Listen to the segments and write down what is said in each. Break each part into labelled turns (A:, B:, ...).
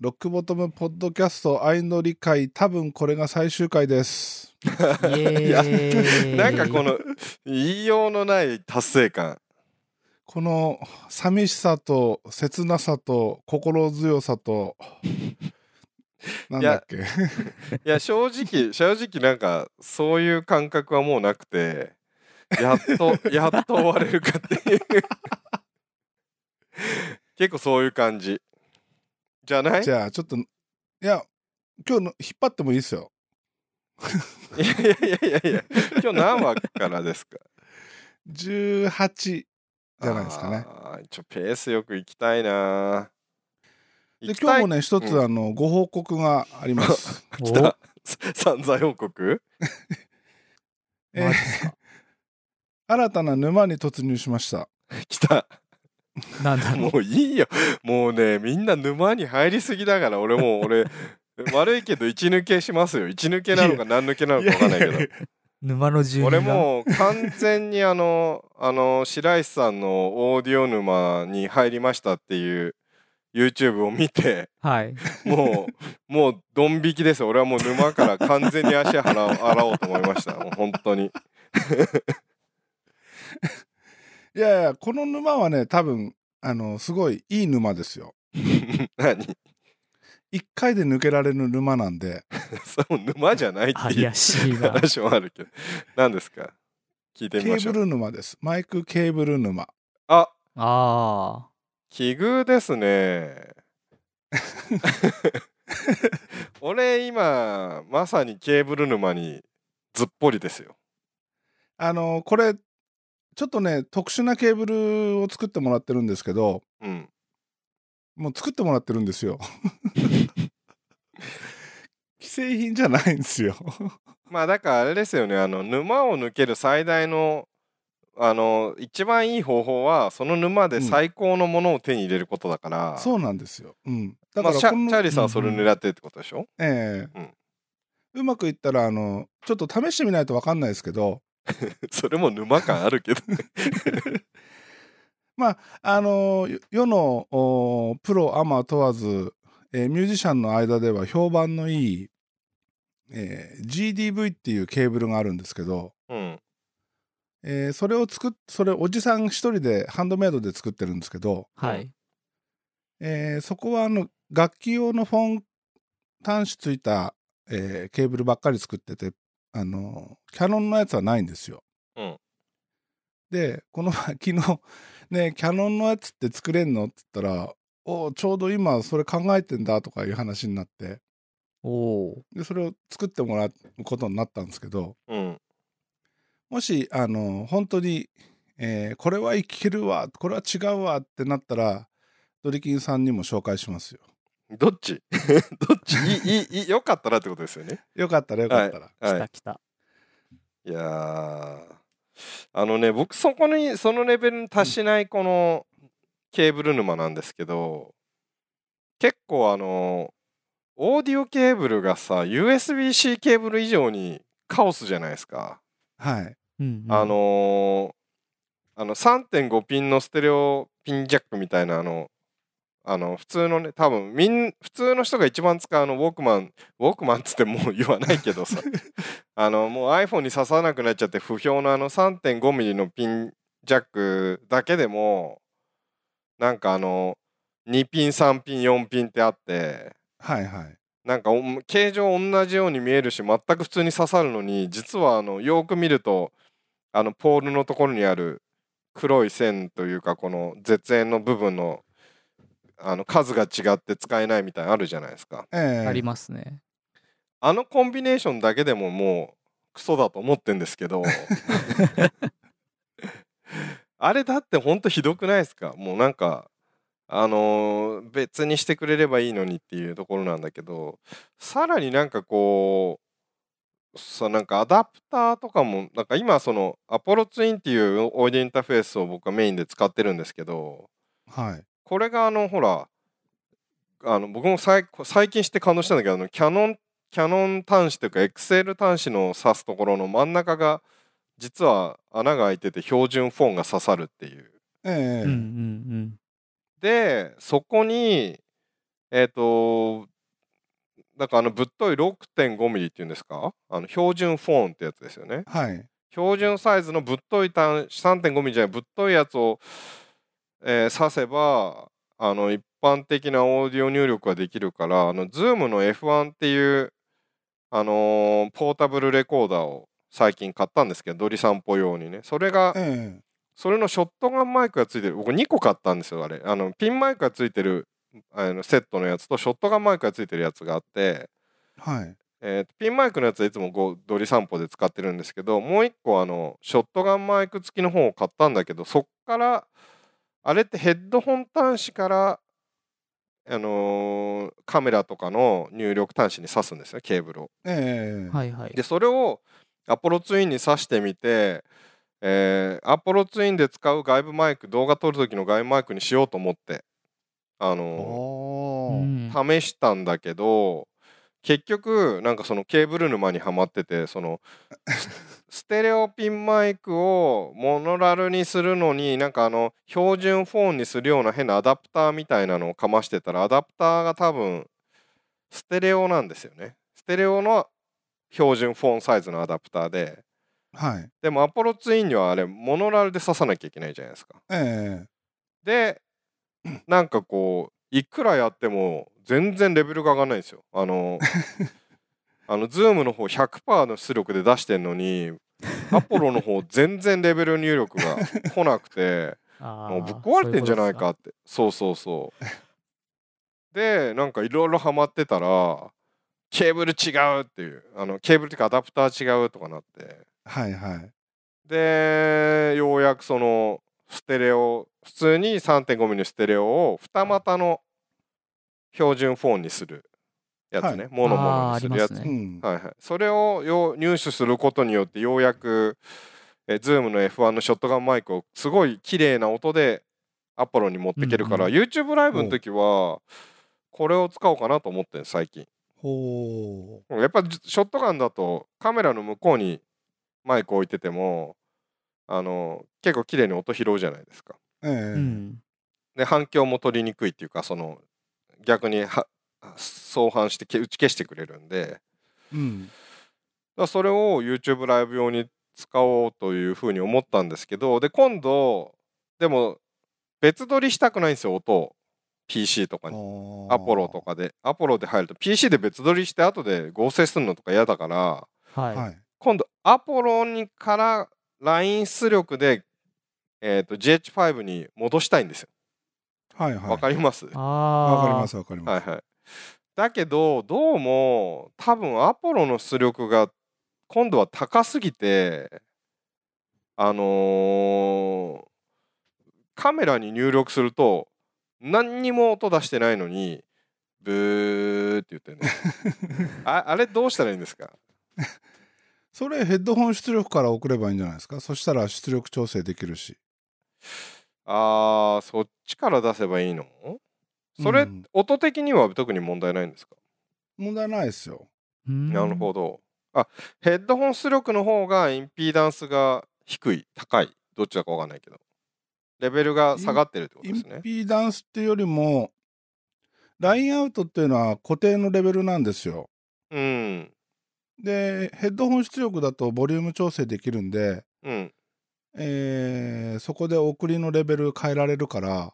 A: ロックボトムポッドキャスト相乗り会、多分これが最終回です。
B: イエーイ
C: なんかこの言いようのない達成感
A: この寂しさと切なさと心強さと、なんだっけ。
C: いや 正直正直なんかそういう感覚はもうなくてやっ とやっと終われるかっていう結構そういう感じじゃないい
A: じゃあ、ちょっと、いや、今日の引っ張ってもいいですよ。
C: やいやいやいやいや今日何話からですか
A: 18じゃないですかね。
C: あーちょペースよく行きたいな
A: で
C: 行き
A: 今
C: た
A: 日
C: い
A: もね一つ、
C: うん
A: あのご報告があり ます。
C: 来た散財報告
B: お
A: え
B: マ
A: ー
B: ジっすか
A: 新たな沼に突入しました。
C: 来た
B: なんだろ
C: もういいよもうねみんな沼に入りすぎだから俺もう 俺悪いけど一抜けしますよ一抜けなのか何抜けなのか分かんないけど
B: う沼の住人
C: 俺
B: が
C: もう完全にあのあの白石さんのオーディオ沼に入りましたっていう YouTube を見て
B: はい
C: も うもうドン引きです俺はもう沼から完全に足払おう洗おうと思いましたもう本当に
A: いやいやこの沼はね多分あのすごいいい沼ですよ。
C: 何
A: 一回で抜けられる沼なんで
C: それも沼じゃないっていう
B: 怪しいな
C: 話もあるけど何ですか聞いて
A: ケ
C: みましょ
A: ー
C: う
A: ブル沼です。マイクケーブル沼。
C: あ
B: あ
C: 奇遇で すね俺今まさにケーブル沼にずっぽりですよ
A: あのこれちょっとね特殊なケーブルを作ってもらってるんですけど
C: うん
A: もう作ってもらってるんですよ。 既製品じゃないんですよ。
C: まあだからあれですよねあの沼を抜ける最大のあの一番いい方法はその沼で最高のものを手に入れることだから、
A: そうなんですよ。うん。だか
C: まあ、
A: ら
C: チャ
A: この
C: チャーリーさんはそれを狙ってってことでしょ、
A: ええうまくいったらあのちょっと試してみないと分かんないですけど
C: それも沼感あるけど
A: あのよ世のおプロアマ問わず、えーミュージシャンの間では評判のいい、えー GDV っていうケーブルがあるんですけど、
C: うん
A: えーそれを作っそれおじさん一人でハンドメイドで作ってるんですけど、
B: あはい
A: えーそこはあの楽器用のフォン端子ついた、えーケーブルばっかり作っててあのキャノンのやつはないんですよ。
C: うん
A: でこの前昨日「ねキャノンのやつって作れんの?」っつったら「おうちょうど今それ考えてんだ」とかいう話になって
B: おお
A: でそれを作ってもらうことになったんですけど
C: うん
A: もしあの本当に、えーこれはいけるわこれは違うわってなったらドリキンさんにも紹介しますよ。
C: どっち どっちいいいいいいよかったらってことですよね
A: よかったらよかったら。
B: ー来
C: は
B: た来た
C: いいやーあのね僕そこにそのレベルに達しないこのケーブル沼なんですけど結構あのオーディオケーブルがさ USB-C ケーブル以上にカオスじゃないですか。
A: はい
B: うんうん
C: あのーあの3.5ピンのステレオピンジャックみたいなあのあの普通のね多分みん普通の人が一番使うあのウォークマンウォークマンっつってもう言 わないけ どさあのもう iPhone に刺さなくなっちゃって不評のあの3.5ミリのピンジャックだけでもなんかあの2ピン3ピン4ピンってあって
A: はいはい。
C: なんかおん形状同じように見えるし全く普通に刺さるのに実はあのよーく見るとあのポールのところにある黒い線というかこの絶縁の部分のあの数が違って使えないみたいなのあるじゃないですか
A: ええ
B: ありますね
C: あのコンビネーションだけでももうクソだと思ってんですけどあれだってほんとひどくないですかもうなんかあのー別にしてくれればいいのにっていうところなんだけどさらになんかこうさなんかアダプターとかもなんか今そのアポロツインっていうオーディオインターフェースを僕はメインで使ってるんですけど
A: はい。
C: これがあのほらあの僕も最最近して感動したんだけどあのキャノンキャノン端子というか XL 端子の刺すところの真ん中が実は穴が開いてて標準フォンが刺さるっていう。
A: ええ
B: うんうん
C: でそこにえっ、と、なんかあのぶっとい6.5ミリっていうんですかあの標準フォンってやつですよね。
A: はい。
C: 標準サイズのぶっとい端子3.5ミリじゃないぶっといやつを、えー刺せばあの一般的なオーディオ入力ができるからあの Zoom の F1 っていう、あのーポータブルレコーダーを最近買ったんですけどドリ散歩用にねそれが
A: え
C: それのショットガンマイクがついてる僕2個買ったんですよあれあのピンマイクがついてるあのセットのやつとショットガンマイクがついてるやつがあって
A: えはい。
C: えーとピンマイクのやつはいつもゴドリ散歩で使ってるんですけどもう一個あのショットガンマイク付きの方を買ったんだけどそっからあれってヘッドホン端子から、あのーカメラとかの入力端子に挿すんですよケーブルを。
A: ええ
B: はいはい
C: で。それをアポロツインに挿してみて、えーアポロツインで使う外部マイク動画撮る時の外部マイクにしようと思って、あ
A: お
C: のー
A: ー
B: うん
C: 試したんだけど結局なんかそのケーブル沼にはまってて そのスステレオピンマイクをモノラルにするのになんかあの標準フォンにするような変なアダプターみたいなのをかましてたらアダプターが多分ステレオなんですよねステレオの標準フォンサイズのアダプターで
A: はい。
C: でもアポロツインにはあれモノラルで挿さなきゃいけないじゃないですか
A: え
C: でなんかこういくらやっても全然レベルが上がらないんですよあ のあの Zoom の方100%の出力で出してんのにアポロの方全然レベル入力が来なく て
B: あ
C: もう
B: ー
C: ぶっ壊れてんじゃないかってそうそうそうでなんかいろいろハマってたらケーブル違うっていうあのケーブルっていうかアダプター違うとかなって
A: えはいはい。
C: でようやくそのステレオ普通に 3.5mm のステレオを二股の標準フォンにするやつね、
A: は
C: モノモノにするやつ、
B: あーありますね
A: うん。
C: はいはい、それをよう入手することによってようやくえ Zoom の F1 のショットガンマイクをすごい綺麗な音でアポロに持っていけるから、
B: う
C: YouTube ライブの時はこれを使おうかなと思ってる最近。
A: ほ
C: やっぱじショットガンだとカメラの向こうにマイク置いててもあの結構綺麗に音拾うじゃないですか。
A: う。ええ
B: うん。
C: で反響も取りにくいっていうかその逆には相反してけ打ち消してくれるんでだか
A: うん。
C: らそれを YouTube ライブ用に使おうというふうに思ったんですけどで今度でも別撮りしたくないんですよ音を PC とかに。アポロとかでアポロで入ると PC で別撮りして後で合成するのとか嫌だから
A: か
B: は。
A: はいい。
C: 今度アポロにからライン出力で、えー、と GH5 に戻したいんですよ。
A: はいはい。
C: わかります
B: あ
C: は
B: あ。
A: わかりますわかり
C: いは
A: ま
C: い。だけどどうも多分アポロの出力が今度は高すぎてあのーカメラに入力すると何にも音出してないのにブーって言ってるね ああれどうしたらいいんですか
A: す。それヘッドホン出力から送ればいいんじゃないですかそしたら出力調整できるし。
C: あーそっちから出せばいいのそれ、
A: うん
C: 音的には特に問題ないんですか、
A: 問題ないですよ。
C: なるほどあヘッドホン出力の方がインピーダンスが低い高いどっちだかわかんないけどレベルが下がってるってこと
A: イ
C: で
A: ン
C: すね
A: ピーダンスっていうよりも、ラインアウトっていうのは固定のレベルなんですよ。
C: うん
A: で、ヘッドホン出力だとボリューム調整できるんで、
C: うん
A: えーそこで送りのレベル変えられるから、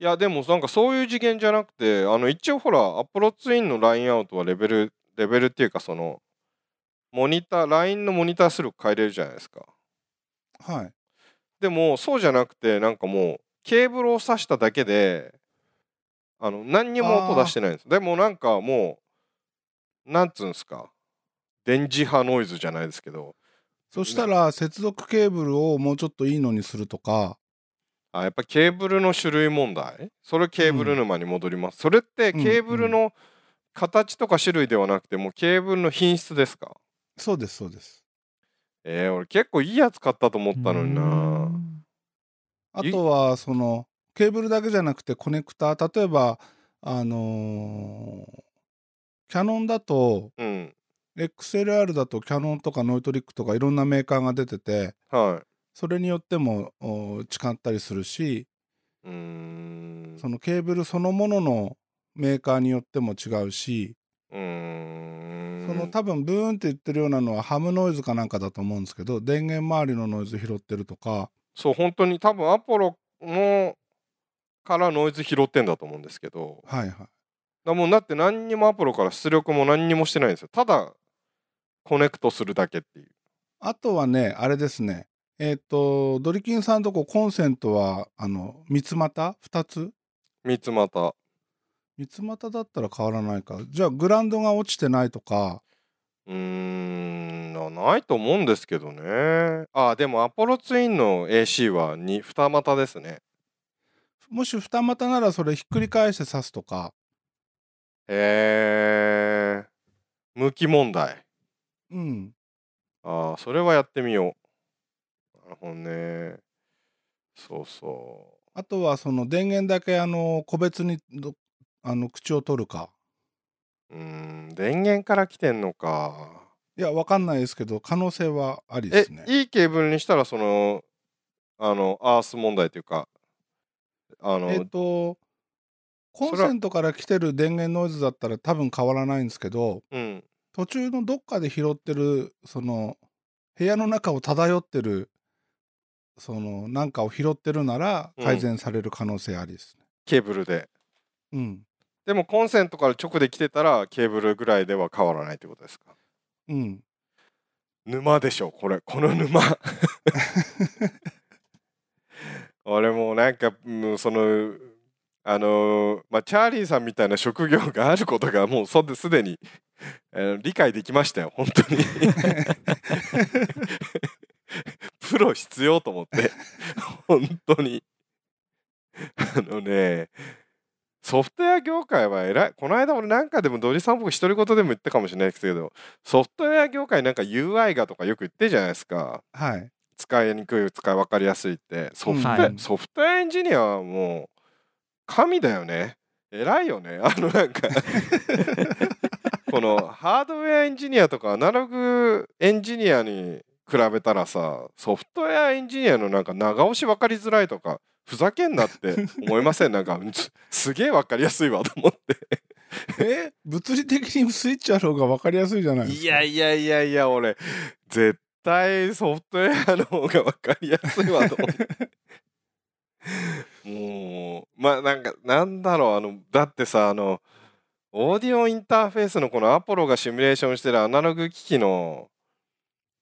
C: いやでもなんかそういう次元じゃなくてあの一応ほらアプローチインのラインアウトはレベルレベルっていうかそのモニターラインのモニター出力変えれるじゃないですか
A: はい。
C: でもそうじゃなくてなんかもうケーブルを挿しただけであの何にも音出してないんですでもなんかもうなんつうんですか電磁波ノイズじゃないですけど
A: そしたら接続ケーブルをもうちょっといいのにするとか、
C: あやっぱケーブルの種類問題それケーブル沼に戻ります、それって
A: うん
C: ケーブルの形とか種類ではなくてもうケーブルの品質ですか
A: そうですそうです。
C: えー、俺結構いいやつ買ったと思ったのにな
A: あとはそのケーブルだけじゃなくてコネクター例えばあのーキャノンだと
C: うん
A: XLR だとキャノンとかノイトリックとかいろんなメーカーが出てて
C: は
A: それによってもお違ったりするし
C: いうーん
A: そのケーブルそのもののメーカーによっても違うし、
C: うーん
A: その多分ブーンって言ってるようなのはハムノイズかなんかだと思うんですけど電源周りのノイズ拾ってるとか
C: そう本当に多分アポロのからノイズ拾ってんだと思うんですけど
A: はいはい
C: だもうだって何にもアポロから出力も何にもしてないんですよただコネクトするだけっていう
A: あとはねあれですねえっ、とドリキンさんとこコンセントはあの三つ股2つ
C: 三つ股
A: 三つ股だったら変わらないかじゃあグラウンドが落ちてないとか
C: うーんなないと思うんですけどねあでもアポロツインの AC はに二股ですね
A: もし二股ならそれひっくり返して刺すとか
C: へえ向き問題
A: うん
C: ああ、それはやってみよう。なるほどね。そうそ
A: あとはその電源だけあの個別にどあの口を取るか
C: う。うーん、電源から来てんのか。
A: いやわかんないですけど可能性はありで
C: え
A: すね、
C: いいケーブルにしたら、その、あの、アース問題というか、あの、
A: えっとコンセントから来てる電源ノイズだったら多分変わらないんですけど
C: うん、
A: 途中のどっかで拾ってるその部屋の中を漂ってるそのなんかを拾ってるなら
C: うん
A: 改善される可能性ありですね。
C: ケーブルで。
A: うん、
C: でも、コンセントから直で来てたら、ケーブルぐらいでは変わらないってことですか。
A: うん、
C: 沼でしょ、これ。この沼。俺もうなんか、うんそのあのーまあチャーリーさんみたいな職業があることがもうそすでに、えー理解できましたよ本当にプロ必要と思って本当にあのねソフトウェア業界は偉いこの間俺なんかでもドリさん僕独り言でも言ったかもしれないですけどソフトウェア業界なんか UI がとかよく言ってるじゃないですか
A: はい
C: 使いにくい使い分かりやすいってソフトウェア、
B: はい
C: ソフトウェアエンジニアはもう神だよね偉いよね あのな んかこのハードウェアエンジニアとかアナログエンジニアに比べたらさソフトウェアエンジニアのなんか長押し分かりづらいとかふざけんなって思いませんなんかうんすすげえ分かりやすいわと思って
A: え 物理的にスイッチある方が分かりやすいじゃないですか。
C: いやいやいやいや、俺、絶対ソフトウェアの方が分かりやすいわと思って。 もう、まあなんか、なんだろう、あの、だってさ、あの、オーディオインターフェースのこのアポロがシミュレーションしてるアナログ機器の、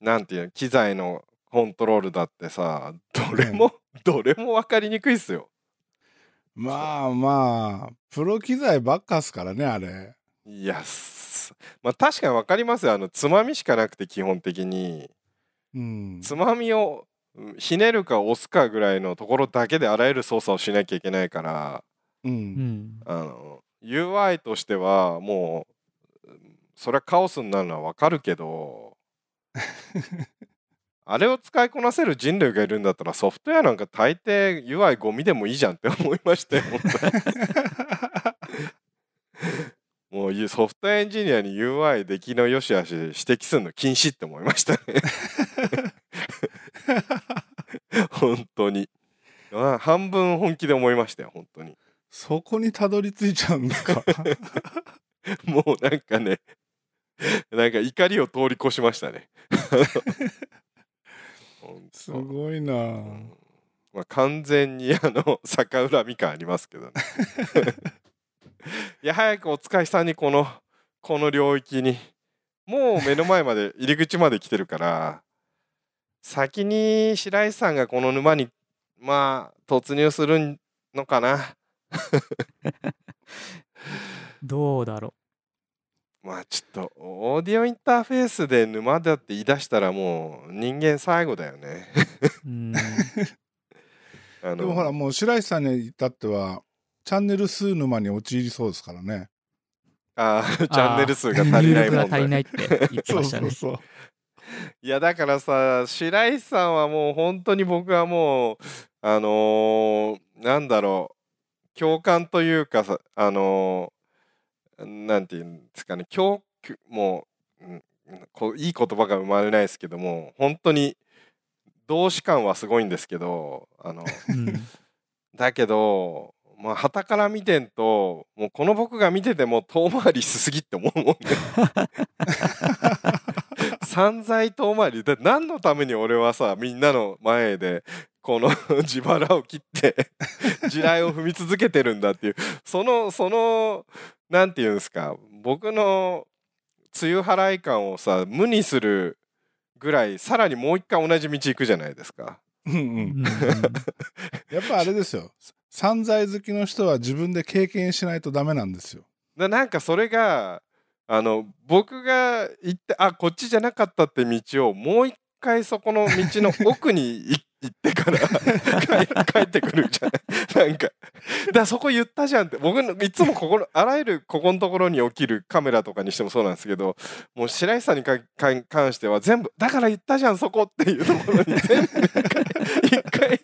C: なんていうの、機材のコントロールだってさ、どれも、どれも分かりにくいっすよ。
A: まあまあプロ機材ばっかっすからねあれ。
C: いや、すまあ確かに分かりますよ。あの、つまみしかなくて、基本的に。
A: うん、
C: つまみをうんひねるか押すかぐらいのところだけであらゆる操作をしなきゃいけないから
A: う、
B: うんん。
C: あの UI としてはもううんそれはカオスになるのはわかるけどあれを使いこなせる人類がいるんだったらソフトウェアなんか大抵 UI ゴミでもいいじゃんって思いましたよ本当にもうソフトウェアエンジニアに UI 出来の良し悪し指摘するの禁止って思いましたね本当にあ半分本気で思いましたよ本当に
A: そこにたどり着いちゃうんです か。
C: もうなんかね、なんか怒りを通り越しまし たね。本当
A: すごいな
C: う
A: あ。
C: んまあ、完全にあの 逆恨み感ありますけどね。 いや早くお使いさんにこのこの領域にもう目の前まで入り口まで来てるから先に白石さんがこの沼にまあ突入するのかな
B: どうだろ
C: まあちょっとオーディオインターフェースで沼だって言い出したらもう人間最後だよね。
B: う。うん。
C: あの
A: でもほらもう白石さんに至ってはチャンネル数沼に陥りそうですからね。
C: あーチャンネル数が足
B: 入
C: りない
B: 力が
C: もん
B: 足りないって言ってました ね。
A: そう。
C: いやだからさ白石さんはもう本当に僕はもうあのーなんだろう共感というかさあのーなんていうんですかね共もう、うんこういい言葉が生まれないですけども本当に同志感はすごいんですけどあの
B: うん
C: だけどまあ旗から見てんともうこの僕が見てても遠回りしすぎって思うもんね散財遠回りで何のために俺はさみんなの前でこの 自腹を切って地雷を踏み続けてるんだっていうそのそのなんていうんですか僕の梅雨払い感をさ無にするぐらいさらにもう一回同じ道行くじゃないですか。
A: うんう
B: うん
A: ん。
B: う
A: やっぱあれですよ。散財好きの人は自分で経験しないとダメなんですよ。
C: ななんかそれがあの僕が行ってあこっちじゃなかったって道をもう一回そこの道の奥にい行ってから 帰帰ってくるじゃ ないなんかだからそこ言ったじゃんって僕のいつもここのあらゆるここのところに起きるカメラとかにしてもそうなんですけどもう白石さんにかか関しては全部だから言ったじゃんそこっていうところに全部 一回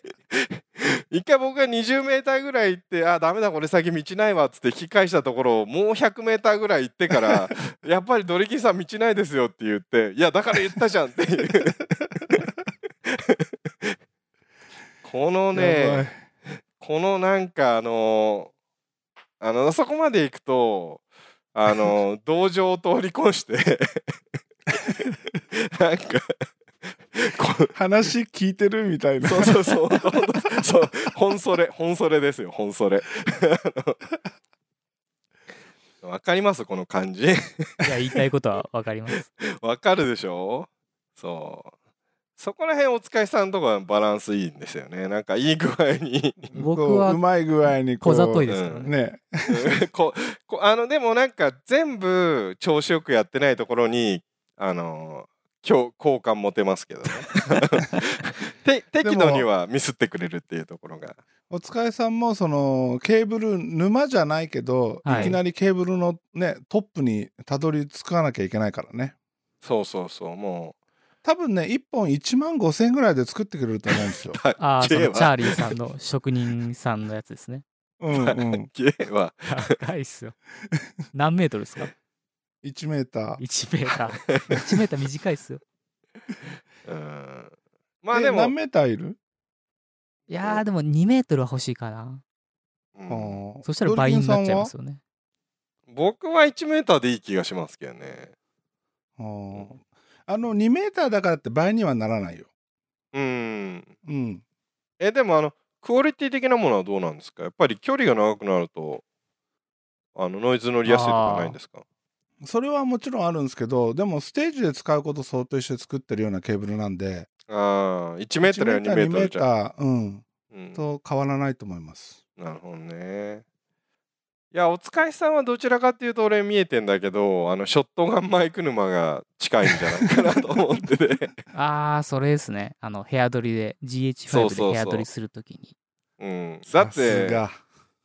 C: 一回僕が 20m ぐらい行ってあダメだこれ先道ないわっつって引き返したところをもう 100m ぐらい行ってからやっぱりドリキンさん道ないですよって言っていやだから言ったじゃんっていうこのねこのなんかあのあのあそこまで行くとあの道場を通り越して なんかこ
A: 話聞いてるみたいな。
C: そうそうそう。ほんとそう。本それ、本それですよ、本それ。あのわかりますこの感じ。
B: んいや言いたいことはわかり ます。
C: わかるでしょそう。そこら辺お疲いさんとかバランスいいんですよね。なんかいい具合に
B: 僕
A: こう
B: は
A: うまい具合にこ
B: 小
A: う。
B: ざといですから
C: う
B: ね。
A: ね。
C: ここあのでもなんか全部調子よくやってないところにあの強好感持てますけどね て適度にはミスってくれるっていうところが
A: お疲れさんもそのケーブル沼じゃないけど、
B: はい
A: い、きなりケーブルのねトップにたどり着かなきゃいけないからね
C: そうそうそうも
A: 多分ね1本1万5千円ぐらいで作ってくれると思うん ですよ
C: う
B: ああ、そ
C: J
B: の
C: は
B: チャーリーさんの職人さんのやつですね。
A: うんうん
C: ゲーは
B: 高いっすよ。何メートルですか
A: 1メータ
B: ?1 メーター。1メーター短いっすよ。
C: うんま
A: ー
C: あ
A: え
C: でも
A: 何、メーターいる
B: いやーでも2メートルは欲しいかな。
C: うん
A: あー
B: そしたら倍になっちゃいます
A: ド
B: よね。
C: 僕は1メーターでいい気がしますけどね。
A: リキンさんはあーあの2メーターだからって倍にはならないよ
C: うん。
A: うん
C: え、でもあの、クオリティ的なものはどうなんですかやっぱり距離が長くなると、あの、ノイズ乗りやすいとかないんですか
A: それはもちろんあるんですけどでもステージで使うことを想定して作ってるようなケーブルなんで
C: ああー、1メートルや2メートルじゃん。
A: 2メーターうん
C: うん、
A: と変わらないと思います
C: なるほどね。いや、お使いさんはどちらかっていうと俺見えてんだけど、あの、ショットガンマイク沼が近いんじゃないかなと思っ てて。
B: ああ、それですね。あの、ヘア撮りで、
C: そう
B: GH5
C: そうそ
B: で
C: う
B: ヘア撮りするときに。
C: うん。だっ
A: さす
C: て、
A: が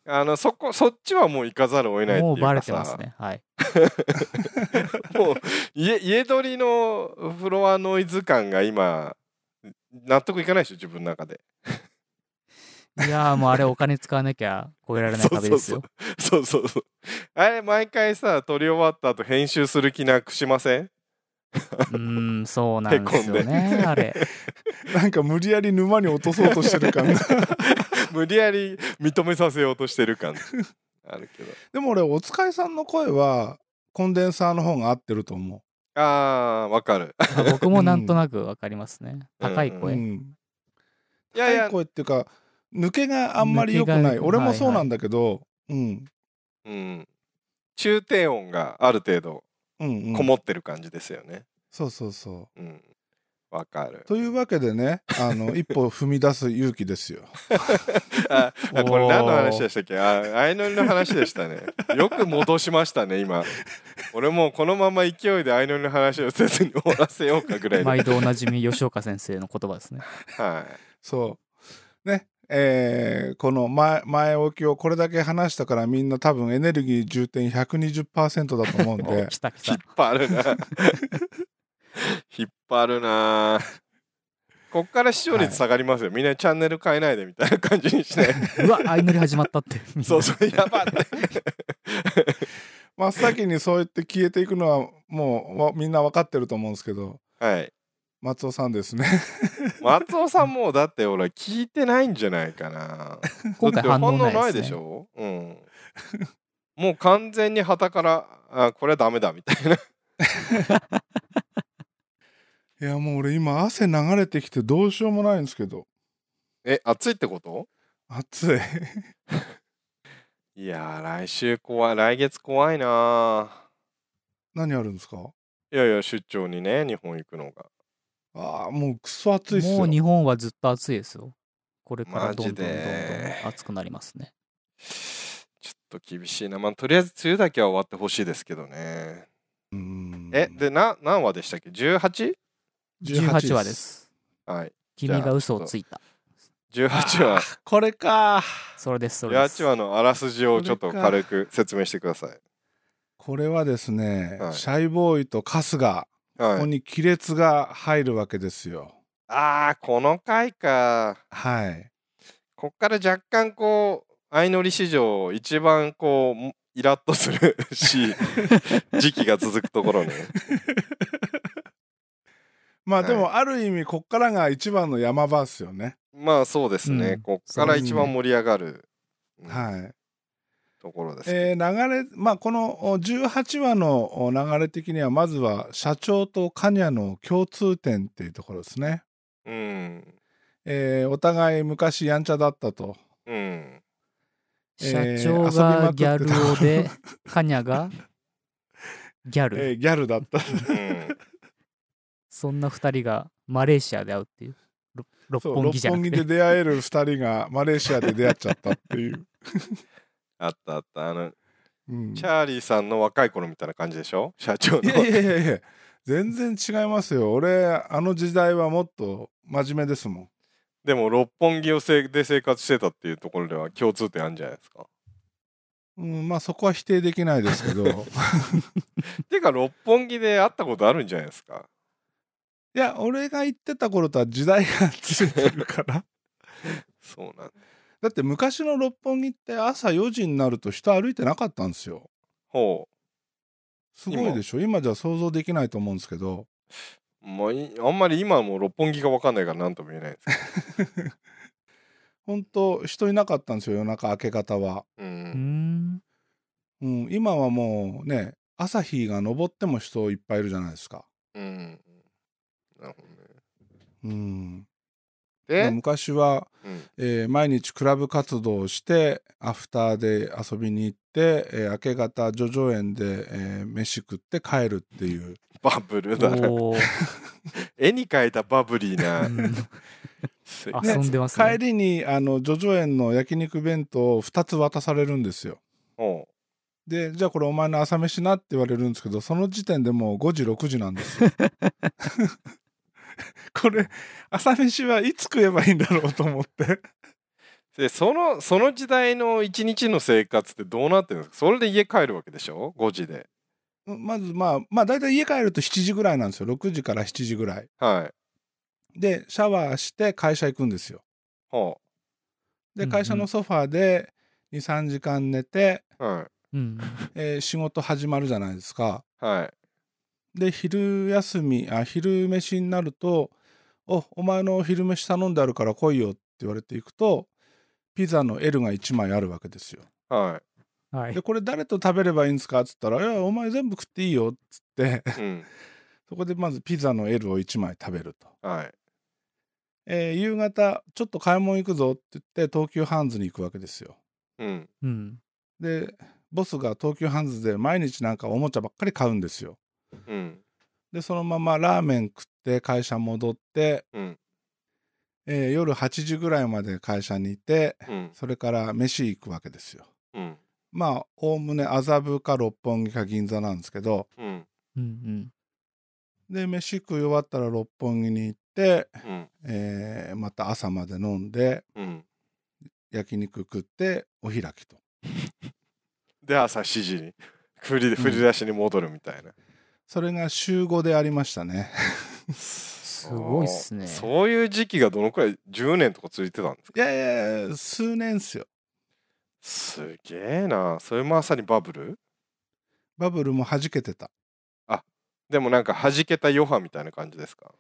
C: あの、そこ、そっちはもう行かざるを得ないってい
B: も
C: うか
B: う
C: さ。
B: バレてますね。はい。
C: もう家家撮りのフロアノイズ感が今納得いかないでしょ自分の中で
B: いやーもうあれお金使わなきゃ超えられない壁ですよ。
C: そうそうそうあれ毎回さ撮り終わった後編集する気なくしません
B: うーん、そうなんですよ
C: へこ
B: ね、あれ。
A: なんか無理やり沼に落とそうとしてる 感が
C: 無理やり認めさせようとしてる感あるけど
A: でも俺お使いさんの声はコンデンサーの方が合ってると思、
C: あーわかる
B: 僕もなんとなくわかりますね。
C: うん
B: 高いう声。
A: うん、
C: いやい
A: 高
C: や
A: い声っていうか抜けがあんまり良く
B: 抜
A: な
B: け
A: い
B: が
A: 俺もそうなんだけど、うん
C: うん中低音がある程度
A: うんうん
C: こもってる感じですよね
A: そうそうそ
C: うんわかる
A: うというわけでねあの 一歩踏み出す勇気ですよ
C: ああこれ
B: おー
C: 何の話でしたっけあ相乗りの話でしたねよく戻しましたね今俺もうこのまま勢いで相乗りの話をせずに終わらせようかぐらいで、はい
B: 毎度おなじみ吉岡先生の言葉ですね。
A: そうねえーこの前前置きをこれだけ話したからみんな多分エネルギー充填120%だと 思うん
B: お
A: で
B: 来た来
C: 引
B: た
C: っ。張るな引っ張るなこっから視聴率下がりますよ、みんなチャンネル変えないでみたいな感じにしない
B: うわ、相乗り始まったって。
C: そうそうやばって
A: 真っ先にそうやって消えていくのはもうわみんな分かってると思うんですけど
C: はい
A: 松尾さんですね。
C: 松尾さんもうだって俺聞いてないんじゃないかな。
B: 今回
C: だって
B: 反
C: 反
B: 応な
C: 応
B: いです、ね、
C: ないでしょ、うん、もう完全に旗からあこれはダメだみたいな。
A: いやもう俺今汗流れてきてどうしようもないんですけど
C: え暑いってこと
A: 暑い
C: いやー来週怖い来月怖いな
A: 何あるんですか
C: ーいやいや出張にね日本行くのが。
A: ああもうクソ暑いっすよ
B: もう日本はずっと暑いですよ。これから
C: マジ
B: どんどんどんど
C: で
B: ん暑くなりますね。
C: ちょっと厳しいな。まあとりあえず梅雨だけは終わってほしいですけどね。
A: うーん
C: えでな何話でしたっけ 18?
A: 18
B: 18話です。
C: はい。
B: 君が嘘をついた。
C: 18
A: あ
C: 話
A: ーこれか
B: それです、それです。
C: 18話のあらすじをちょっと軽く説明してください。
A: これはですね、
C: はい
A: シャイボーイと春日こ
C: は
A: こ
C: い、
A: に亀裂が入るわけですよ
C: ああこの回か。
A: はい
C: こっから若干こう相乗り史上一番こうもイラッとする し時期が続くところね。
A: まあ
C: はい
A: でもある意味こっからが一番の山場っすよね、
C: まあそうですね、
B: うん
C: こっから一番盛り上がる、うん
A: はい
C: ところですね。
A: えー流れまあこのお18話のお流れ的にはまずは社長とカニャの共通点っていうところですね
C: うん
A: えーお互い昔やんちゃだったと。
C: うん
B: 社
A: えー
B: 長がギャル男で、カニャがギャル。
A: えーギャルだった。
C: うん
B: そんな二人がマレーシアで会うっていう。ろ六
A: そう
B: 本木
A: 六
B: じゃな
A: 本木
B: くて
A: で。出会える2人がマレーシアで出会っちゃったっていう。
C: あったあったあの
A: うん、い
C: チャーリーさんの若い頃みたいな感じでしょ社長の。
A: やいやいやいや全然違いますよ。俺あの時代はもっと真面目ですもん。
C: でも六本木をせで生活してたっていうところでは共通点あるんじゃないで すか。
A: うん、まあそこは否定できないですけどい
C: ていうか六本木で会ったことあるんじゃないですか。
A: や俺が言ってた頃とは時代がずれてるから
C: そうなんだ
A: だって昔の六本木って朝4時になると人歩いてなかったんですよ
C: ほう
A: すごいでしょ今じゃ想像できないと思うんですけど
C: まあ、いあんまり今もう六本木が分かんないから何とも言えないです けど、
A: 本当人いなかったんですよ夜中明け方は、
C: う、
B: うんん。
A: うん、今はもうね朝日が昇っても人いっぱいいるじゃないですか、
C: うん、なるほどね
A: うん、
C: で、
A: 昔は、
C: うん
A: えー毎日クラブ活動をしてアフターで遊びに行って、えー明け方叙々苑で、えー飯食って帰るっていう
C: バブルだな
B: おー
C: 絵に描いたバブリー
B: う
C: な、
B: ん
C: す
B: あ
C: ね
B: 遊んでます
A: 帰
B: ね。
A: りにあの叙々苑の焼肉弁当を2つ渡されるんですよ
C: ほ
A: でじゃあこれお前の朝飯なって言われるんですけどその時点でもう5時6時なんです よ これ朝飯はいつ食えばいいんだろうと思って
C: うでそのその時代の一日の生活ってどうなってるんですかそれで家帰るわけでしょ5時で
A: うんまずまあまあ大体家帰ると7時ぐらいなんですよ6時から7時ぐらい
C: はい
A: でシャワーして会社行くんですよ
C: ほ
A: で
B: うんうん
A: 会社のソファーで23時間寝て、
C: うは
B: うん。
A: えー仕事始まるじゃないですか
C: いはい
A: で昼休みあ昼飯になると「おお前の昼飯頼んであるから来いよ」って言われていくとピザの L が1枚あるわけですよ。
C: は
B: はい
A: で。これ誰と食べればいいんですかっつったら「いやお前全部食っていいよ」っつって
C: いうん
A: そこでまずピザの L を1枚食べると。
C: はい
A: えー夕方ちょっと買い物行くぞって言って東急ハンズに行くわけですよ。
C: うん
B: うん。
A: でボスが東急ハンズで毎日なんかおもちゃばっかり買うんですよ。
C: うん
A: でそのままラーメン食って会社戻って
C: うん
A: えー夜8時ぐらいまで会社にいて
C: うん
A: それから飯行くわけですよ
C: うん
A: まあおおむね麻布か六本木か銀座なんですけど
C: うん
B: うんうん。
A: で飯食い終わったら六本木に行って、
C: うん
A: えーまた朝まで飲んで
C: うん
A: 焼肉食ってお開きと
C: で朝7時に振り振り出しに戻るみたいな
A: それが週5でありましたね
C: す
B: ごいっすね
C: そういう時期がどのくらい10年とか続いてたんですか
A: いやいやいや数年っすよ
C: すげえなそれまさにバブル
A: バブルも弾けてた
C: でもなんか弾けた余波みたいな感じですか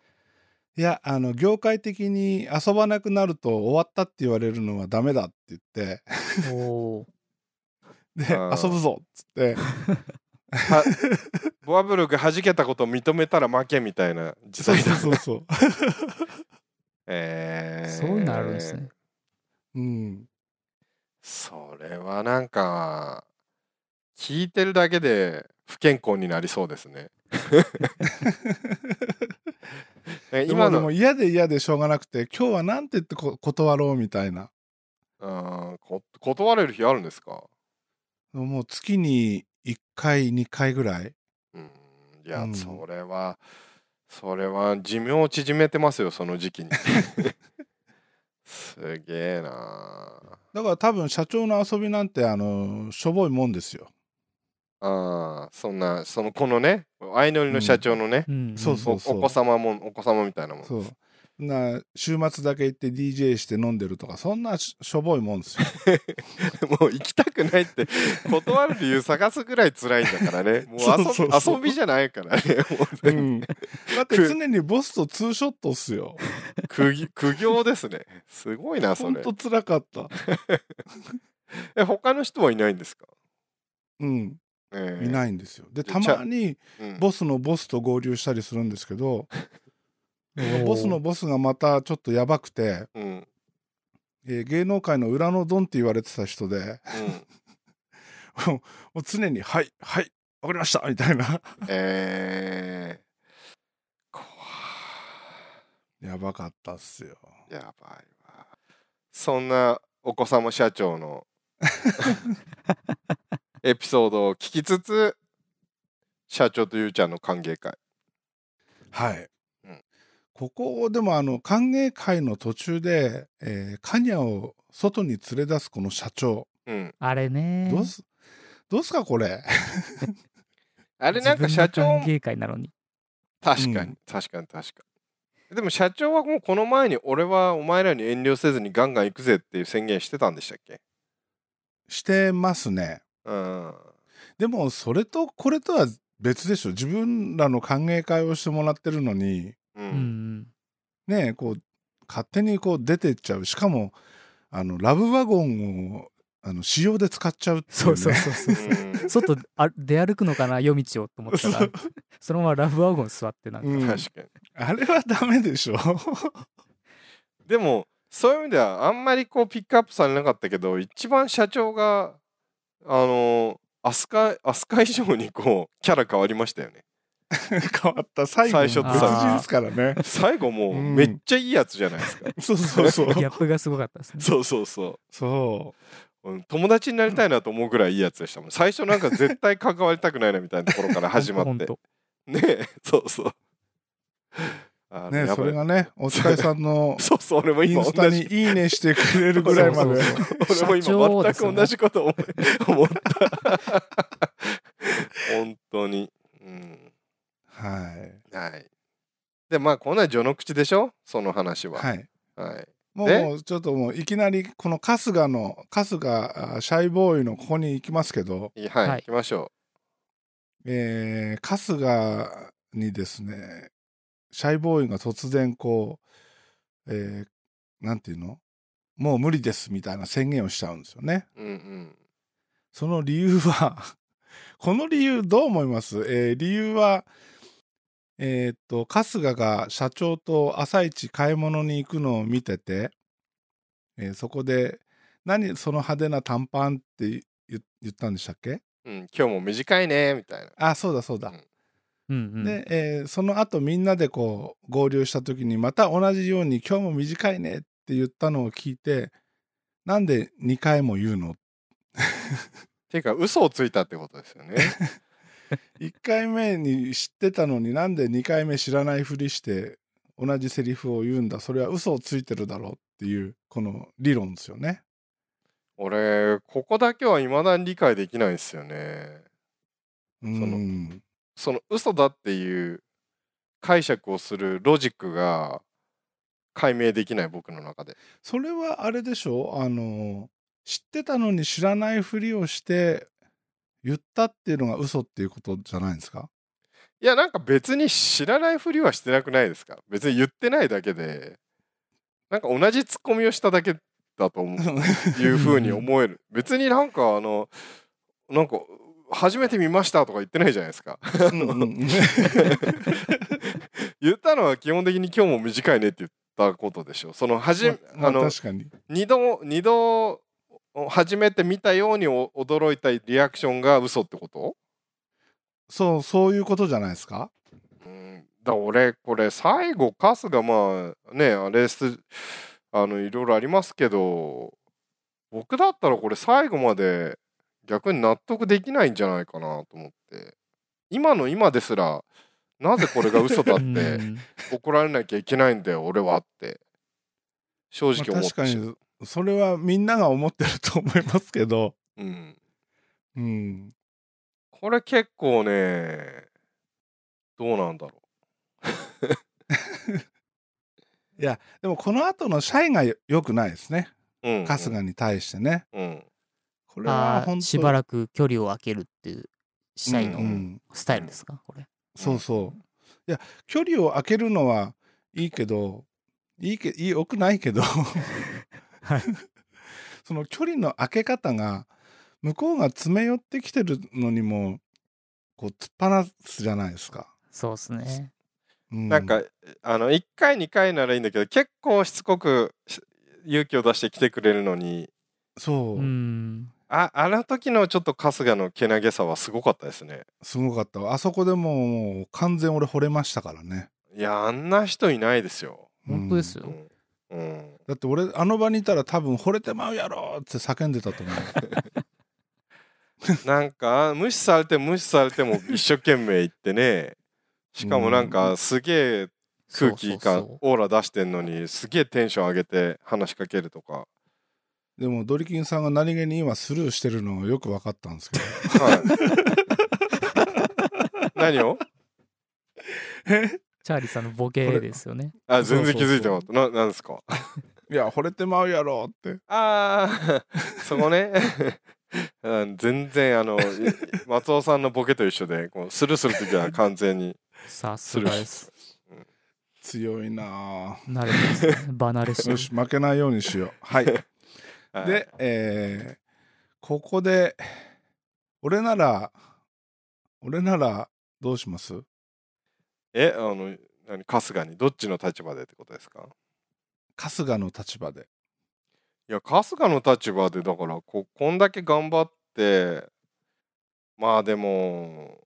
A: いや、あの、業界的に遊ばなくなると終わったって言われるのはダメだって言って、
B: おー
A: で、
C: あー
A: 遊ぶぞっつ って、
C: はボアブルク弾けたことを認めたら負けみたいな時
A: そう
C: 代
A: そう
C: だ。
A: そうそう。
C: えー
B: そういうのあるんですね。
A: うん。
C: それはなんか聞いてるだけで不健康になりそうですね。え
A: で
C: 今
A: もで
C: の
A: も嫌で嫌でしょうがなくて、今日はなんて言ってこ断ろうみたいな。
C: うんこ断れる日あるんですか、
A: もう月に1回、2回ぐらい。
C: うん、いや、
A: うん
C: それはそれは寿命を縮めてますよその時 期に。すげえな
A: だから多分社長の遊びなんて、あの、しょぼいもんですよ。
C: あーそんなそのこのね相乗りの社長のね、
B: うんん
A: そうそ
C: お
A: う
C: お子様もんお子様みたいなもん
A: そう。な週末だけ行って DJ して飲んでるとか、そんなししょぼいもんですよ。
C: もう行きたくないって断る理由探すぐらい辛いんだからね。 もう遊び
A: そうそうそう
C: 遊びじゃないか らね。も う
A: う
C: ね
A: ん、だって常にボスとツーショットっすよ。
C: 苦行苦行ですね。すごいな、そ
A: ほん
C: れ
A: と。つらかった。
C: え、他の人はいないんですか、
A: うん、
C: え
A: い
C: い。
A: ないんですよ。で、
C: じ
A: た
C: ゃ
A: まに
C: うん
A: ボスのボスと合流したりするんですけど、
B: おー
A: ボスのボスがまたちょっとやばくて、
C: うんうん
A: えー芸能界の裏のドンって言われてた人で、 もう常に、はい、はい、わかりましたみたいな。
C: えー、怖
A: やばかったっすよ。
C: いやばいわ。そんなお子様社長のエピソードを聞きつつ、社長とゆうちゃんの歓迎会。
A: はい。
C: うん
A: ここでもあの歓迎会の途中で、えーカニャを外に連れ出すこの社長、
C: うん。
B: あれね。
A: どうすどうすかこれ
C: あれなん
B: 自
C: か
B: 分
C: 社
B: が
C: 長
B: 歓迎会なのに。
C: 確か
A: う
C: に
A: ん
C: 確かに確かにでも社長はもうこの前に俺はお前らに遠慮せずにガンガン行くぜっていう宣言してたんでしたっけ
A: してますね
C: うん
A: でもそれとこれとは別でしょ自分らの歓迎会をしてもらってるのに
C: う。
B: うんん。
A: ねえこう勝手にこう出てっちゃうしかもあのラブワゴンをあの仕様で使っちゃうっていう、ね、
B: そうそうそうそううん
C: 確
B: 外あ出歩くのかな夜道をと思った
A: そ
B: ら
A: う
B: そのままラブワゴン座ってなん か、
A: うん
C: かに
A: あれはダメでしょ
C: でもそういう意味ではあんまりこうピックアップされなかったけど一番社長があの飛鳥飛鳥以上にこうキャラ変わりましたよね
A: 変わった最後の
C: 最初と
A: 別人ですからね
C: 最後もう
A: うん
C: めっちゃいいやつじゃないですか、
A: そうそうそう
B: ギャップがすごかったですね。
C: そうそうそう
A: そう
C: うん友達になりたいなと思うぐらいいいやつでしたもん最初なんか絶対関わりたくないなみたいなところから始 ま
B: ほ
C: っ
B: ん
C: て
B: と
C: ねえ、そうそう。あ
A: ね、
C: やばい
A: それがね、お疲れさんの
C: そうそう、俺も
A: イ
C: 今
A: ンスタ
C: 同
A: に
C: じ。
A: いいねしてくれるぐらいまで。
B: そうそうそう
C: 俺も
B: 社長
C: 今
B: で
C: 全
B: すよ
C: く
B: ね
C: 同じこと思い思った。本当に。うん。
A: はい。
C: はい。で、まあ、こんな序の口でしょその話は。
A: はい。
C: はい。
A: もう
C: で
A: もうちょっともういきなりこの春日の春日あシャイボーイのここに行きますけど、
C: いいはい、
B: はい
C: 行きましょ
A: えー、春日にですねシャイボーイが突然こう、えー、なんていうのもう無理ですみたいな宣言をしちゃうんですよね。
C: う。うん
A: その理由は、 この理由どう思います、えー理由は、えーっと、春日が社長と朝一買い物に行くのを見てて、えーそこで、何その派手な短パンって言言言ったんでしたっけ
C: うん。うん、今日も短いね、みたいな。
A: あ、そうだそうだ。
B: うんうん、
A: で、えーその後みんなでこう合流した時にまた同じように「今日も短いね」って言ったのを聞いてなんで2回も言うの
C: ていうか、嘘をついたってことです よね。
A: 1回目に知ってたのになんで2回目知らないふりして同じセリフを言うんだそれは嘘をついてるだろうっていうこの理論ですよね
C: 俺、ここだけは未だに理解できないんですよね。
A: うん
C: その嘘だっていう解釈をするロジックが解明できない僕の中で。
A: それはあれでしょあの知ってたのに知ら ないふりをして言ったっていうのが嘘っていうことじゃないんですか
C: いやなんか別に知らないふりはしてなくないですか別に言ってないだけでなんか同じツッコミをしただけだ と思ういうふうに思える別になんかあのなんか初めて見ましたとか言ってないじゃないですか
A: うんうん
C: 言ったのは基本的に今日も短いねって言ったことでしょそのはじ、
A: まあ
C: あの
A: 確かに。
C: 二度二度初めて見たようにお驚いたリアクションが嘘ってこと
A: そう、そういうことじゃないですか
C: うんだから俺これ最後春日まあねあれすあのいろいろありますけど僕だったらこれ最後まで逆に納得できないんじゃないかなと思って今の今ですらなぜこれが嘘だっ
B: う
C: て
B: ん
C: 怒られなきゃいけないんだよ俺はって正
A: まあ
C: 直思っ
A: 確
C: て
A: か
C: しまう
A: に、それはみんなが思ってると思いますけど、
C: うん、
A: うん。
C: これ結構ねどうなんだろ
A: でもこの後のシャイがよ良くないですね。
C: う、うん、
A: 春日に対してね。
C: うん
A: これは
B: あ
A: 本当
B: ーしばらく距離を空けるっていうしたい
A: く、う
B: の
A: ん。
B: スタイルですか、これ。
A: そうそう。いや、距離を空けるのはいいけど、いいけ、いい、良くないけど、
B: はい
A: その距離の空け方が、向こうが詰め寄ってきてるのにも、こう、突っ放すじゃないですか。
B: そうですね。
A: う
C: なんか、あの1回2回ならいいんだけど結構しつこくし勇気を出して来てくれるのに
A: そう、
B: うん。
C: ああの時のちょっと春日のけなげさはすごかったですね
A: すごかったわあそこでもうもう完全俺惚れましたからね
C: いやあんな人いないですよ、
B: 本当ですよ
C: う。んうん、
A: だって俺あの場にいたら多分惚れてまうやろって叫んでたと思 う
C: なんか無視されても無視され ても一生懸命言ってねしかもなんかすげえ空気
B: そう
C: 感
B: そう
C: オーラ出してんのにすげえテンション上げて話しかけるとか
A: でもドリキンさんが何気に今スルーしてるのよく分かったんですけど
C: はい、 何を
B: チャーリーさんのボケですよね。
C: あ全然気づいてなかったななんですか
A: いや惚れてまうやろって
C: ああ そこねうん全然あのい松尾さんのボケと一緒でこうスルスルとき は完全に
B: さ
C: ス
B: す
C: ル
B: が
C: ー
B: です。
A: 強いな
B: 慣れてますね。離れし
A: ぁよし負けないようにし ようはい
C: はい
A: でえー、ここで俺なら俺ならどうします
C: えあの何春日にどっちの立場でってことですか
A: 春日の立場で
C: いや春日の立場でだからここんだけ頑張ってまあでも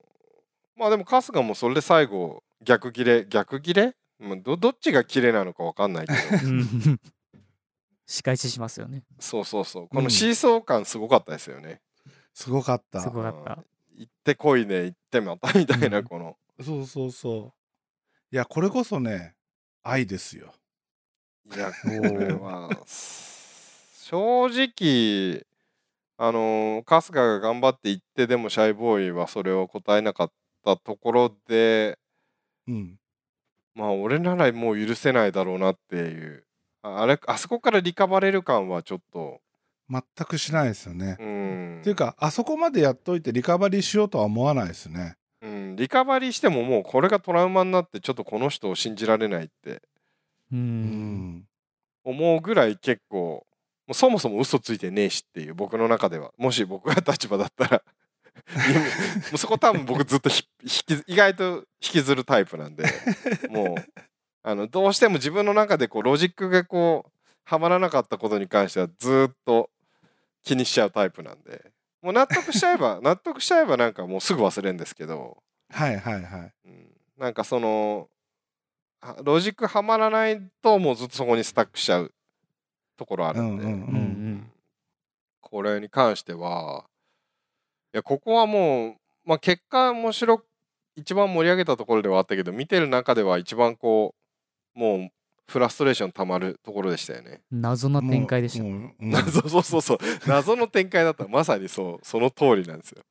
C: まあでも春日もそれで最後逆切れ逆切れまあどどっちが切れなのか分かんないけど
B: うん仕返ししますよね。
C: そうそうそうこ
A: う
C: の
A: ん
C: シーソー感すごかったですよね、
A: すごかった
B: すごかった。
C: 行ってこいね行ってまたみたいな、
B: うん
C: この
A: そうそうそう。いや、これこそね、愛ですよ。
C: いや
B: お
C: これ
B: ー
C: は正直あのー春日が頑張って行ってでもシャイボーイはそれを答えなかったところで
A: うん。
C: まあ俺ならもう許せないだろうなっていうああれあそこからリカバれる感はちょっと
A: 全くしないですよね。
C: うん
A: っていうか、あそこまでやっといてリカバリーしようとは思わないですね。
C: うん、リカバリーしてももうこれがトラウマになってちょっとこの人を信じられないって
B: う。
A: うんん。
C: 思うぐらい結構もうそもそも嘘ついてねえしっていう僕の中ではもし僕が立場だったらもうそこ多分僕ずっとひ引き意外と引きずるタイプなんでもうあのどうしても自分の中でこうロジックがこうはまらなかったことに関してはずっと気にしちゃうタイプなんでもう納得しちゃえば納得しちゃえばなんかもうすぐ忘れるんですけど、
A: はいはいはい。
C: うん、なんかそのあロジックはまらないともうずっとそこにスタックしちゃうところあ
A: う
C: るん
A: ん
C: で。
A: うん
B: う
A: うんん。
C: これに関してはいやここはもう、まあ、結果面白く一番盛り上げたところではあったけど見てる中では一番こうもうフラストレーションたまるところでしたよね。
B: 謎な展開でした。
A: もうもう うん
C: 謎そうそうそう謎の展開だったまさにそうその通りなんですよ。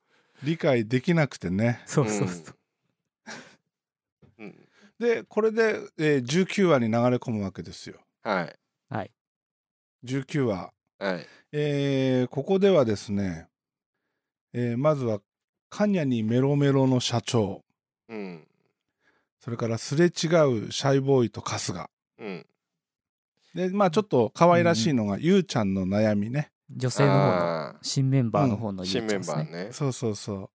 A: 理解できなくてね。
B: そうそうそう。
C: うん、うん
A: で、これで、えー19話に流れ込むわけですよ。
C: はい
B: はい。
A: 19話。
C: はい
A: えーここではですね、えーまずは、カニャにメロメロの社長。
C: うん
A: それからすれ違うシャイボーイと春日。
C: うん。
A: で、まあちょっと可愛らしいのが、ゆうちゃんの悩みね。
B: 女性の方の、
C: あ
B: 新メンバーの方の
C: ー
B: ゆう
C: 新
B: ち
C: メ
B: ゃん
C: ン
B: です
C: バ
B: ね
C: ー。ね。
A: そうそうそ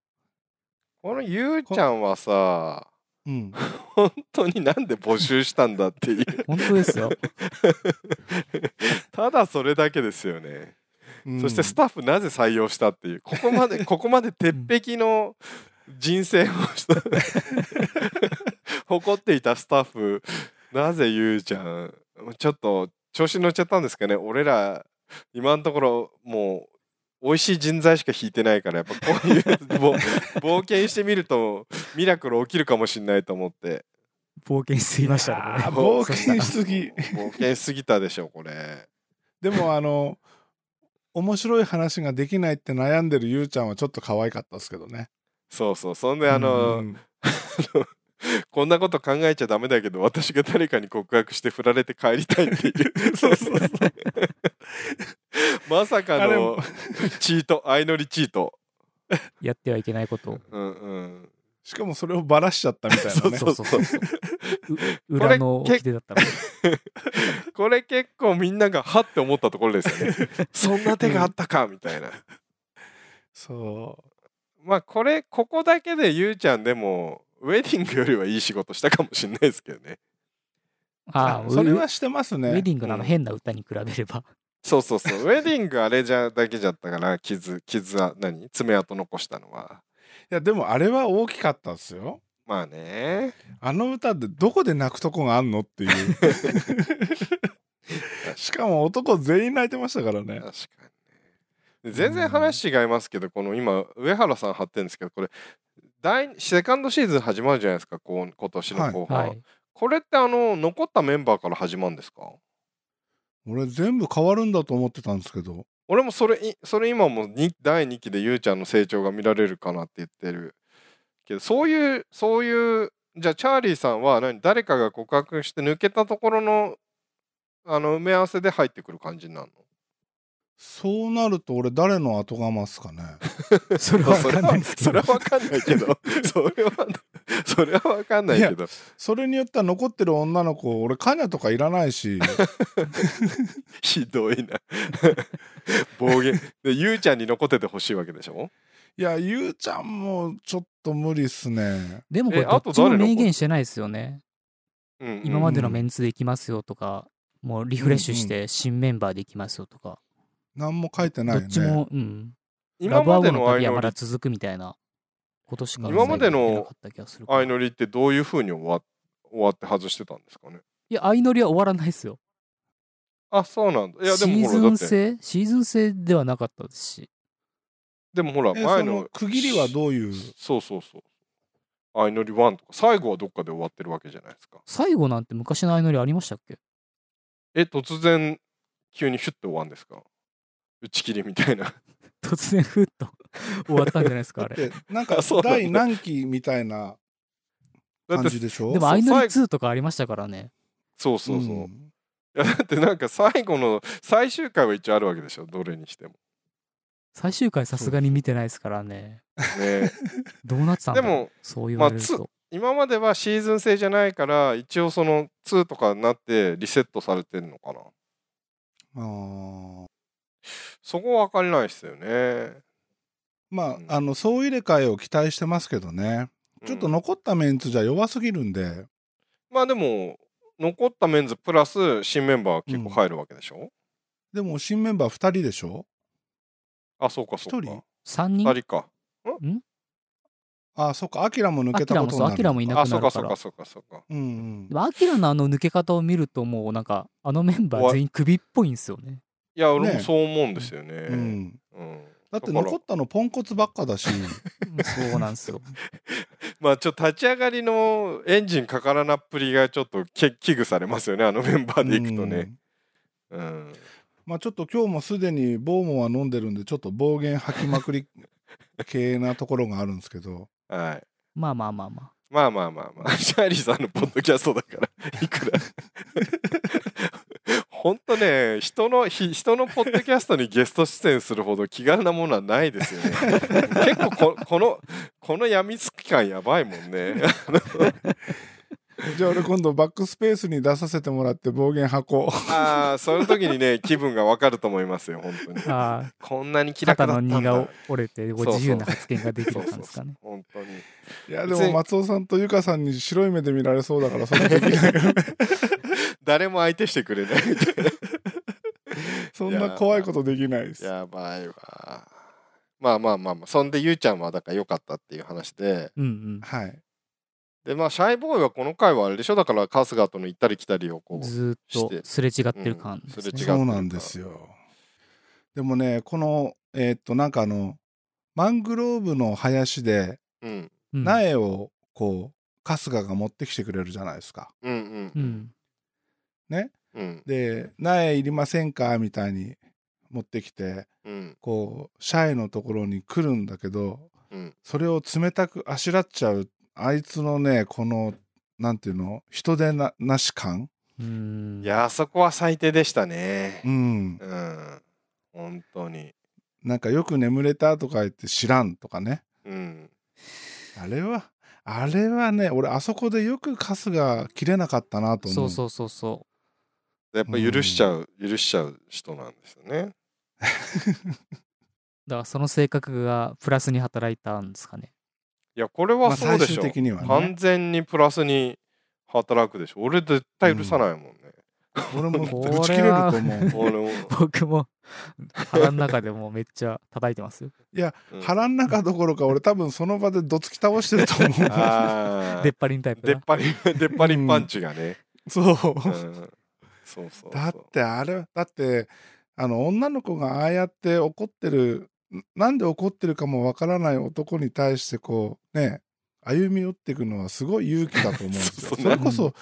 C: このゆうちゃんはさ、
A: う。うん。
C: 本当になんで募集したんだっていう、
B: 本当ですよ。
C: ただそれだけですよね。
A: うん
C: そしてスタッフなぜ採用したっていう、こ こまで、ここまで鉄壁の人生をした 誇っていたスタッフ、なぜゆうちゃん、ちょっと調子に乗っちゃったんですかね、俺ら、今のところもう、美味しい人材しか引いてないから、やっぱこういう ぼ冒険してみると、ミラクル起きるかもしれないと思って。
B: 冒険しすぎました
A: い
B: ねこれ
A: やー
B: ね。
A: 冒険しすぎ。
C: 冒険しすぎたでしょこれ
A: でもあの、面白い話ができないって悩んでるゆうちゃんはちょっと可愛かったですけどね。
C: そうそうそんであの、
A: うん
C: こんなこと考えちゃダメだけど私が誰かに告白して振られて帰りたいっていう そうそうそうまさか
A: あれ
C: の
A: も
C: チート相乗りチート
B: やってはいけないことを。
C: うんうん
A: しかもそれをばらしちゃったみたいなね。
C: そう
B: そうそうそうそう。う
C: これ
B: 裏の掟だったら。
C: これ結構みんながはって思ったところですよね そんな手があったかみたいな
A: そ
C: まあこれここだけでゆうちゃんでもウェディングよりはいい仕事したかもしれないですけどね
B: あ
A: う
B: あ、
A: それ
B: ウ
A: は
B: ェ
A: してます
B: ウェ
A: ね
B: デ。ィングのあの
C: うん
B: 変な歌に比べれば。
C: そうそうそう。ウェディングあれじゃだけじゃったから、傷、傷は何爪痕残したのは。
A: いや、でもあれは大きかったですよ。
C: まあね。
A: あの歌ってどこで泣くとこがあんのって いう。しかも男全員泣いてましたからね
C: 確。かにね。全然話違いますけど、この今、上原さん貼ってるんですけど、これ、第二セカンドシーズン始まるじゃないですか、こう今年の後半、
B: はい。
C: これってあの、残ったメンバーから始まるんですか
A: 俺全部変わるんだと思ってたんですけど。
C: 俺もそれい、それ今もに第2期でゆうちゃんの成長が見られるかなって言ってるけど、そういう、そういう、じゃあチャーリーさんは何誰かが告白して抜けたところの、あの、埋め合わせで入ってくる感じになる
A: そうなると俺誰の後釜っすかね。
B: それ
C: の
B: は分かんないですけ
C: それ
B: ど。
C: はわかんないけど、それは、それはわかんないけど、
A: それによっては残ってる女の子、俺カニャとかいらない し。
C: ひどいな。暴言。で、ゆうちゃんに残っててほしいわけでしょ
A: いや、ゆうちゃんもちょっと無理っすね。
B: でもこれ、
C: え
B: ど
C: あ
B: っ
C: と
B: ちも
C: 誰の
B: 明言してないですよね。
C: うんうん
B: 今までのメンツで行きますよとか、もうリフレッシュして新メンバーで行きますよとか、
A: 何も書いてない
B: ど
A: よ
B: っ
A: ね。
B: ちも、うん。ラ
C: 今
B: ブア
C: ま
B: ゴ
C: で
B: の
C: の
B: 旅
C: 相
B: はま
C: 乗り
B: だ続くみたいなことしか
A: 今まで
C: の
B: 最後言ってなかった気がするから
C: 相乗りってどういうふうに終わ終わって外してたんですかね
B: いや、相乗りは終わらないですよ。
C: あそうなんだい
B: シ
C: やでも
B: ーズ
C: ほらだ
B: ン
C: って
B: 制シーズン制ではなかったですし。
C: でもほら
A: え
C: 前
A: その
C: の
A: 区切りはどういう
C: そうそうそう相乗り1とか最後はどっかで終わってるわけじゃないですか
B: 最後なんて昔の相乗りありましたっけ
C: え突然急にヒュッて終わるんですか打ち切りみたいな
B: 突然ふっと終わったんじゃないです か、あれ。
A: でなんか
C: あ そうなんだ
A: 第何期みたいな
C: だっ
A: 感
C: て
A: じでしょ
B: でも
C: あ
B: 相乗り
C: 最
B: 2とかありましたからね。
C: そうそうそう、い
A: ん
C: やだってなんか最後の最終回は一応あるわけでしょどれにしても
B: 最終回さすがに見てないですからね。
C: ね
B: どうなってたん
C: で
B: だろう
C: も
B: そう言われる
C: ま
B: と。
C: 今まではシーズン制じゃないから一応その2とかになってリセットされてるのかな
A: あー
C: そこは分かりないですよね
A: まあ,、
C: うん
A: あの総入れ替えを期待してますけどねちょっと
C: うん
A: 残ったメンツじゃ弱すぎるんで、
C: まあでも残ったメンズプラス新メンバー結構入るわけでしょ、
A: でも新メンバー2人でしょ
C: あそうかそう
A: 一
C: か
A: 人
B: 3人
C: 二人か
A: あそっかアキラも抜け
B: アキ
A: た
B: ラ
A: こ
B: も
A: とに
B: そ
A: な
B: う、
A: る
B: アキラもいな
C: あ
B: く
C: そ
B: な
C: うか
B: る
C: そ
B: から
C: うか。そうかそうか
A: うんうん
B: でもアキラのあの抜け方を見るともうなんか、あのメンバー全員首っぽいんですよね。
C: いや俺
A: ね
C: もそう思うんですよね
A: うん
C: うん
A: だって
C: から
A: 残ったのポンコツばっかだし
B: そうなんですよ。
C: まあちょっと立ち上がりのエンジンかからなっぷりがちょっとけ危惧されます よねあのメンバーでいくと
A: う
C: ね
A: ん
C: うん、
A: まあちょっと今日もすでにボーモンは飲んでるんでちょっと暴言吐きまくり系なところがあるんですけど
C: はい
B: まあまあまあまあ。
C: まあまあまあまあシャーリーさんのポッドキャストだからいくら ほんとね人のひ人のポッドキャストにゲスト出演するほど気軽なものはないですよね 結構ここのこの病みつき感やばいもんね
A: じゃあ俺今度バックスペースに出させてもらって暴言箱。
C: ああ、その時にね、気分がわかると思いますよ、本当に。
B: あ
C: こんなに気
B: ー
C: 楽だ
B: 肩
C: った
B: の
C: ん
B: 荷が
C: だ。
B: 折れて、ご
C: そうそう
B: 自由な発言ができるんですかね。
C: 本当に。
A: いやで
C: 別
A: も
C: に
A: 松尾さんとゆかさんに白い目で見られそうだからそんな できないよね
C: 誰も相手して くれない。
A: そんな怖いことできないです。
C: やばいわ。まあまあまあまあ、そんでゆうちゃんはだから良かったっていう話で、
B: うんうん。
A: はい。
C: でまあ、シャイボーイはこの回はあれでしょ、だから春日との行ったり来たりをこう。
B: ずーっとすれ違ってる感です
C: うんすれ違
B: ね。
A: そうなんですよ。でもね、この、えーっと、なんかあの、マングローブの林で
C: うん
B: うん
A: 苗をこう、春日が持ってきてくれるじゃないですか。
C: うんう
B: うんん。
C: うん
A: で、苗いりませんかみたいに持ってきて、
C: うん
A: こう、シャイのところに来るんだけど、
C: うん
A: それを冷たくあしらっちゃう、あいつのね、この、なんていうの、人でななし感
B: うん。
C: いやあそこは最低でしたね
A: う。ん。
C: うん本当に。
A: なんかよく眠れたとか言って知らんとかね。
C: うん
A: あれは、あれはね、俺、あそこでよくカスが切れなかったなと思
B: そ
A: う。
B: うそうそうそ
C: やっぱ許しちゃう、許しちゃう人なんですよね。
B: う。だからその性格がプラスに働いたんですかね。
C: いやこれ
A: ま
C: は
A: あ、
C: そう
A: 最
C: でし
A: 終
C: ょ。
A: 的には
C: 完
A: ね。
C: 全にプラスに働くでしょ。俺絶対許さないもんね。
A: 俺も
B: こ
A: ぶ
B: れは
A: ち切れると思う。
C: 俺も
B: 僕も腹の中でもうめっちゃ叩いてますよ。
C: うん
A: 腹ん中どころか、俺、多分その場でどつき倒してると 思う。
C: あー
B: 出っ張りのタイプ
C: 出っ
B: だ。
C: 張り出っ張りパンチがね。
A: そう
C: う。んそうそうそう。
A: だって、あれ、だって、あの、女の子がああやって怒ってる、なんで怒ってるかもわからない男に対して、こう、ね、歩み寄っていくのはすごい勇気だと思うんですよ。
C: そうそう
A: それこそ、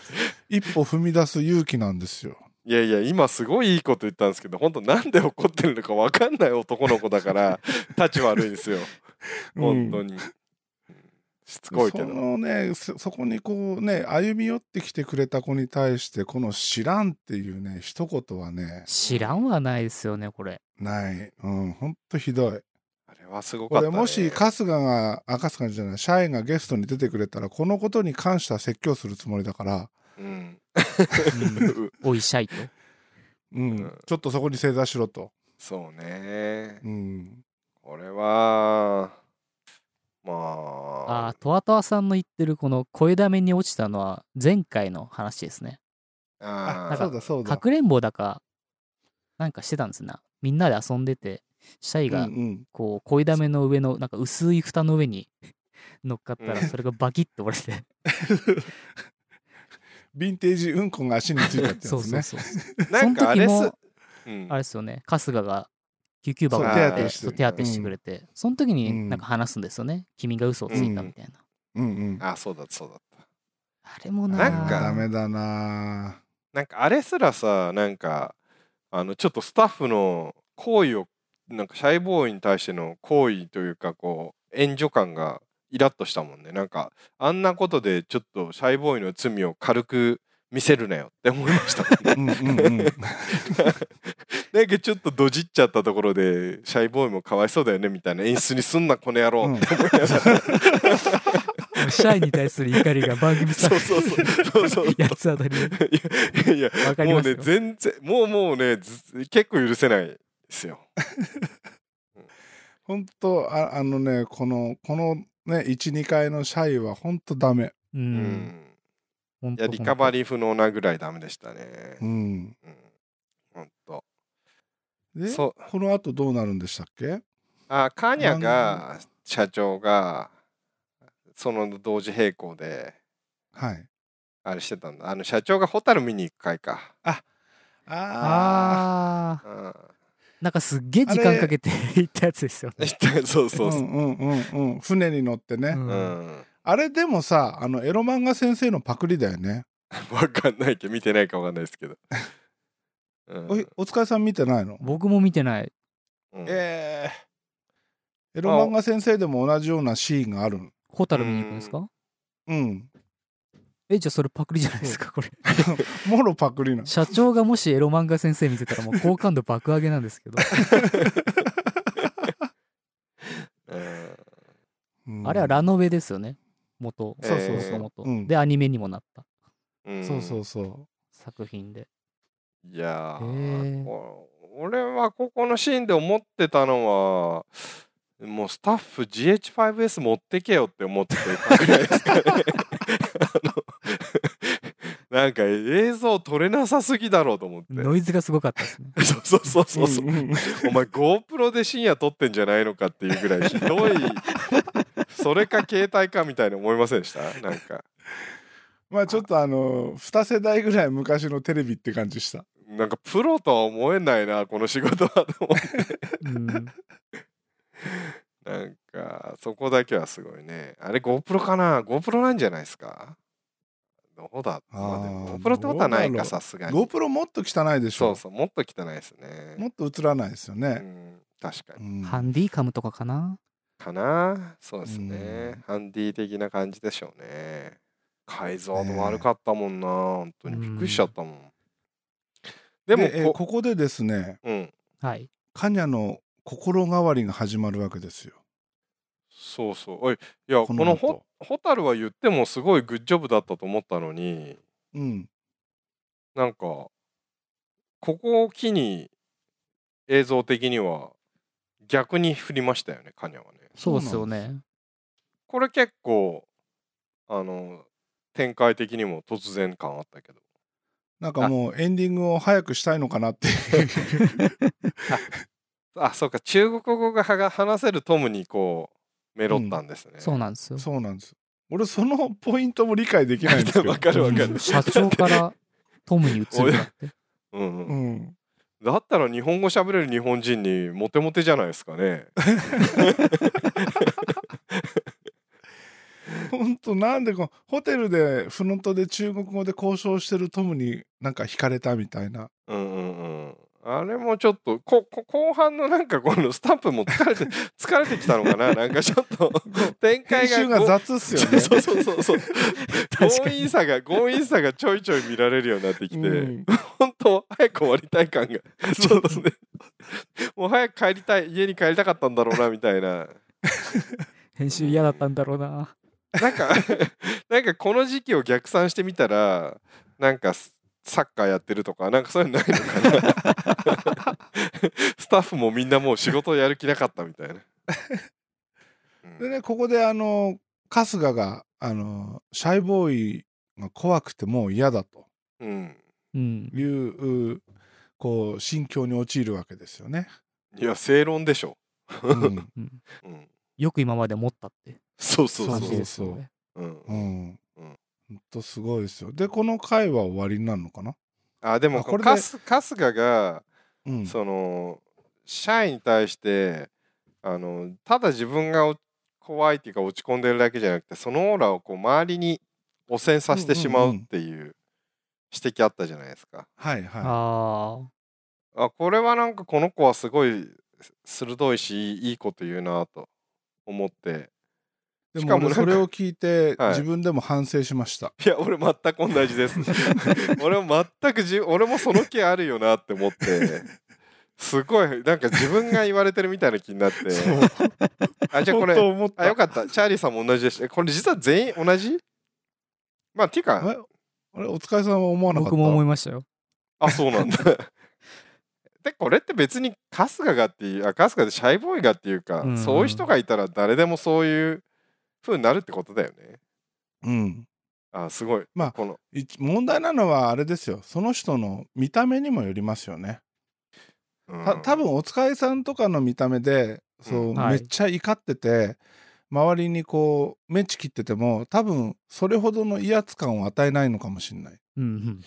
A: 一歩踏み出す勇気なんです よ。
C: いやいや今すごいいいこと言ったんですけど本当なんで怒ってるのか分かんない男の子だから 立ち悪いですよ
A: うん
C: 本当に、しつこいけど
A: そのねそそこにこうね歩み寄ってきてくれた子に対してこの「知らん」っていうね一言はね
B: 知らんはないですよね、これ。
A: ないうんほんとひどい
C: あれはすご
A: こ
C: かった、
A: れ
C: ね、
A: もし春日があ春日じゃないシャイがゲストに出てくれたらこのことに感謝説教するつもりだから、
C: うん、
B: うん、おいシャイと。
A: うん
C: うん
A: ちょっとそこに正座しろと、
C: そうね
A: うん、
C: これはまあ
B: ああ、トワトワさんの言ってるこの声だめに落ちたのは前回の話ですね。
C: あ
A: あ
C: ー
A: そうだそうだ
B: かくれんぼだか、なんかしてたんですな。みんなで遊んでて、シャイが
A: うんうん
B: こう、恋だめの上の、なんか薄い蓋の上に乗っかったら、
C: うん
B: それがバキッと折れ て。
A: ヴィンテージうんこが足についたってやつね
B: そうそうそう。
C: な
B: そ
C: ん
B: の
C: かあ
B: 時
C: れす
B: も、
C: うん
B: あれですよね、春日が救急箱を
A: そう
B: 持って
C: 手当てして
B: そう手当てしてくれて、その時
A: うん
B: になんか話すんですよね。君が嘘をついたみたいな。
A: うんうん
C: あそうだそうだ
B: あれもな
C: な
B: あ、
C: んか
A: あーダメだ な
C: なんかあれすらさなんかあのちょっとスタッフの行為をなんかシャイボーイに対しての行為というかこう援助感がイラッとしたもんねなんかあんなことでちょっとシャイボーイの罪を軽く見せるなよって思いま したもん
A: う
C: ね
A: んうんうん
C: なんかちょっとどじっちゃったところでシャイボーイもかわいそうだよねみたいな演出にすんなこの野郎って思いながら、
B: もう シャイに対する怒りが番 組さん
C: そうそうそう そうそう
B: やつあたりで
C: いやいや
B: わかり
C: も
B: ま
C: う
B: す
C: ね
B: よ。
C: 全然もうもうねず結構許せないですよ
A: 本当ああのねこのこのね12回のシャイは本当ダメ
B: う。
C: うんん
B: ほん
C: い
B: と
C: やリカバ
B: リ
C: リー不能なぐらいダメでしたね
A: う。ん
C: うん、ほんと。
A: で
C: そ
A: こ
C: う
A: の後どうなるんでしたっけ
C: あカーニャが社長がその同時並行で
A: はい
C: あれしてたんだ。あの社長がホタル見に行く回か。
A: ああ
B: ああ。
C: うん、
B: なんかすっげえ時間かけて行ったやつですよね。
C: そうそうそうう。
A: んうんうんうん船に乗ってね、
B: う
C: うんん、
A: あれでもさあのエロ漫画先生のパクリだよね、
C: わかんないけど見てないかわかんないです けど。うん
A: おお疲れさん見てないの、
B: 僕も見てない。
C: うん
A: ええエロ漫画先生でも同じようなシーンがある
B: ホタル見に行くんですか
A: うん
B: え、じゃあそれパクリじゃないですか、これ。
A: もろパクリな
B: 社長がもしエロ漫画先生見てたらもう好感度爆上げなんですけど。
C: うん
A: の、うん
B: あれはラノベですよね。元。
C: そうそうそう
B: 元々
A: うん
B: で、アニメにもなった。
C: ん
A: そうそうそ
B: 作品で。
C: いや
B: へ
C: ー
B: ー
C: こ俺はここのシーンで思ってたのはもうスタッフ GH5S 持ってけよって思ってたぐらいですかね。 あのなんか映像撮れなさすぎだろうと思って。
B: ノイズがすごかったですね。
C: そうそうそう
A: う。
C: そうそう。
A: んん
C: お前 GoPro で深夜撮ってんじゃないのかっていうぐらいひどいそれか携帯かみたいに思いませんでしたなんか
A: まあちょっとあの2世代ぐらい昔のテレビって感じした。
C: なんかプロとは思えないなこの仕事はと思って
B: うん、
C: なんかそこだけはすごいねあれ GoPro かな GoPro なんじゃないですかどうだ
A: あー
C: まあでも GoPro ってことはない
A: どうだろ
C: か
A: う
C: さすがに
A: GoPro もっと汚いでし
C: そ
A: ょ
C: うそうもっと汚いですね
A: もっと映らないですよ
C: う
A: ね。
C: ん確か
A: う
C: に
A: ん
B: ハンディカムとかかな
C: かなそうですね
A: うん
C: ハンディ的な感じでしょうね改造も悪かったもんな本当にびっくりしちゃったもんで
A: で
C: も
A: えー
C: こ
A: ここでですね
C: うん
B: はい。
A: カニャの心変わりが始まるわけですよ。
C: そうそうおいいやこ
A: この
C: の
A: 後
C: ホホタルは言ってもすごいグッジョブだったと思ったのに
A: うん、
C: なんかここを機に映像的には逆に振りましたよねカニャはね
B: そうですよ
A: そう
B: ね。
C: これ結構あの展開的にも突然感あったけど
A: なんかもうエンディングを早くしたいのかなって
C: あそうか中国語がはが話せるトムにこうメロったんですね、
B: そうなんですよ。
A: そうなんです。俺そのポイントも理解できないんですけど。
C: わかるわかる
B: 社長からトムに移るなんて。
C: うんうん
A: うん、
C: だったら日本語喋れる日本人にモテモテじゃないですかね
A: 本当なんでこうホテルでフロントで中国語で交渉してるトムになんか惹かれたみたいな。
C: うんうんうんあれもちょっとここ後半のなんかこのスタンプも疲れて 疲れてきたのかななんかちょっと展開
A: 編
C: が
A: 集が
C: ご
A: 雑っすよね。
C: そうそうそ うそう
B: 確
C: 強
B: かに。
C: 引さが強引さがちょいちょい見られるようになってきて、
A: うん
C: 本当早く終わりたい感がち
A: そ
C: ょっ
A: う
C: とねもう早く帰りたい家に帰りたかったんだろうなみたいな
B: 編集嫌だったんだろうな。
C: なんかなんかこの時期を逆算してみたらなんかスサッカーやってるとかなんかそういうのないのかな スタッフもみんなもう仕事やる気なかったみたいな、う
A: で
C: ん
A: ね、ここであの、春日が、あの、シャイボーイが怖くてもう嫌だと
C: うん
B: うん。
A: いう、うこう、心境に陥るわけですよ ね。
C: いや正論でしょ、
A: うん。
B: うん
C: うん、
B: よく今まで持ったって
C: そう
A: そう
C: そうそ
A: う
B: 感
A: そう
B: じ
C: そう
B: ですよね。
C: うん
A: うん。
C: う
A: ほ
C: ん
A: んとすごいですよ。で、この回は終わりになるのかな
C: あでも
A: あこれで
C: かす春日が
A: うん。
C: その社員に対してあのただ自分がお怖いっていうか落ち込んでるだけじゃなくてそのオーラをこう周りに汚染させてしまうっていう指摘あったじゃないですか。
A: はいは
B: ああ。
C: あこれはなんかこの子はすごい鋭いしいいこと言うなと思って
A: い。
C: し
A: で
C: か
A: も
C: も
A: 俺
C: なんか
A: それを聞いて、
C: はい
A: 自分でも反省しました。
C: いや俺全く同じです 俺も全くじ俺もその気あるよなって思ってすごいなんか自分が言われてるみたいな気になって
A: そう。
C: あじゃあこ
A: 本
C: れ
A: 当思っ
C: あよ
A: た。
C: かったチャーリーさんも同じでしたえこれ実は全員同じまあていうか
A: えあれお疲れ様思わなかった。
B: 僕も思いましたよ。
C: あそうなんだ でこれって別に春日がっていうあ春日でシャイボーイがっていうか、
B: うんうん
C: そういう人がいたら誰でもそういう風になるってことだよね
A: うん。
C: あすごい
A: まあ
C: この
A: い問題なのはあれですよ。その人の見た目にもよりますよね。
C: うん
A: た多分おつかいさんとかの見た目でそう、
C: うん
B: はい
A: めっちゃ怒ってて周りにこうメチ切ってても多分それほどの威圧感を与えないのかもしれない
B: うん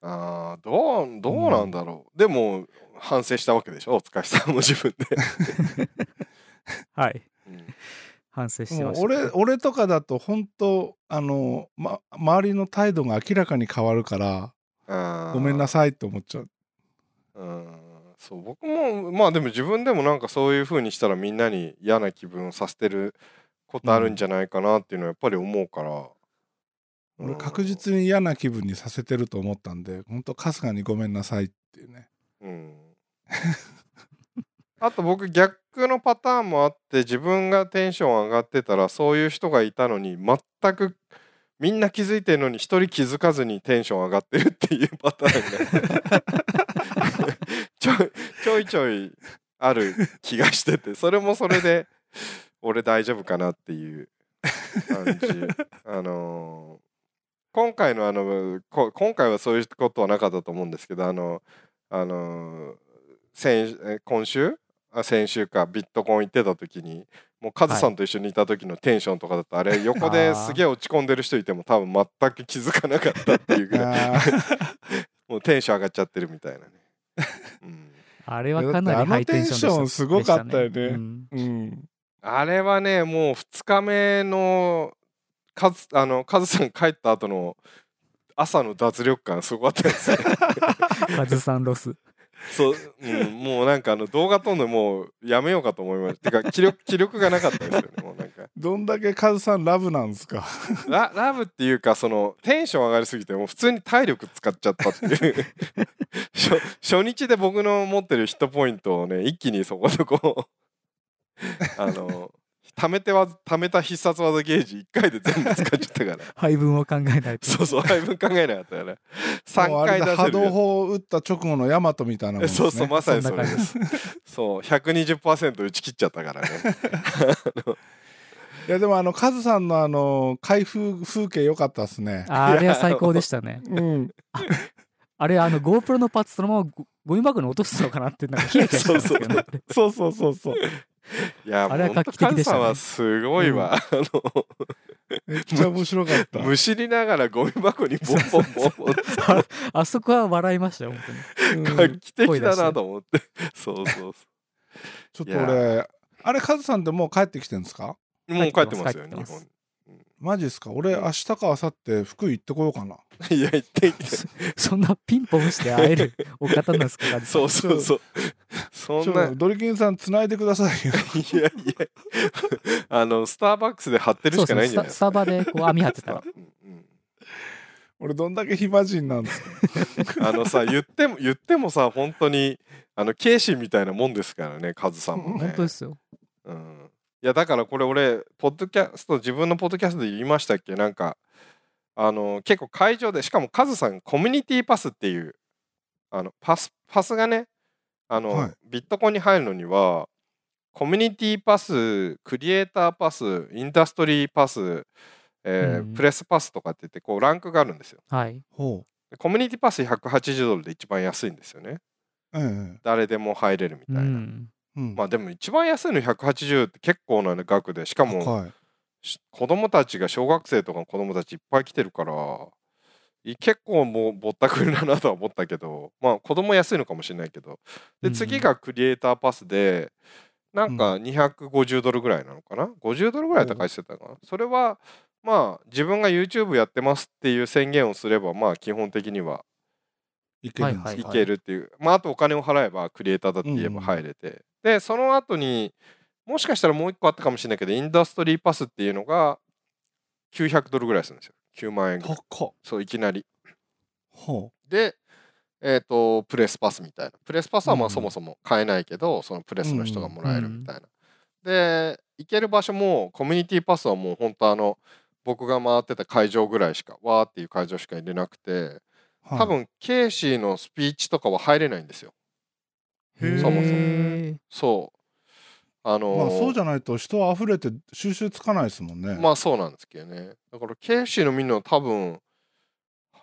C: あーどうどうなんだろう、でも反省したわけでしょお疲れさんも自 分で、
B: うん。はい。
C: うん
B: 反省して
A: も
B: ま
A: う
B: した。
A: 俺俺とかだと本当あの、ま、周りの態度が明らかに変わるから
C: あー
A: ごめんなさいって思っちゃう
C: うんそう僕もまあでも自分でもなんかそういう風にしたらみんなに嫌な気分をさせてることあるんじゃないかなっていうのはやっぱり思うから、
A: 俺確実に嫌な気分にさせてると思ったんで本当かすかにごめんなさいっていうね
C: うん、 あと僕逆のパターンもあって自分がテンション上がってたらそういう人がいたのに全くみんな気づいてるのに一人気づかずにテンション上がってるっていうパターンが ちょいちょいちょいある気がしててそれもそれで俺大丈夫かなっていう感じあのー今回のあのこ今回はそういうことはなかったと思うんですけどあのあのー先え今週あ先週かビットコン行ってた時にもうカズさんと一緒にいた時のテンションとかだと、あれ横
B: あ
C: で
B: ー
C: すげえ落ち込んでる人いても多分全く気づかなかったって いうぐらい
A: あー
C: もうテンション上がっちゃってるみたいなね、うん
B: あれはかなりハイテンションでした
A: だってあのテンションすごかったよね
B: でしたうん
A: うん。
C: あれはねもう2日目のカズあのカズさん帰った後の朝の脱力感すごかったですね
B: カズさんロス。
C: そう、うん、もうなんかあの動画撮んのもうやめようかと思いましたてか気力気力がなかったですよねもうなんか
A: どんだけカズさんラブなんですか。
C: ララブっていうかそのテンション上がりすぎてもう普通に体力使っちゃったっていう 初初日で僕の持ってるヒットポイントをね一気にそこそこあの貯めては貯めた必殺技ゲージ1回で全部使っちゃったから
B: 配分を考えないと。
C: そうそう配分考えなかったから
A: もう
C: 3
A: あれ
C: 回
A: だ
C: 出せる
A: 波動砲を打った直後のヤマトみたいなもんです、
C: そ
A: ね。
C: うそうまさにそれで
B: そんな
C: すそう120%打ち切っちゃったからね
A: いやでもあのカズさんのあの開封風景良かったですね。
B: あれは最高でしたね。
A: うん。
B: あれ、あの GoPro のパーツそのままゴゴミ箱に落としたのかなって、なんかヒヤヒヤしたんですけどね。
A: そうそうそうそう。
C: いや
B: あれは
C: もう本
B: 画
C: 当
B: 期的
C: カ
B: で
C: ズ
B: した
C: さ
B: ね
C: んはすごいわ、あの
A: めっちゃ面白かった。
C: むしりながらゴミ箱にボンボンボンボン
B: あ あそこは笑いましたよ、本当に。
A: うん
C: 画期的
B: 声出し
C: だ
B: て
C: なと思って そうそうそ
A: ちょっと俺あれカズさんってもう帰ってきてんですか。
C: うもう帰ってますよ
B: 帰って
C: 日
B: ます
C: 本
A: マジですか。俺明日か明後日福井行ってこようかな。
C: いや行って行って
B: そ そんなピンポンして会え るお方なんですか、カズさん
C: そうそう そうそ
A: ち
C: ん
A: ょっ
C: な
A: と
C: い
A: ドリキンさん繋いでくださいよ。
C: やいや あのスターバックスで貼ってる
B: そう
C: し
B: そ
C: か
B: う
C: ないん
B: ス
C: じゃ
B: タ
C: ないで
B: ス
C: す
B: タ
C: か
B: バでこう網張って たら。
C: うん
A: 俺どんだけ暇人なんですか。
C: うんあのさ言っても言ってもさ本当にあのケイシーみたいなもんですからねカズさんもね
B: 本当ですよ。
C: うんいやだからこれ俺ポッドキャスト自分のポッドキャストで言いましたっけなんかあの結構会場でしかもカズさんコミュニティパスっていうあのパスパスがねあの、
A: はい
C: ビットコンに入るのにはコミュニティパスクリエイターパスインダストリーパス、えー
B: うん
C: プレスパスとかって言ってこうランクがあるんですよ
B: はい。
A: ほ
C: でコミュニティパス180ドルで一番安いんですよね
A: う。ええ。
C: 誰でも入れるみ
B: う
C: たいな、
B: ん。
A: うん。
C: まあでも一番安いの180って結構な額でしかも
A: はい。
C: し子供たちが小学生とかの子供たちいっぱい来てるからい結構もうぼったくりだなとは思ったけどまあ子供安いのかもしれないけど
B: うんう
C: で
B: ん
C: 次がクリエイターパスでなんか250ドルぐらいなのかな50ドルぐらい高いしてたかなそれはまあ自分が YouTube やってますっていう宣言をすればまあ基本的にはい
A: けるんです。
B: はい
C: いけるっていう、まああとお金を払えばクリエイターだって言え
A: うんう
C: ば
A: ん
C: 入れて、でその後にもしかしたらもう一個あったかもしれないけどインダストリーパスっていうのが900ドルぐらいするんですよ9万円ぐらい
A: 高っ。
C: そういきなり
A: ほ
C: でえっ、とプレスパスみたいなプレスパスはま
A: う
C: あ
A: ん
C: そもそも買えないけど、そのプレスの人がもらえるみたいな、で行ける場所もコミュニティパスはもう本当あの僕が回ってた会場ぐらいしかわーっていう会場しか入れなくて
A: う。はい
C: 多。分ケイシーのスピーチとかは入れないんですよ
A: へ
B: へ
A: ー
B: ー
C: そもそそう。あのー
A: まあそうじゃないと人は溢れて収集つかないですもんね。
C: まあそうなんですけどね。だから KFC のみんなは多分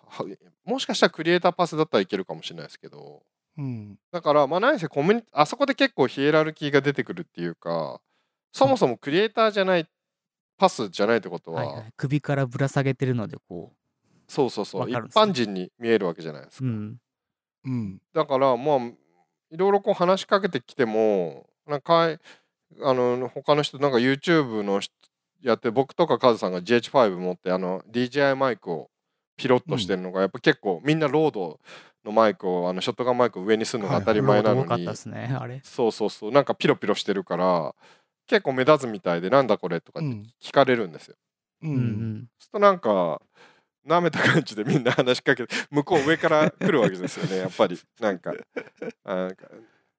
C: はもしかしたらクリエイターパスだったらいけるかもしれないですけど
A: うん。
C: だからまあ何せコミュニあそこで結構ヒエラルキーが出てくるっていうかそもそもクリエイターじゃないパスじゃないってこと
B: は
C: は、
B: いはい。首からぶら下げてるので、こ
C: そうそうそう、
B: わ
C: 一
B: かるんですね
C: 般人に見えるわけじゃないです
B: う。
C: か。
B: うん。
A: うん。
C: だからまあいろいろこう話しかけてきてもなんかいあの他の人なんか YouTube の人やって僕とかカズさんが GH5 持ってあの DJI マイクをピロッとしてるのが、やっぱ結構みんなロードのマイクをあのショットガンマイクを上にするのが当たり前なの
B: 多かっ
C: に、
B: たですね、あれ。
C: そうそうそうなんかピロピロしてるから結構目立つみたいでなんだこれとかっ
A: う
C: て
A: ん。
C: 聞かれるんですよ。
A: う。
B: うんん
C: そうするとなんか舐めた感じでみんな話しかけて向こう上から来るわけですよねやっぱりなんかあなんか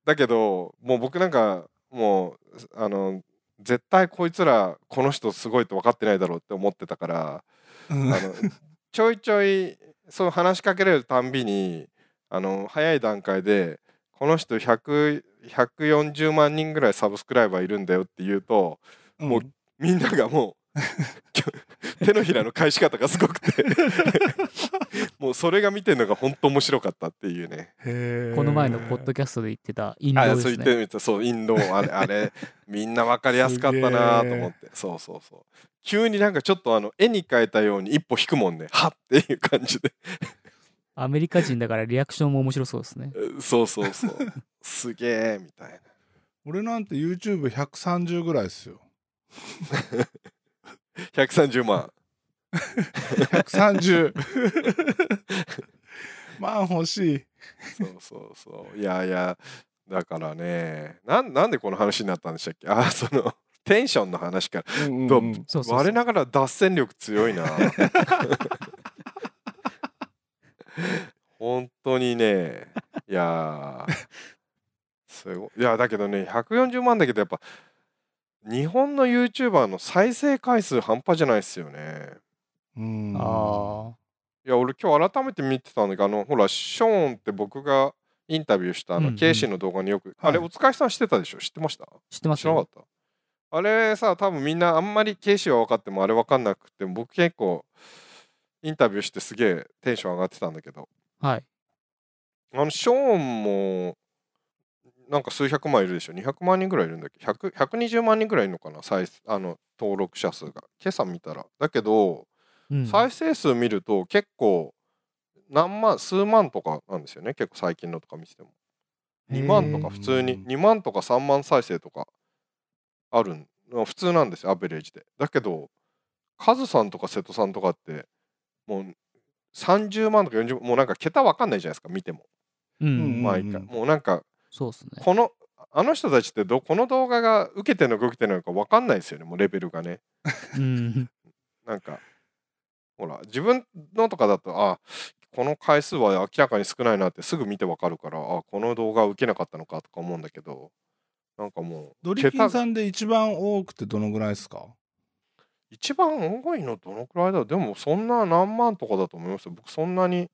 C: だけどもう僕なんかもうあの絶対こいつらこの人すごいって分かってないだろうって思ってたから
A: うん
C: あのちょいちょいそう話しかけられるたんびにあの早い段階でこの人100 140万人ぐらいサブスクライバーいるんだよって言うともうみんながもう手のひらの返し方がすごく てもうそれが見てるのが本当面白かったっていうね
A: へー
B: この前のポッドキャストで言ってたインド
C: あ
B: で
C: そう
B: す
C: 言って
B: ね。
C: みたそうインドあれあれみんな分かりやすかったなと思ってそうそうそう急になんかちょっとあの絵に描いたように一歩引くもんねはっっていう感じで
B: アメリカ人だからリアクションも面白そうですね。
C: そうそうそうすげえみたいな
A: 俺なんて YouTube130 ぐらいですよ。
C: 130万
A: 130。まあ欲しい。
C: そうそうそういやいやだからねなんなんでこの話になったんでしたっけあーそのテンションの話から
A: うんうんうん
C: どう
B: そうそうそう
C: 我ながら脱線力強いな本当にねいやーすごいいやだけどね140万だけどやっぱ日本の YouTuber の再生回数半端じゃないっすよね
A: うん
B: ああ。
C: いや俺今日改めて見てたんだけどあのほらショーンって僕がインタビューしたあ
B: うんう
C: の
B: ん
C: ケイシーの動画によく、
A: はい
C: あれお疲れさんしてたでしょ知ってました
B: 知ってま
C: 知
B: す
C: らなか
B: よ
C: ったあれさ多分みんなあんまりケイシーは分かってもあれ分かんなくて僕結構インタビューしてすげえテンション上がってたんだけど
B: はい。
C: あのショーンもなんか数百万いるでしょ200万人ぐらいいるんだっけ100 120万人ぐらいいるのかな再生あの登録者数が今朝見たらだけど
B: うん
C: 再生数見ると結構何万数万とかなんですよね結構最近のとか見てても2万と
A: へ
C: か
A: ー
C: 普通に2万とか3万再生とかあるん普通なんですよアベレージでだけどカズさんとか瀬戸さんとかってもう30万とか40万もうなんか桁わかんないじゃないですか見ても
B: うん。
C: 毎
A: うんう
C: 回
A: ん
C: もうなんか
B: そうですね。
C: このあの人たちってどこの動画が受けてるのか受けてないのかわかんないですよねもうレベルがね
B: うん。
C: なんか、ほら、自分のとかだと、あ、この回数は明らかに少ないなってすぐ見てわかるから、あ、この動画受けなかったのかとか思うんだけど、なんかもう、
A: ドリキン
C: が
A: さんで一番多くてどのぐらいですか
C: 一番多いのどのくらいだろうでもそんな何万とかだと思いますよ。僕そんなに、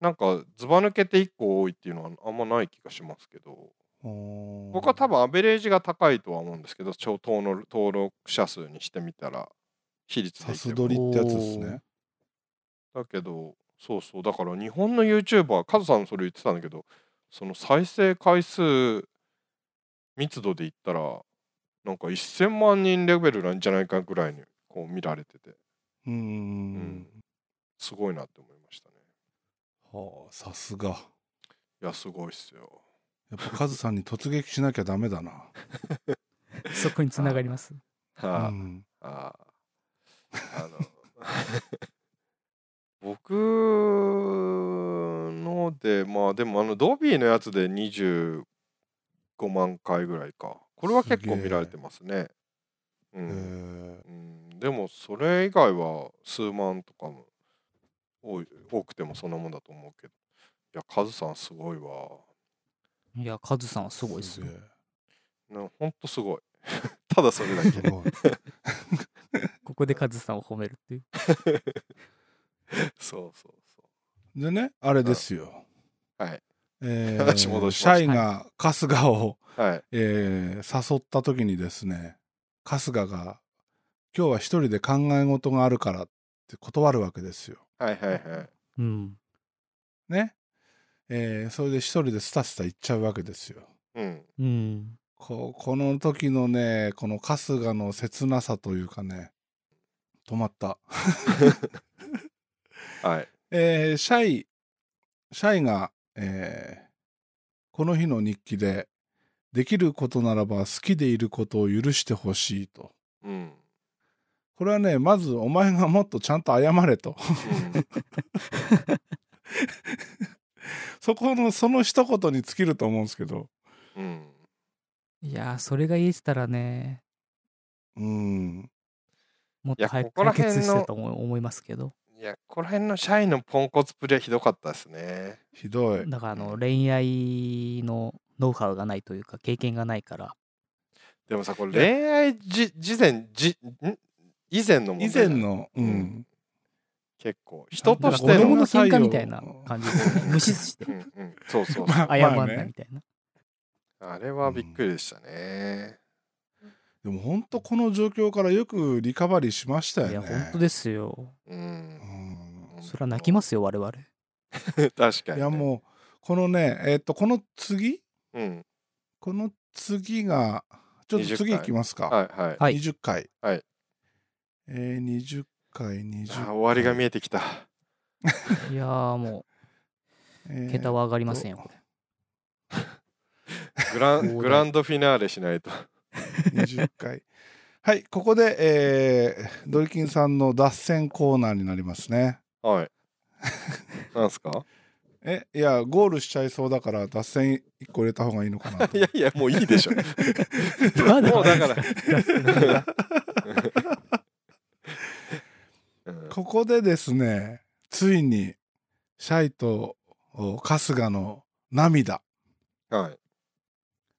C: なんかずば抜けて1個多いっていうのはあんまない気がしますけど、
A: 僕
C: 僕は多分アベレージが高いとは思うんですけど、超党の登録者数にしてみたら、比率
A: サ
C: で言って
A: ス
C: も
A: ドリってやつですね。
C: だけどそうそうだから日本の YouTuber カズさんもそれ言ってたんだけどその再生回数密度で言ったらなんか1000万人レベルなんじゃないかぐらいにこう見られてて
A: う
C: うんんすごいなって思いましたね
A: はあさすが。
C: いやすごいっすよ
A: やっぱカズさんに突撃しなきゃダメだな。
B: そこに繋がります。
A: う
C: は
A: ん
C: あ、あああの 僕のでまあでもあのドビーのやつで25万回ぐらいかこれは結構見られてますねう
A: へ
C: ん、
A: え
C: うん、でもそれ以外は数万とかも多い多くてもそんなもんだと思うけどいやカズさんすごいわ
B: いや、カズさんはすごいですよ
A: げ。え
C: なほんとすごい ただそれだ け
A: すごい。
B: ここでカズさんを褒めるっていう。
C: そうそうそ
A: でね、あれですよ。
C: はい。
A: えー、
C: 話
A: シ
C: 戻しました
A: ャイが春日を、
C: うはい
A: えー誘った時にですね、春日が、今日は一人で考え事があるからって断るわけですよ。
C: はいはいはい
B: うん。
A: ね。えーそれで一人でスタスタ行っちゃうわけですよ。
C: うん
B: うん。
A: ここの時のね、この春日の切なさというかね、止まった。
C: はい
A: えーシャイ、シャイが、えーこの日の日記で、できることならば好きでいることを許してほしいと。
C: うん
A: これはね、まずお前がもっとちゃんと謝れと。 そこの、その一言に尽きると思うんですけど。
C: うんうん
B: いやー、それが言えてたらね、
A: うん。
B: もっ
C: い
B: と
C: や
B: 早
C: こ
B: く
C: こら
B: 解
C: 辺
B: 決
C: の
B: してたと思い思いますけど。
C: いやここら辺の社員のポンコツプレイひどかったですね
A: ひどい。
B: だから、あの、
C: うん
B: 恋愛のノウハウがないというか、経験がないから。
C: でもさこれ恋愛じ事前じん以前の問
A: 以
C: 題だ
A: 前
C: よ
A: の、うん。
C: 結構人とし
B: な
C: て
B: んか子
C: の、
B: 供
C: うん
B: の喧嘩みたいな感じですよね無視 して
C: うん、そうそう
A: まあ
B: 謝
A: まあ
B: んない
A: ね
B: みたいな、
C: あれはびっくりでしたね、
A: でも本当この状況からよくリカバリーしましたよ
B: い
A: ね。
B: や本当ですよ
C: うん
A: うん
B: それは泣きますよ我々
C: す 確かに、ね、
A: いやもうこのねえっとこの次
C: う、うん、
A: この次がちょっと次
C: 20
A: いきますか。
C: はいはい、
B: はい
A: 20回。
C: はい
A: えー、20回、20
C: あ
A: 回。
C: ー終わりが見えてきた
B: いやーも
A: え
B: う
A: ー
B: 桁は上がりませんよこれ
C: グラ
B: そうだ
C: ングランドフィナーレしないと
A: 20回。はい、ここで、えードリキンさんの脱線コーナーになりますね。
C: はいなんすか
A: え、いや、ゴールしちゃいそうだから、脱線1個入れた方がいいのかなと
C: いやいやもういいでしょも
B: まだ
C: うだから、うん
A: ここでですね、ついに、シャイとお春日の涙。
C: はい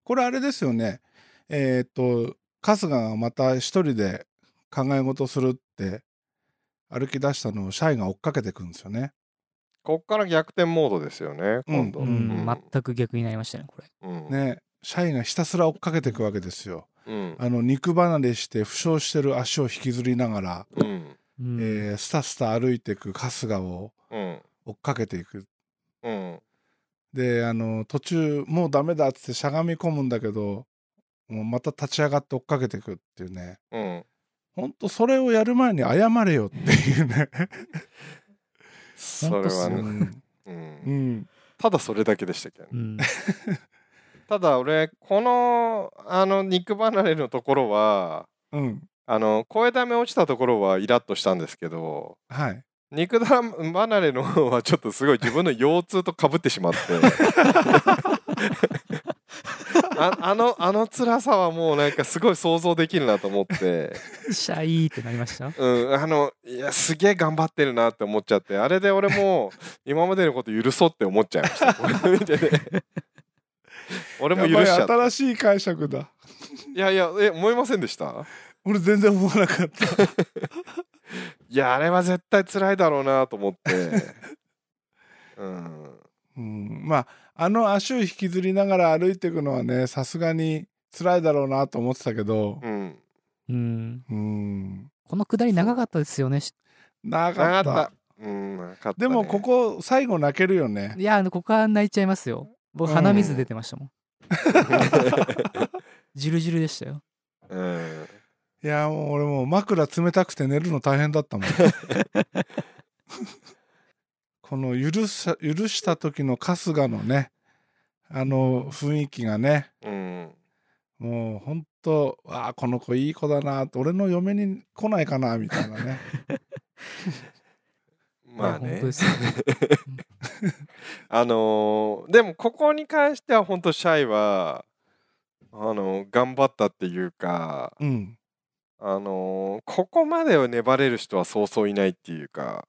A: これあれですよね。えーっと、春日がまた一人で考え事するって歩き出したのをシャイが追っかけてくんですよね。
C: こっから逆転モードですよね今度、
A: う
B: うんん全く逆になりましたねこれ
C: うん
A: ね。シャイがひたすら追っかけていくわけですよ。
C: うん
A: あの、肉離れして負傷してる足を引きずりながら、
C: うん
B: うん、
A: えースタスタ歩いていく春日を
C: うん
A: 追っかけていく。
C: うん
A: で、あの、途中、もうダメだっつってしゃがみ込むんだけど、もうまた立ち上がって追っかけていくっていうね。
C: うん
A: ほんと、それをやる前に謝れよっていうね。
C: それはね、
A: う
C: う、
A: んん。
C: ただそれだけでしたけどね、
B: うん、
C: ただ俺このあの肉離れのところは
A: うん。
C: あの声だめ落ちたところはイラッとしたんですけど
A: はい。
C: 肉だん離れの方はちょっとすごい自分の腰痛とかぶってし まってああのあの辛さはもうなんかすごい想像できるなと思って、
B: シャイーってなりました
C: うん、あのいやすげえ頑張ってるなって思っちゃってあれで俺も今までのこと許そうって思っちゃいま したこれ見てね俺も許しちゃ
A: やば
C: った
A: い新しい解釈だ。
C: いやいやえ思いませんでした
A: 俺全然思わなかった。
C: いやあれは絶対辛いだろうなと思って うん
A: うん、まああの足を引きずりながら歩いていくのはねさすがに辛いだろうなと思ってたけど
C: う、ん
B: うん
A: うん、
B: このくだり長かったですよねし
A: なか
C: な
A: った
C: かったうんなかったね
A: でもここ最後泣けるよね
B: いやあのここは泣いちゃいますよ僕
A: うん
B: 鼻水出てまし たもん、ジュルジュルでしたよ
C: うん
A: いやもう俺もう枕冷たくて寝るの大変だったもんこの許さ許した時の春日のねあの雰囲気がね
C: うん
A: もうほんとあーこの子いい子だな俺の嫁に来ないかなみたいなね
C: まあ
B: いや
C: ね
B: 本当ですよね
C: あのーでもここに関しては本当シャイはあのー頑張ったっていうか
A: うん
C: あのーここまでを粘れる人はそうそういないっていうか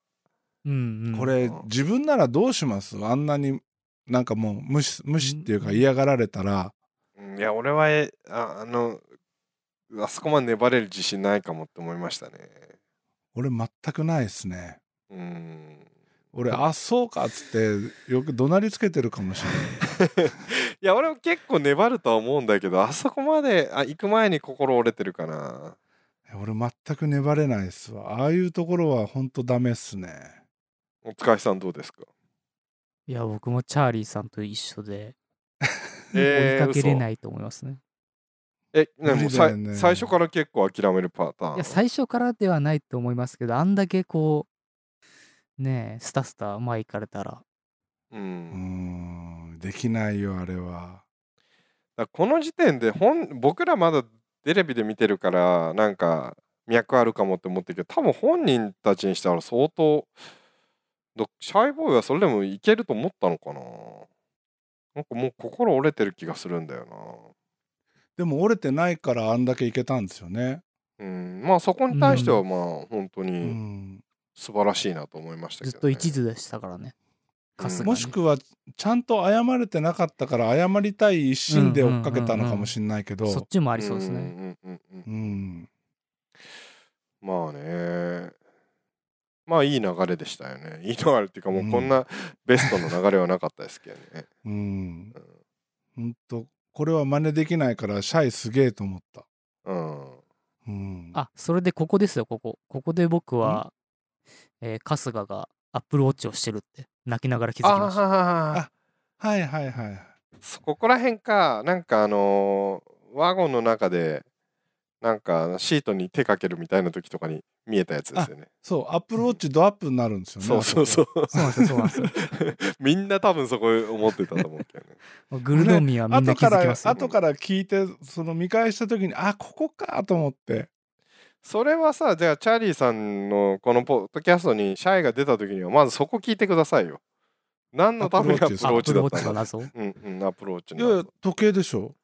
B: うん、うん、
A: これ
C: うん
A: 自分ならどうしますあんなになんかもう無視無視っていうか
B: うん
A: 嫌がられたら
C: うんいや俺はえああのあそこまで粘れる自信ないかもって思いましたね
A: 俺全くないですね
C: うん
A: 俺あそうかっつってよく怒鳴りつけてるかもしれない
C: いや俺も結構粘るとは思うんだけどあそこまであ行く前に心折れてるかな
A: 俺全く粘れないっすわああいうところはほんとダメっすね
C: お疲れさんどうですか
B: いや僕もチャーリーさんと一緒で
C: え
B: 追いかけれ
C: い
B: ないと思いますね、
C: えねもうさい
A: 無理だよね
C: 最初から結構諦めるパターン
B: いや最初からではないと思いますけどあんだけこうねえスタスタ前行かれたら
C: う
A: うんーんできないよあれは
C: だからこの時点で本僕らまだテレビで見てるからなんか脈あるかもって思ってるけど多分本人たちにしたら相当どシャイボーイはそれでもいけると思ったのかななんかもう心折れてる気がするんだよ
A: でも折れてないからあんだけいけたんですよね
C: なうんまあそこに対してはまあ本当
A: う
C: に
A: ん
C: 素晴らしいなと思いましたけ
B: ず
C: ど、ね、
B: っと一途でしたからね
C: うん
B: 春日に
A: もしくはちゃんと謝れてなかったから謝りたい一心で追っかけたのかもしれないけど
B: そっちも
C: あ
B: ありそうですね、
C: うんうんうんうん
A: うん
C: まあねまあいい流れでしたよね。いい 流れっていうかもうこんなベストの流れはなかったですけどね。
A: うん。ほんと、これは真似できないから、シャイすげえと思った。
C: うん。
A: うん。
B: あ、それでここですよ、ここ。ここで僕は、えー春日がアップルウォッチをしてるって、泣きながら気づきました。
C: あ
A: はいはいはい。
C: そここら辺かなんかあのーワゴンの中でなんかシートに手かけるみたいな時とかに見えたやつですよね。
A: そう、アップルウォッチドアップになるんですよね。。
C: そうそうそうう。
B: そうなんですよ、そうなんですよ。
C: みんな多分そこ思ってたと思うけどね。
B: もうグルドミはみんな
A: 後
B: 気
A: か
B: づき
A: ら、
B: ますよ。
A: 後から聞いて、その見返した時に、あ、ここかと思って。
C: それはさじゃあチャーリーさんのこのポッドキャストにシャイが出た時にはまずそこ聞いてくださいよ。何のためにアップ
B: ア
C: ロ
B: ップ
C: ーチ
B: ル
C: だ
B: ウ
C: っ
B: ォッチ
C: た
B: の
C: んだ
B: 謎。
C: うんうんアップローチ
A: いやい
C: の。
A: や
C: い、
A: 時計でしょ。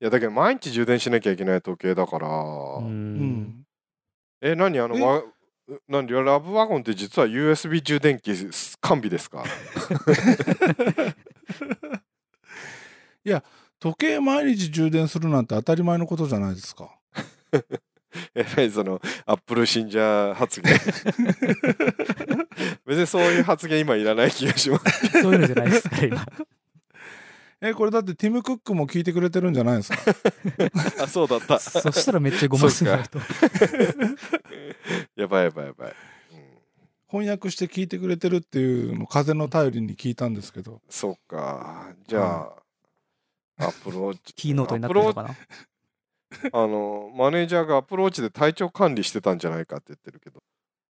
C: やだけど毎日充電しなきゃいけない時計だから。
B: う。。
A: うん
C: え何あの
A: え
C: わ何ラブワゴンって実は USB 充電器完備ですか
A: 時計毎日充電するなんて当たり前のことじゃないですか。
C: えらいそのアップル信者発言 別にそういう発言今いらない気がします
B: そういうのじゃないですか、 今。
A: え、これだってティム・クックも聞いてくれてるんじゃない ですか。
C: あそうだった
B: そしたらめっちゃごますになると。
C: やばいやばいやばい、うん、
A: 翻訳して聞いてくれてるっていうのを風の頼りに聞いたんですけど。
C: そっかじゃあ、アップロー チ
B: キーノートになってるのかな。
C: あのマネージャーがアプローチで体調管理してたんじゃないかって言ってるけど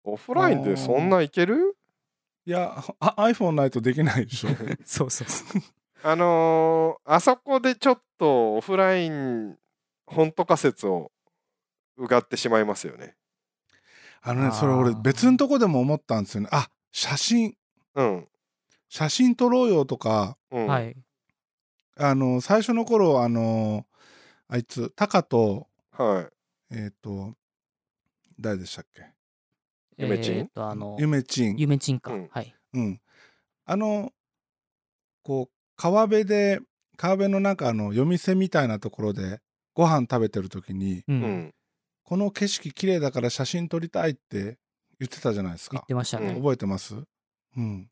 C: オフラインでそんないける
A: いや、あ iPhone ないとできないで しょ。
B: そうそうそう。
C: あのーあそこでちょっとオフライン本当仮説をうがってしまいますよね。
A: あの
B: あ
A: ね、
B: ー
A: それ俺別のとこでも思ったんですよね。あ、写真、
C: うん。
A: 写真撮ろうよとか、
C: うん、
B: は。い。
A: あの、最初の頃、あの、あいつ、タカと、
C: は
A: えっ、と、誰でしたっけ
C: ゆめちん
B: えーっと、あの、
A: ゆめちん。
B: ゆめちんか
C: うん。
B: はい。
A: うん。あの、こう、川辺で、川辺の中の夜店みたいなところで、ご飯食べてる時に、
B: う。
C: い。うんん。
A: この景色綺麗だから写真撮りたいって言ってたじゃないです
B: 言
A: か
B: っ。てましたね。
A: 覚えてますうん。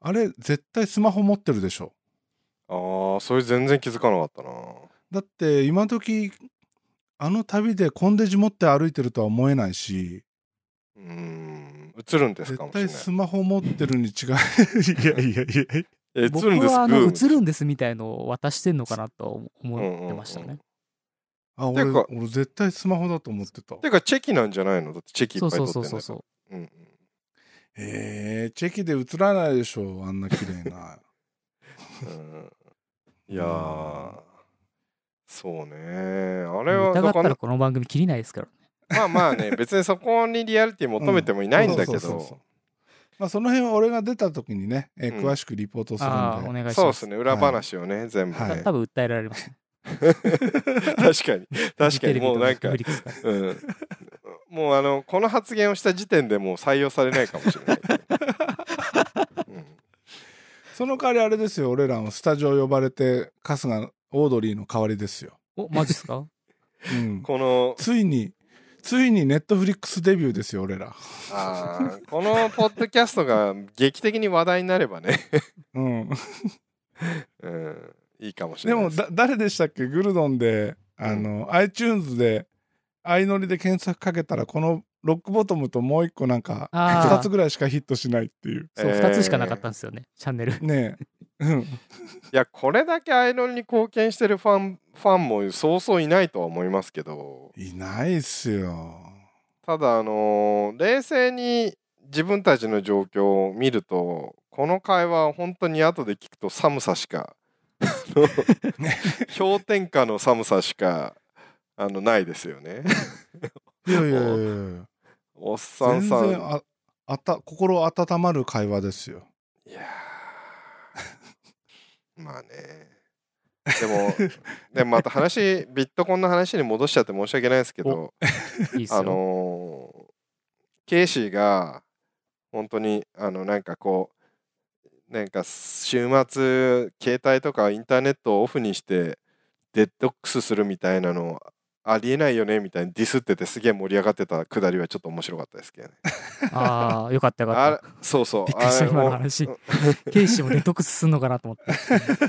A: あれ、絶対スマホ持ってるでしょ。
C: ああ、それ全然気づかなかったな。
A: だって、今時、あの旅でコンデジ持って歩いてるとは思えないし、
C: うーん。映るんです
A: 絶
C: かもしれ
A: 対
C: ない。
A: スマホ持ってるに 違い。いやいやいやいや。
C: え映
B: 僕
C: るんです
B: は、あの、映
C: グー
B: るんですみたいのを渡してんのかなとは思ってました
C: うんうん
B: ね。
A: あ、俺、
C: てか
A: 俺絶対スマホだと思ってた。
C: てかチェキなんじゃないのだってチェキいっ
B: そ
C: ぱいう撮
B: そ
C: っ
B: う
C: て
B: そ
C: ん
B: う
C: だ
B: そ
C: よ
B: うそう。
C: うんうん。
A: えー、チェキで映らないでしょあんな綺麗な
C: うんいやー。そうね。あれは
B: 疑
C: だ
B: っ
C: か
B: た
C: ら
B: らこの番組切りないですからね。
C: まあまあね、 別にそこにリアリティ求めてもいないんだけ
A: うそうそう
C: ど
A: そう。まあその辺は俺が出た時にね、えー
C: うん
A: 詳しくリポートするんで、
B: ああ、お願いします。
C: そうですね裏話をね、全部ね、
A: はい
B: た多分訴えられますね。
C: 確かに確かにもうなんか
B: フ、リックスから
C: うん、もうあのこの発言をした時点でもう採用されないかもしれない、うん
A: その代わりあれですよ俺らのスタジオ呼ばれて春日オードリーの代わりですよ、
B: お、マジっす か
A: うん、
C: この
A: ついについにネットフリックスデビューですよ俺ら
C: あーこのポッドキャストが劇的に話題になればね、
A: うん
C: うん、いいかもしれ
A: で
C: ない
A: も
C: す
A: だ誰でしたっけグルドンであの、iTunes で相乗りで検索かけたらこのロックボトムともう一個なんか
B: あー
A: 2つぐらいしかヒットしないっていう
B: そう、
C: えー
B: 2つしかなかったんですよね、チャンネル。
A: ねえうん
C: いやこれだけアイロンに貢献してるファンファンもそうそういないとは思いますけど
A: いないっすよ。
C: ただあのー冷静に自分たちの状況を見るとこの会話は本当に後で聞くと寒さ しかあの氷点下の寒さしかあのないですよね
A: いやいやいやいや
C: おっさん
A: 全
C: さんい
A: 然ああた心温まる会話ですよ。
C: やーまあねでもでもまた話ビットコンの話に戻しちゃって申し訳ないですけど
B: いいっす
C: あ
B: よ。
C: のーケイシーが本当にあのなんかこうなんか週末携帯とかインターネットをオフにしてデッドックスするみたいなのをありえないよねみたいにディスっててすげえ盛り上がってたくだりはちょっと面白かったですけどね。
B: ああ、よかったよ
C: あ
B: かっ
C: れそうそう
B: た。びっく
C: あ
B: りした、今の
C: れ も
B: 話。ケイシもデトックスすんのかなと思っ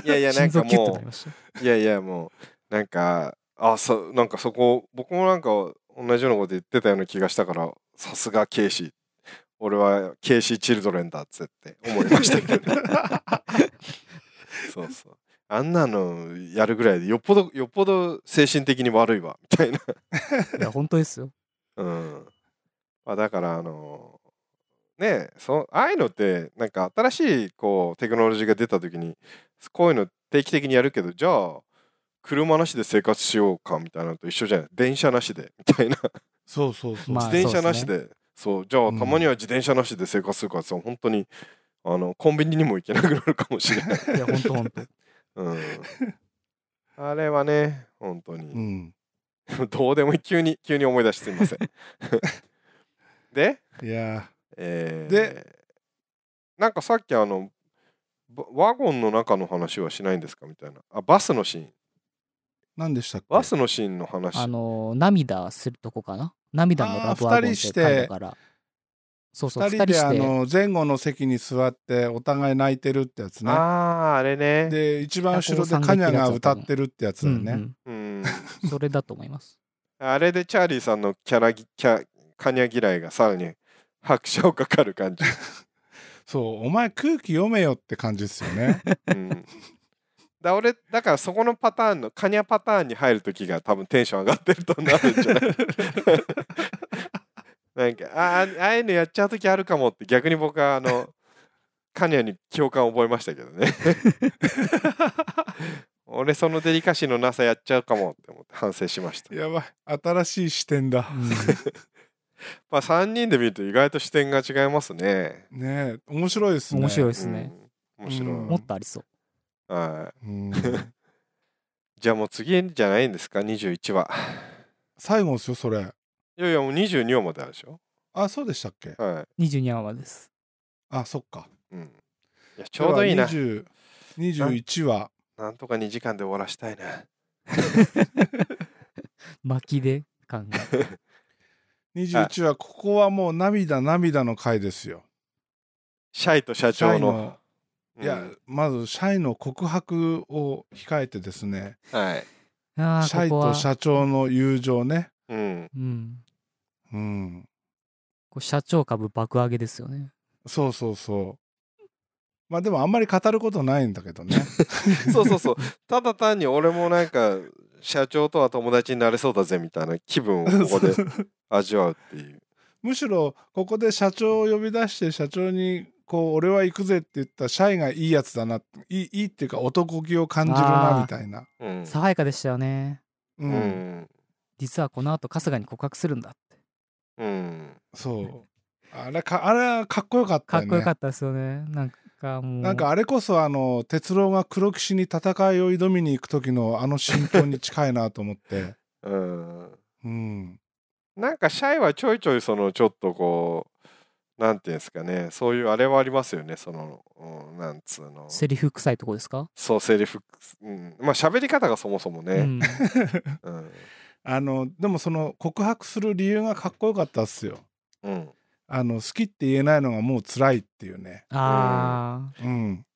B: て。
C: い やいやなん
B: 心
C: か
B: 臓キュッと
C: も
B: なりました。
C: ういやいやもうなんかあそなんかそこ僕もなんか同じようなこと言ってたような気がしたからさすがケイシー俺はケイシー・チルドレンだっつって思いましたけど、ね、そうそうあんなのやるぐらいでよっぽどよっぽど精神的に悪いわみたいない
B: や、本当ですよ。
C: うん。まあ、だから、あのねえそ、ああいうのって、なんか新しいこうテクノロジーが出たときに、こういうの定期的にやるけど、じゃあ、車なしで生活しようかみたいなのと一緒じゃない電車なしでみた いな。
A: そうそうそう。
B: まあ
C: 自転車なしで、そうじゃあ、
A: うん
C: たまには自転車なしで生活するからさ、本当にあのコンビニにも行けなくなるかもしれない。
B: いや、本当本当。
C: うん、あれはね、本当に。
A: うん。
C: どうでもいい、急に、急に思い出してすみません。 で、
A: いや
C: えー
A: で
C: なんかさっきあのバワゴンの中の話はしないんですかみたいなあバスのシーン
A: ー、何でしたっけ
C: バスのシーンの話
B: あのー、涙するとこかな涙のラブワゴンって書いたから。そうそう、
A: 二
B: 二人
A: 人で
B: し
A: あ
B: て。
A: の前後の席に座ってお互い泣いてるってやつね
C: あああれね
A: で一番後ろでカニャが歌ってるってやつ
B: う
A: だ
B: ん
A: よね、
B: うん
C: うん
B: それだと思います。
C: あれでチャーリーさんのキャラギキャカニャ嫌いがさらに 拍車をかかる感じ、
A: そうお前空気読めよって感じですよ ね
C: うん、だ俺だからそこのパターンのカニャパターンに入る時が多分テンション上がってるとなるんじゃない なんかああああいうのやっちゃう時あるかもって逆に僕はあのカニャに共感を覚えましたけど ね俺そのデリカシーのなさやっちゃうかもって思って反省しました、
A: やばい新しい視点だ
C: まあ、3人で見ると意外と視点が違いますね
A: ねえ面白いですね
B: 面白いで
A: です
B: ね。
C: うん面白い、
A: うん
B: もっとありそう。
C: はい
A: す
C: じゃあもう次じゃないんですか21話
A: 最後ですよそれ
C: いやいやもう22話まであるでしょ
A: あそうでしたっけ
C: は
B: 22話です。
A: あそっか
C: い、うん、いやちょうどいいな
A: では20 21話
C: なんとか2時間で終わらしたいな
B: 巻きで感が。
A: 21話ここはもう涙涙の回ですよ
C: シャイと社
A: シャ
C: 長
A: イ
C: の
A: のいや、
C: うん
A: まずシャイの告白を控えてですね
C: はい
B: ああ、
A: シャイ
B: ここは
A: と社長の友情ね
C: うん
B: うん。
A: うん
B: こう社長株爆上げですよね。
A: そうそうそうまあでもあんまり語ることないんだけど ね
C: そうそうそうただ単に俺もなんか社長とは友達になれそうだぜみたいな気分をここ で味わうっていう
A: むしろここで社長を呼び出して社長にこう俺は行くぜって言ったシャイがいいやつだないいいいっていうか男気を感じる
B: あ
A: な
B: ー
A: みたいな、
C: うん
B: 爽やかでしたよね。
A: う
C: うんん
B: 実はこの後春日に告白するんだって。
C: うん
A: そうあれかあれはかっこよかった
B: か
A: よ
B: っ
A: ね
B: こよかったですよね。なんかもう。
A: なんかあれこそあの哲郎が黒騎士に戦いを挑みに行く時のあの心境に近いなと思 って、
C: うん
A: うん、
C: なんかシャイはちょいちょいそのちょっとこうなんていうんですかねそういうあれはありますよねその、うん、なんつうの
B: セリフ臭いとこですか、
C: そうセリフ、うん、まあ喋り方がそもそも
B: う
C: ね、
B: ん。
C: うん
A: あのでもその告白する理由がかっこよかったっすよ
C: うん、
A: あの好きって言えないのがもう辛いっていうね
B: ああ、
A: うん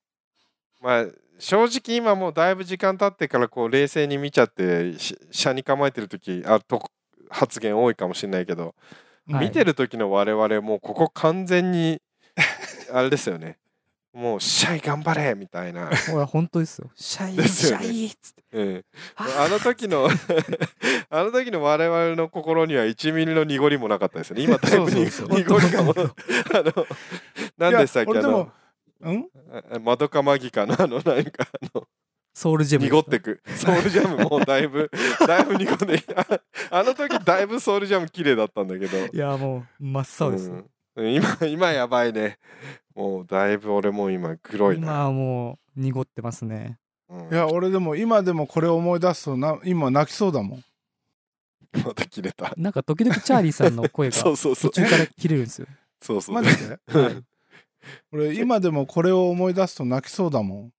C: まあ正直今もうだいぶ時間経ってからこう冷静に見ちゃって車に構えてる時あと発言多いかもしれないけど、
B: はい
C: 見てる時の我々もうここ完全 にあれですよねもうシャイ頑張れみたいな、
B: ほら、本当ですよ。シャイ、
C: です
B: シ
C: よね
B: ャイっつって。
C: うん、
B: あー
C: あの 時のあの時の我々の心には1ミリの濁りもなかったですよね今だいぶに
A: そうそう
B: そう
C: 濁りがもうあの何でしたっ
A: い
C: け
A: や
C: あ
A: 俺でも
C: の
A: うん
C: マドカマギカのあのなんかあの
B: ソウルジェムです
C: 濁
B: か。
C: ってくソウルジャムもだ いぶだいぶ濁ってああの時だいぶソウルジャム綺麗だったんだけど
B: いや、もう、真っ青ですよ。
C: うん今今やばいねもうだいぶ俺もう今黒いな、
B: まあ、もう、濁ってますね。
C: うん
A: いや俺でも今でもこれ思い出すとな今泣きそうだもん
C: また切れた
B: なんか、時々チャーリーさんの声が
C: そうそうそ
B: 途
C: う
B: 中から切れるんですよ。
C: そうそう
A: マジで
C: はい
A: 俺今でもこれを思い出すと泣きそうだもん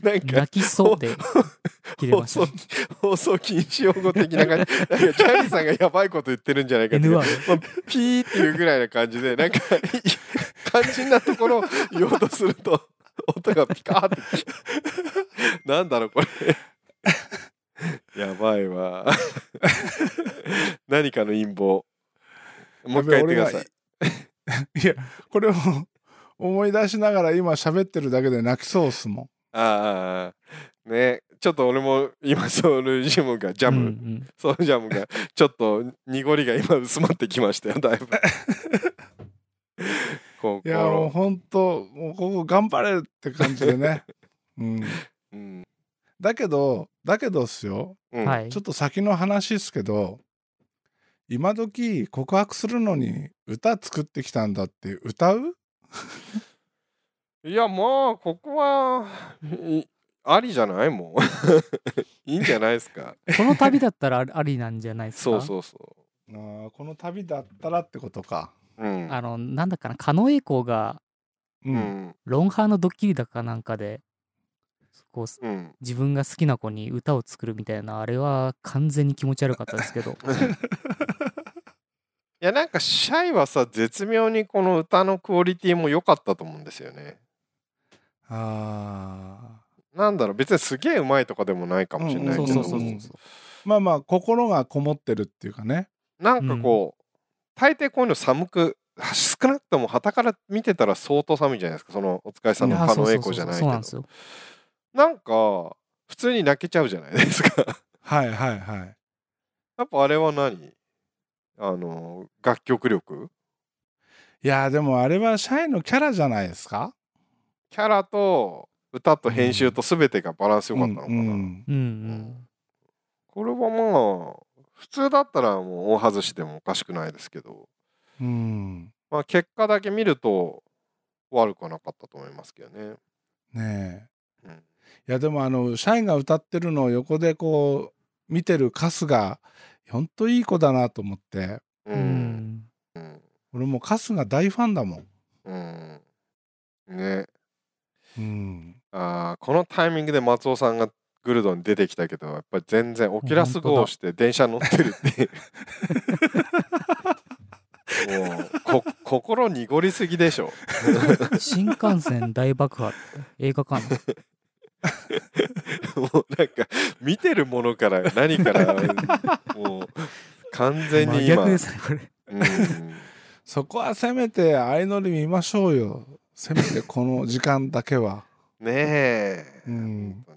C: なんか
B: 泣きそうで切れ
C: 放
B: まし
C: 送
B: た。
C: 放送禁止用語的な感じなんかチャーリーさんがやばいこと言ってるんじゃないかっていう
B: N ワー
C: まあ、ピーっていうぐらいな感じでなんか肝心なところを言おうとすると音がピカーってなんだろうこれやばいわ何かの陰謀もう一回言ってください
A: い。いや、これを思い出しながら今喋ってるだけで泣きそうっすもん。
C: ああねちょっと俺も今ソウルジムがジャ
B: ド。う
C: ム、
B: んうん
C: ソウルジャムがちょっと濁りが今薄まってきましたよだいぶ
A: いや、もう
C: 心、
A: ほんと、もうここ頑張れって感じでね。うん。
C: うん
A: だけど、だけどっすよ。
C: うん
B: はい。
A: ちょっと先の話っすけど、今時告白するのに歌作ってきたんだって歌う
C: いやまあここはいありじゃないもう いいんじゃないですか
B: この旅だったらあ ありなんじゃないですか。
C: そうそうそ
A: あーこの旅だったらってことか。
C: ううん
B: あの、なんだっかな、狩野英孝が、
A: う。
C: うんん
B: ロンハーのドッキリだかなんかで、こう、
C: うん
B: 自分が好きな子に歌を作るみたいな、あれは完全に気持ち悪かったですけ ど。
C: いやなんかシャイはさ絶妙にこの歌のクオリティも良かったと思うんですよね
A: ああ。
C: なんだろう別にすげえうまいとかでもないかもしれないけ
B: そ
C: ど、
B: うそうそうそう
A: うんまあまあ、心がこもってるっていうかね。
C: なんかこう、大抵こういうの寒く少なくとも傍から見てたら相当寒いじゃないですかそのお疲れさんの
B: いや
C: 狩
B: そう
C: 野
B: そ
C: 英
B: うそ
C: 孝
B: う
C: じゃないけ
B: そう
C: ど
B: なんですよ。
C: なんか普通に泣けちゃうじゃないですか
A: はいはいはい。
C: やっぱあれは何あの楽曲力
A: いやーでもあれはシャイのキャラじゃないですか
C: キャラと歌と編集と全てがバランス良かったのかな、
A: うんうん
B: うん
C: これはまあ普通だったらもう大外しでもおかしくないですけど、
A: うん
C: まあ、結果だけ見ると悪くはなかったと思いますけどね、
A: ね
C: うん
A: えいやでもあのシャイが歌ってるのを横でこう見てるカスがほんといい子だなと思って
B: う。
C: うん
B: うんん。
C: うん
A: 俺もうカスが大ファンだもん、
C: うんね
A: うん、
C: あーこのタイミングで松尾さんがグルドに出てきたけどやっぱり全然オキュラス号をして電車乗ってるっていう もうこ心濁りすぎでしょ
B: 新幹線大爆破って映画館の
C: もうなんか見てるものから何 からもう完全に今、
B: 逆ですね、これ。
C: うん
A: そこはせめて相乗り見ましょうよせめてこの時間だけは
C: ねえ、
A: うん
C: 本当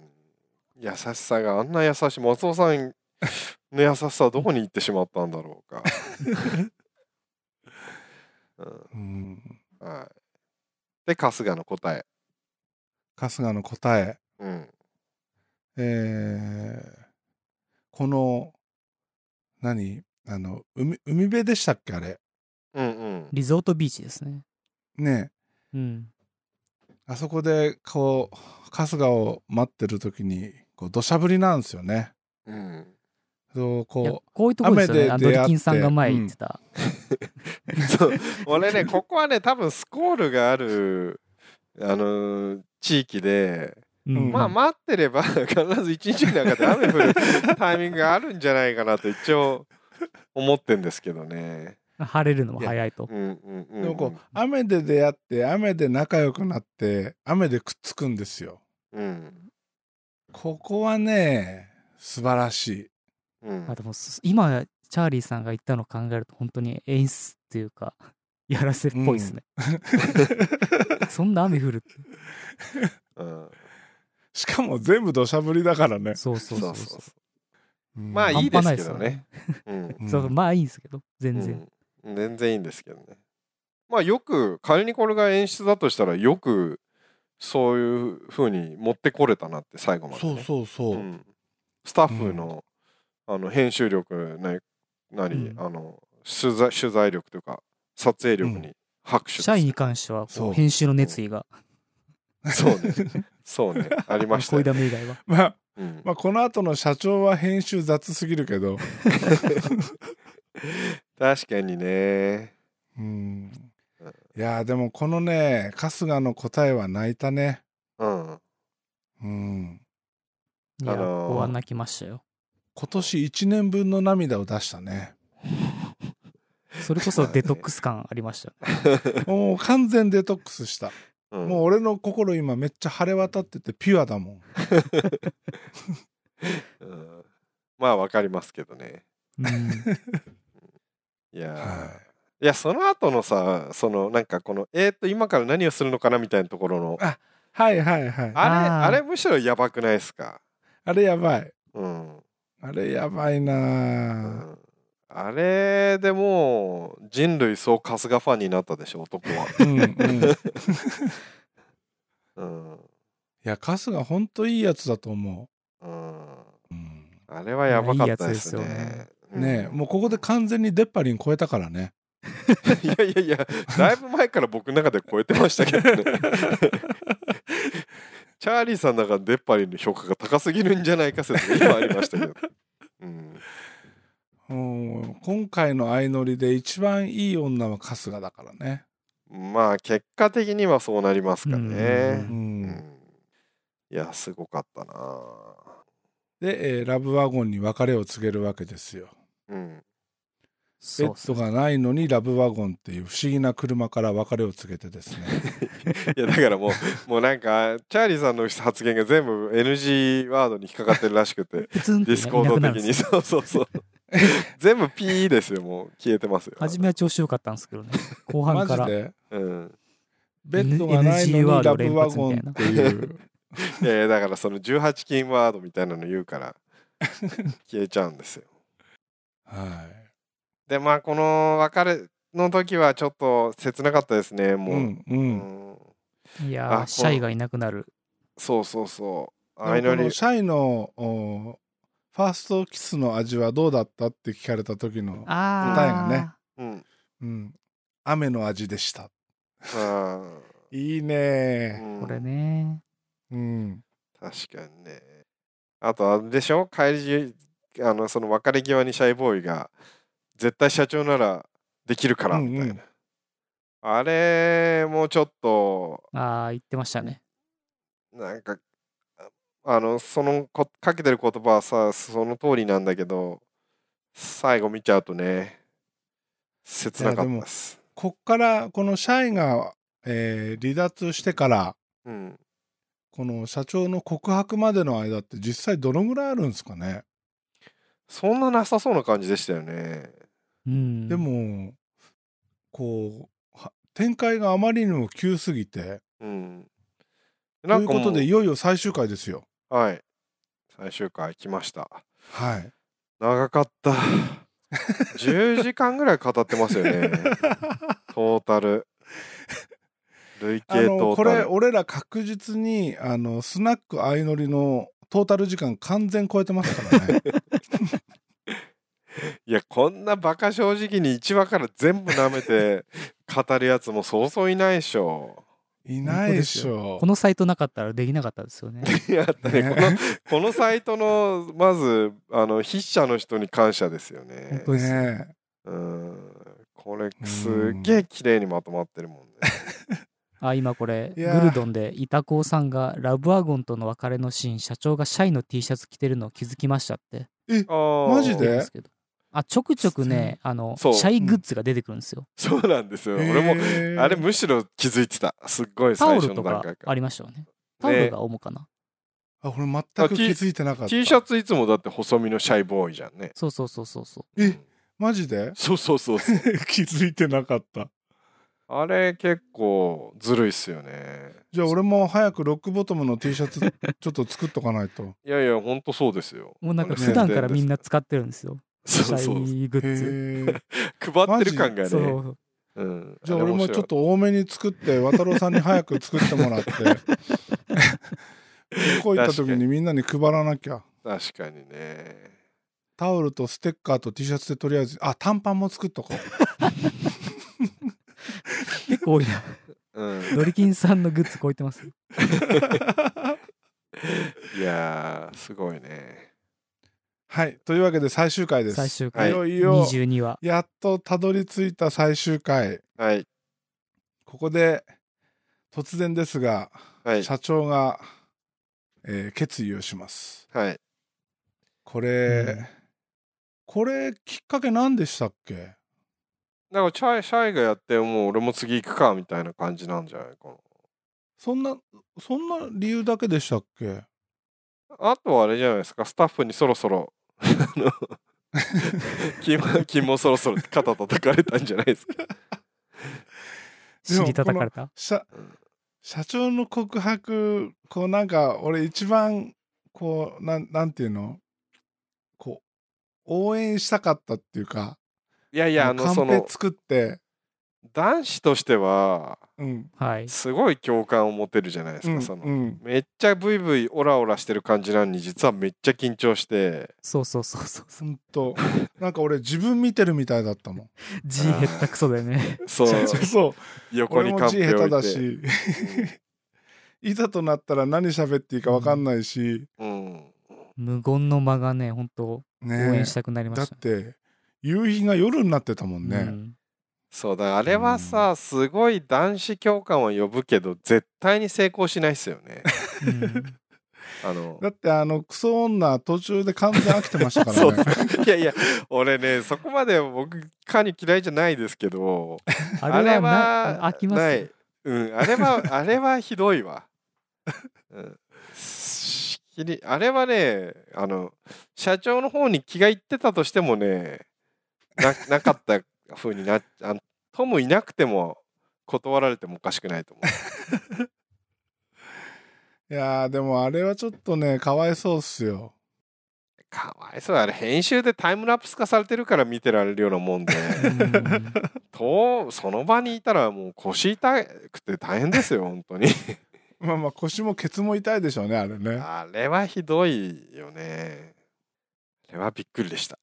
C: に優しさがあんな優しい松尾さんの優しさはどこに行ってしまったんだろ うか、う
A: うん
C: んはい、で春日の答え、
A: カスがの答え
C: うん、
A: えーこの何あの海海辺でしたっけあれ
C: うんうん
B: リゾートビーチですね。
A: ねえ
B: うん。
A: あそこでこう春日を待ってる時にこう土砂降りなんですよね。
C: うん
A: そう
B: いや
A: こ
B: こういうとこですよね。あ
A: 雨
B: の
A: で
B: ド
A: 出会って
B: リキンさんが前言ってた。
C: そう俺ねここはね多分スコールがあるあのー地域で
A: ん
B: うん
C: まあ待ってれば 必ず一日の中で雨降るタイミングがあるんじゃないかなと一応思ってんですけどね。
B: 晴れるのも早いと
C: う。んうんう
A: うんでもこう雨で出会って雨で仲良くなって雨でくっつくんですよ。
C: うん
A: ここはね素晴らしい。
C: うん
B: まあでもす今チャーリーさんが言ったのを考えると本当に演出っていうか やらせっぽいですね、そんな雨降るって
C: うん
A: しかも全部土砂降りだからね。
B: そうそう
C: そ
B: そうう
C: そ
B: そうう
A: うん
C: まあいいですけどね。うん
A: うん
B: そうまあいいんですけど全然、
C: うん全然いいんですけどね。まあよく仮にこれが演出だとしたらよくそういう風に持ってこれたなって最後まで、ね。
A: そうそうそう。
C: うんスタッフの,、あの編集力なりなり、
B: うん
C: あの取材取材力というか撮影力に拍手です、
B: 社員に関しては
A: そ
B: こ
A: う
B: う編集の熱意が
C: そうねそうねありました
B: 恋
C: よ、
B: ダメ以外は
A: まあ
C: うん
A: まあこの後の社長は編集雑すぎるけど。
C: 確かにね
A: うんいやーでもこのね春日の答えは泣いたね。
C: うん
A: うん。
B: いや、
C: あのー
B: こうは泣きましたよ。
A: 今年1年分の涙を出したね。
B: それこそデトックス感ありましたよね。
A: もう完全デトックスした。
C: うん
A: もう俺の心今めっちゃ晴れ渡っててピュアだもん。
C: うんまあわかりますけどね。
B: うん
C: いやー、、
A: はい
C: やその後のさそのなんかこのえー、っと今から何をするのかなみたいなところの
A: あはいはいはい。あ
C: あれ
B: あー
C: あれむしろやばくないですか。
A: れやばい。
C: うん。
A: あれやばいうなぁ
C: んあれでもう人類総春日ファンになったでしょ 男は。
A: うん うん。い
C: うん。
A: や、春日ほんといいやつだと思
C: うん。
A: う。うん
C: あれはやばかったです
B: いやいいやつです
C: ね。
A: ねえ、
C: うん
A: もうここで完全にデッパリン超えたからね。
C: いやいやいや、だいぶ前から僕の中で超えてましたけど ね。チャーリーさんだから出っ張りの評価が高すぎるんじゃないか説が今ありましたけど。うん、
A: うん、今回の相乗りで一番いい女は春日だからね。
C: まあ結果的にはそうなりますか
A: う
C: ね。うん
A: ん、
C: いや、すごかったな
A: で、えーラブワゴンに別れを告げるわけですよ。
C: うん。
A: ベ
B: そうっ
A: ッ
B: す
A: ド
B: ね
A: がないのにラブワゴンっていう不思議な車から別れを告げて ですね。
C: いや、だからもう、 もうなんか、チャーリーさんの発言が全部 NG ワードに引っかかってるらし くて、
B: プツンって
C: ディ
B: ね
C: スコ
B: いなく
C: ー
B: な
C: ド
B: るんで
C: 的
B: す
C: に、
B: よ
C: そうそうそう。全部 P ですよ、もう消えてますよ。
B: 初めは調子良かったんですけどね。後
A: マ
B: 半か
A: ジ
B: ら。
A: で
C: うん。
A: ベッドがないの
B: NG ワ
A: に
B: ード
A: ラ
B: 連
A: ブワ
B: 発
A: ゴ
B: みたい
A: ン
B: な
A: っていう。
C: いやいやだからその18金ワードみたいなの言うから消えちゃうんですよ。
A: は
C: でまあこの別れの時はちょっと切なかったですね
A: い。
C: も
A: う
C: う。
A: んう。
C: うん
B: い
C: あ
B: や
C: こ
B: ー、
C: う
B: シャイがいなくなる。
C: そうそうそう。
A: あ
C: あいのり
A: シャイのおファーストキスの味はどうだったって聞かれた時の、
B: ああ。
A: 答えがね。
C: うん。
A: うん、雨の味でした。
C: あ
A: いい
C: ー
A: ね。
C: うん
B: これね。
A: うん。
C: 確かにね。あとあれでしょ帰りじあのその別れ際にシャイボーイが絶対社長ならできるからみたいな。
A: うんうん
C: あれもちょっと
B: ああ、言ってましたね。
C: なんかああのそのこかけてる言葉はさその通りなんだけど最後見ちゃうとね切なかったです。
A: こっから、このシャイが、えー離脱してから、
C: うん、
A: この社長の告白までの間って実際どのぐらいあるんですかね。
C: そんななさそうな感じでしたよね。
B: うん。
A: で、も、こう、は展開があまりにも急すぎて、
C: うん、
A: という
C: か
A: こ
C: も
A: とで、いよいよ最終回ですよ。
C: はい最終回来ました。
A: はい。
C: 長か った。10時間ぐらい語ってますよ ね。トータル。累
A: あ
C: 計
A: の
C: トータ
A: これ
C: ル。
A: 俺ら確実にあのスナック相乗りのトータル時間完全超えてますから ね
C: いやこんなバカ正直に1話から全部舐めて 語るやつもそうそういないでしょ。
A: いないでしょ
B: このサイトなかったらできなかったです よね。
C: いやだってねこのこのサイトのまずあの筆者の人に感謝ですよね。
B: 本当ですよ
A: ね
C: うんこれすっげえ綺麗にまとまってるもんね。
B: あ今これ
A: い
B: グ
A: やー
B: ルドンでイタコウさんがラブワゴンとの別れのシーン社長がシャイの T シャツ着てるの気づきましたって
C: あー
A: マジ
B: 言
A: で
B: うんですけどあちょくちょくねあのシ
C: そう
B: ャイグッズが出てくるんですよ、
C: そうなんですよ。
A: え
C: 俺も
A: も
C: あれむしろ気づいてた。すっごい
B: タ
C: 最
B: オル
C: 初の
B: と
C: 段
B: か
C: 階か
B: あ
C: ら。
B: りましたよねタオルが主かな、
A: あ俺全く気づいてなかった
C: T シャツいつもだって細身のシャイボーイじゃんね。
B: そうそうそうそうそう
A: えマジで
C: そうそうそうそう。
A: 気づいてなかった
C: あれ結構ずるいっすよね。
A: じゃあ俺も早くロックボトムの T シャツちょっと作っとかない と
C: いやいや、ほんとそうですよ。
B: もうなんか
C: あれ
B: 普段から
C: 宣伝です
B: みんな使ってるんですよシ
C: そうそう。
B: ャイグ
A: へ
B: ッズ
A: え
C: 配ってる感がね。
B: そう
C: うん、
A: じゃあ俺もちょっ
C: と。
A: と多めに作って渡郎さんに早く作ってもらって 向こう行った時にみんなに配らなきゃ
C: 確かにね。
A: タオルとステッカーと T シャツでとりあえずあ短パンも作っとこう
B: 結構多いな
C: うん、
B: ドリキンさんのグッズ超えてますよ
C: いやー、すごいね。
A: はいというわけで最終回です
B: 最終
A: い
B: 回、
A: よいよ
B: 22話
A: やっとたどり着いた最終回
C: はい。
A: ここで突然ですが、
C: はい。
A: 社長が、えー決意をします。
C: はい。
A: これ、
B: うん
A: これきっかけ何でしたっけ
C: だから、シャイ、シャイがやって、もう俺も次行くか、みたいな感じなんじゃないかな。
A: そんな、そんな理由だけでしたっけ
C: あとはあれじゃないですか、スタッフにそろそろ、あ の、君も君もそろそろ肩叩かれたんじゃないですか。
A: でも
B: 尻叩かれた
A: 社社長の告白こうなんか俺一番こうなんなんていうのこう応援したかったっていうか
C: いやい
A: い
C: や、あの、
A: カ
C: そ
A: ンペ
C: の、
A: 作って、
C: 男子としては、
A: うん
B: はい。
C: すごい共感を持てるじゃないで
A: う
C: す
A: ん
C: か、その
A: う。ん、
C: めっちゃブイブイオラオラしてる感じなのに実はめっちゃ緊張して
B: そうそうそうそうそ
A: ほんとなんか俺自分見てるみたいだったもん
B: う。G 減ったクソだ よね。
C: そう
A: そうそう
C: 横
A: 俺
C: に
A: も
C: カン
A: 字
C: ペ
A: 下手
C: 置い
A: だ
C: て、
A: し いざとなったら何喋っていいか分かんないし、
C: うんうん
B: 無言の間がね、本当応
A: ね
B: 援したくなりま
A: だっ
B: した。
A: て夕日が夜になってたもんね、
B: うん
C: そうだからあれはさ、すごい男子共感を呼ぶけど絶対に成功しないっすよね
B: うん
C: あの
A: だってあのクソ女途中で完全飽きてましたからね
C: そうそういやいや俺ねそこまで僕カニ嫌いじゃないですけど
B: あれはな
C: あれは
B: 飽きます
C: ない
B: よ。
C: うんあれ はあれはひどいわ、うん、しきりあれはねあの社長の方に気がいってたとしてもねななかった風になっあのトムいなくても断られてもおかしくないと思
A: いやーでもあれはちょっとねかわいそうっすよ
C: う かわいそうあれ編集でタイムラプス化されてるから見てられるようなもんで
B: うん
C: とその場にいたらもう腰痛くて大変ですよ本当に
A: まあまあ腰もケツも痛いでしょうねあれね
C: あれはひどいよねあれはびっくりでした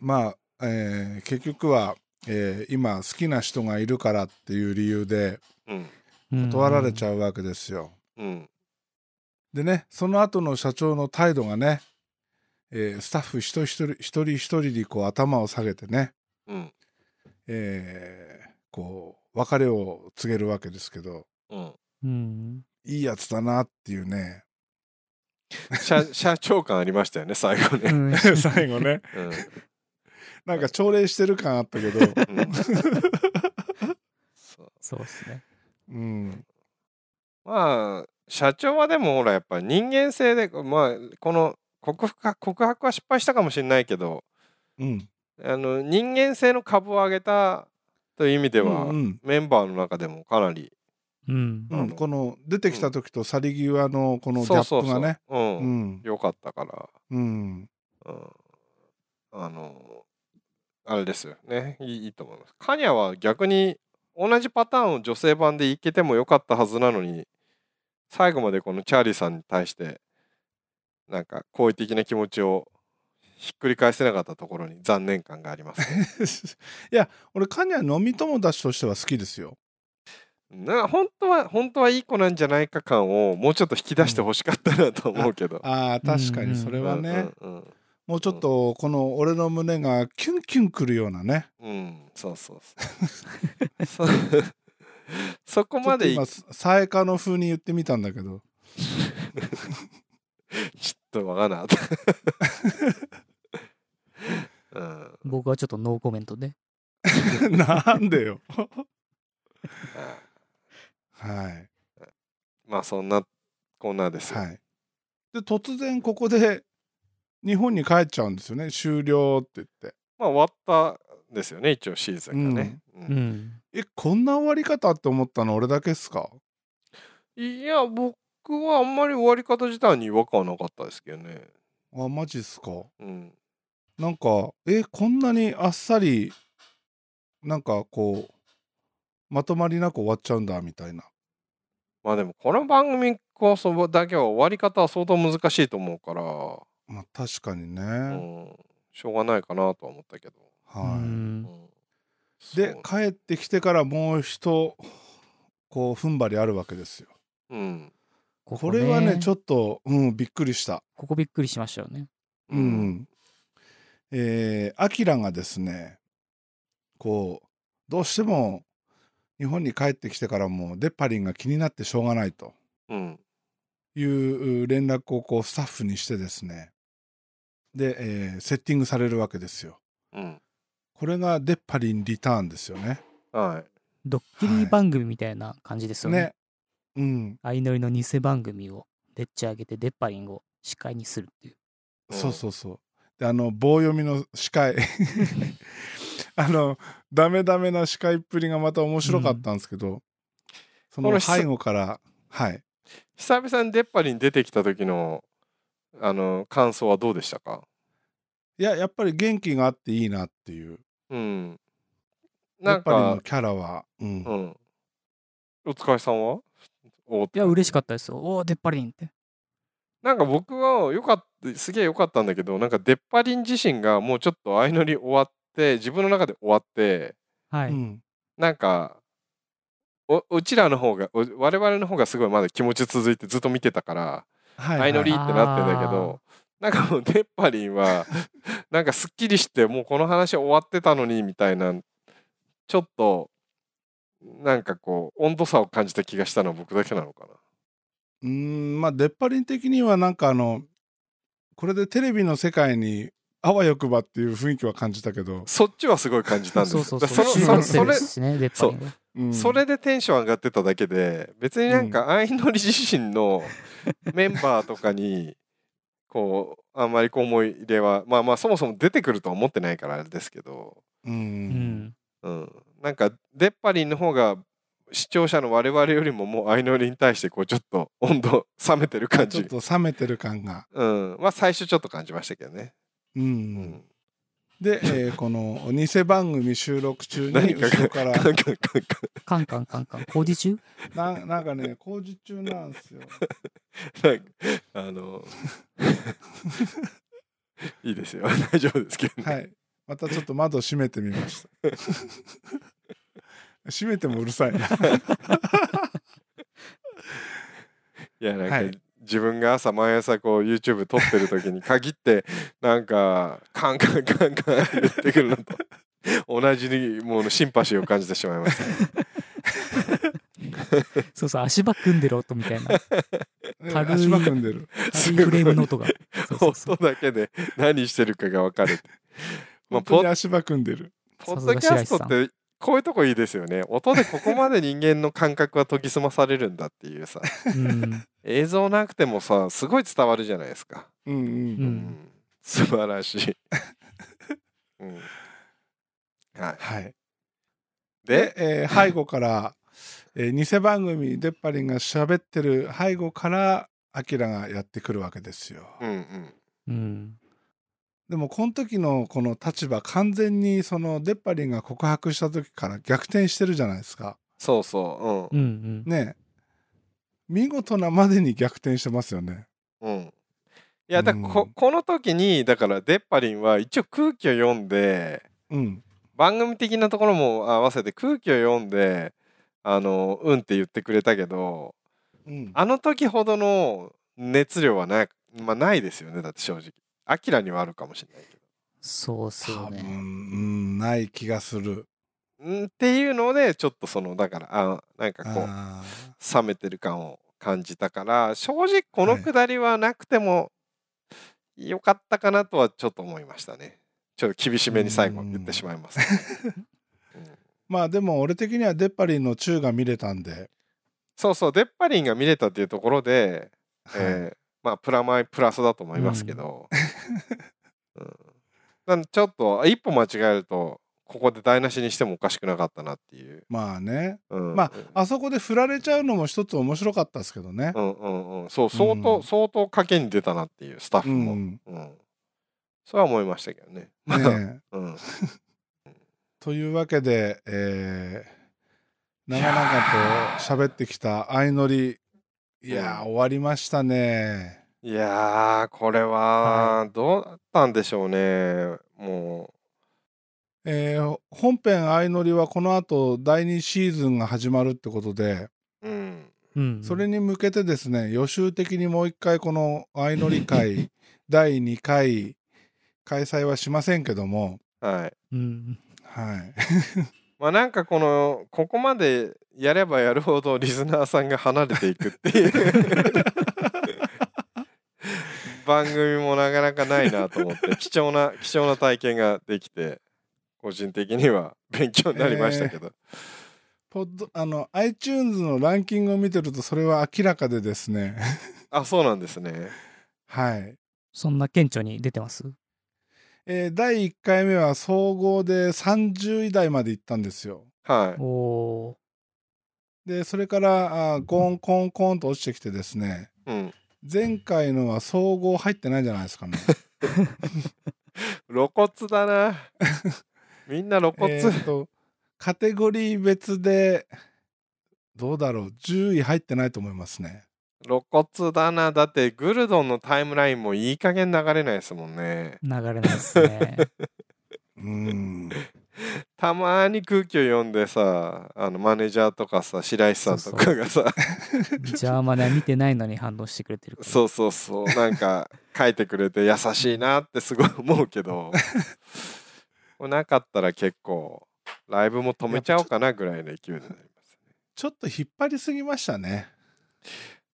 A: まあ、えー結局は、えー今好きな人がいるからっていう理由で
C: うん
A: 断られち
B: ゃ
A: ゃうわけですよ、
C: うん
A: でねその後の社長の態度がね、えースタッフ一人一人一人一人にこう頭を下げてね、
C: うん
A: えーこう別れを告げるわけですけど
C: うん
B: う。うん
A: いいやつだなっていうね
C: 社社長感ありましたよね最後
B: う
C: ね、
B: ん
A: 最後ね
C: うん
A: なんか朝礼してる感あったけど、
C: うんそう
B: そうですね。
A: うん、
C: まあ社長はでもほらやっぱ人間性でまあこの告白は告白は失敗したかもしれないけど
A: うん、
C: あの人間性の株を上げたという意味では、
A: うん
C: メンバーの中でもかなり
B: うん
A: うん
C: あ
A: う
C: の
A: ん、この出てきた時と去り際のこのギ
C: そ
A: ャ
C: うそ
A: ッ
C: う
A: プ
C: そう
A: がね、
C: うん
A: うん、
C: 良かったから、
A: うん、
C: うん、あのあれですよねいいいいと思いますカニャは逆に同じパターンを女性版でいけてもよかったはずなのに最後までこのチャーリーさんに対してなんか好意的な気持ちをひっくり返せなかったところに残念感がありますね、
A: いや俺カニは飲み友達としては好きですよ
C: な本当は本当はいい子なんじゃないか感をもうちょっと引き出してほしかったなと思うけど、
A: あー確か
B: うん
A: に
B: うん
A: それはね、
C: うんうん
A: もうちょっとこの俺の胸がキュンキュンくるようなね
C: うん、そうそうそう そ。そこ
A: ちょ
C: ま
A: っと
C: でいちょ
A: 今さえかの風に言ってみたんだけど
C: っとわからなかった。 うん、
B: 僕はちょっとノーコメントで。
A: なんでよはい
C: まあそんなこんなですよ。
A: はいで突然ここで日本に帰っちゃうんですよね終了って言って
C: まあ終わったんですよね一応シーズンがね。うん
B: うん。
A: えこんな終わり方って思ったの俺だけっすか
C: いや僕はあんまり終わり方自体に違和感はなかったですけどね。
A: あマジっすか
C: うん、
A: なんかえこんなにあっさりなんかこうまとまりなく終わっちゃうんだみたいな
C: まあでもこの番組こそだけは終わり方は相当難しいと思うから、
A: まあ確かにね、
C: うん、しょうがないかなとは思ったけど。
B: う
A: は
C: うん
B: ん
A: いで
C: そう
A: 帰ってきてからもうひとこう踏ん張りあるわけですよ
C: うん。
B: こ
A: これはねち
B: ょ
A: ょっとうんびっくりした
B: ここびっくりしましたよね。
A: うん、。えーアキラがですねこうどうしても日本に帰ってきてからもデッパリンが気になってしょうがないと
C: うん。
A: いう連絡をこうスタッフにしてですねで、えーセッティングされるわけですよ
C: うん。
A: これが出っ張りにリターンですよね
C: は
B: ドッキリ番組みたいな感じですよね。
A: ねうん
B: 相乗りの偽番組をでっち上げてデッパリングを司会にするっていう。
C: うん
A: そうそうそうであの棒読みの司会あのダメダメな司会っぷりがまた面白かったんですけど、そ
C: こ
A: の
C: れす
A: 背後からはい
C: い。久々に出っ張りに出てきた時の、あの、感想はどうでしたか
A: いややっぱり元気があっていいなっていう
C: うん。
A: や
C: な
A: っ
C: ん
A: ぱり
C: か
A: の、キャラは、うん
C: うん。お疲れさんはお
B: いや、嬉しかったですよ。おお、デッパリンって。
C: なんか僕はよかったすげえ良かったんだけどなんか出っ張りん自身がもうちょっと相乗り終わって自分の中で終わって
B: はい。
A: うん
C: なんかおうちらの方がお我々の方がすごいまだ気持ち続いてずっと見てたから
A: はいはい
C: 相乗りってなってんだけどなんかもう出っ張りんはなんかすっきりしてもうこの話終わってたのにみたいなちょっとなんかこう温度差を感じた気がしたのは僕だけなのかな。
A: うーんまあ出っ張り的にはなんかあのこれでテレビの世界にあわよくばっていう雰囲気は感じたけど、
C: そっちはすごい感じたんで す
B: そうそ
C: よ
B: うそう。
C: だから
B: 中
C: その
B: 学
C: そ
B: 生
C: れ
B: ですしね、デッパリングは。
A: うん
C: それでテンション上がってただけで別になんか相乗り自身のメンバーとかにこうあんまりこう思い入れはまあまあそもそも出てくるとは思ってないからあれですけど、
A: うん、
B: うん。
C: うん、なんか出っ張りの方が視聴者の我々よりももう相乗りに対してこうちょっと温度冷めてる感
A: ちょっ
C: じ、
A: と冷めてる感が、
C: うん、まあ最初ちょっと感じましたけどね、
A: うん
C: うん、
A: で、えーこの偽番組収録中に
C: 何か
A: 後ろから
C: なんかなんか
B: カンカンカンカン。工事中
A: ななんかね工事中なんですよ
C: なんかあの いいですよ 大丈夫です けどね、
A: はいまたちょっと窓閉めてみました 閉めてもうるさいな
C: いやなんか、
A: はい
C: 自分が朝毎朝こう YouTube 撮ってる時に限ってなんかカンカンカンカン言ってくるのと同じにもうシンパシーを感じてしまいました
B: そうそう、足場組んでる音みたい な。軽い
A: 足場組んでる
B: 軽いフレームの 音が。そうそうそう
C: 音。だけで何してるかが分かる、まあ、
A: 本
C: ポ
A: 当に
C: ッ
A: 足場組んでる
C: ポッドキャストってこういうとこいいですよね音でここまで人間の感覚は研ぎ澄まされるんだっていうさ
B: うん。
C: 映像なくてもさすごい伝わるじゃないですか、
A: うんうん
B: う
C: うんん、素晴らしい、うん、はい
A: はい
C: で
A: で、えー背後から、えー偽番組デッパリンが喋ってる背後からアキラがやってくるわけですよ、
C: うんうん
B: うん。
A: でもこの時のこの立場完全にそのデッパリンが告白した時から逆転してるじゃないですか
C: そうそ
B: うんうん。
A: ねえ見事なまでに逆転してますよね
C: う。うん。うん。いや、だからこ、
A: うん
C: この時に、だから、デッパリンは一応空気を読んで、
A: うん
C: 番組的なところも合わせて空気を読んで、あの、うんって言ってくれたけど、
A: うん
C: あの時ほどの熱量はない、まあ、ないですよね、だって正直。アキラにはあるかもしれないけ
B: そうっす
A: 多
B: よ
A: 分、
B: ね。
A: うん、ない気がする
C: ど。んっていうので、ちょっとその、だから、あなんかこう、
A: あ
C: 冷めてる感を感じたから、正直このくだりはなくても良かったかなとはちょっと思いましたね。ちょっと厳しめに最後言ってしまいます、 うん
A: まあでも俺的にはデッパリンの宙が見れたんで、
C: そうそう、デッパリンが見れたっていうところで、
A: はい
C: えーまあ、プラマイプラスだと思いますけど、うんなんでちょっと一歩間違えると、ここで台無しにしてもおかしくなかったなっていう。
A: まあね
C: うん
A: まあそこで振られちゃうのも一つ面白かったですけどね
C: うんうんうん、そう、相当、
A: うん
C: 相当賭けに出たなっていう、スタッフ
A: う
C: も。
A: ん、
C: うん。それは思いましたけどね。まあ、
A: ねえ
C: うん。
A: というわけで、えー、長々と喋ってきた相乗りいやー終わりましたね
C: いやー、これは、どうだったんでしょうね。も
A: えー本編相乗りはこの後第2シーズンが始まるってことで
C: う、うん。
B: うん。
A: それに向けてですね予習的にもう一回この相乗り会第2回開催はしませんけども
C: はい。
B: うん。
A: はい
C: まあなんかこの、ここまでやればやるほどリスナーさんが離れていくっていう。番組もなかなかないなと思って貴重な貴重な体験ができて個人的には勉強になりましたけど、
A: ポッドあの iTunes のランキングを見てるとそれは明らかでですね
C: あそうなんですね
A: はい、
B: そんな顕著に出てます
A: えー第1回目は総合で30位台まで行ったんですよ
C: はい
B: おー
A: でそれからあーコンコンコンと落ちてきてですね
C: うん
A: 前回のは総合入ってないんじゃないです かね
C: 露骨だなみんな露骨、
A: えーっとカテゴリー別でどうだろう10位入ってないと思いますね
C: 露骨だなだってグルドンのタイムラインもいい加減流れないですもんね
B: 流れないです ね
A: うーん
C: たまに空気を読んでさあのマネージャーとかさ白石さんとかがさ
B: ジャーマネは見てないのに反応してくれてるから
C: そうそうそうなんか書いてくれて優しいなってす ごい思うけどこれなかったら結構ライブも止めちゃおうかなぐらいの勢いになります
A: ちょっと引っ張りすぎましたね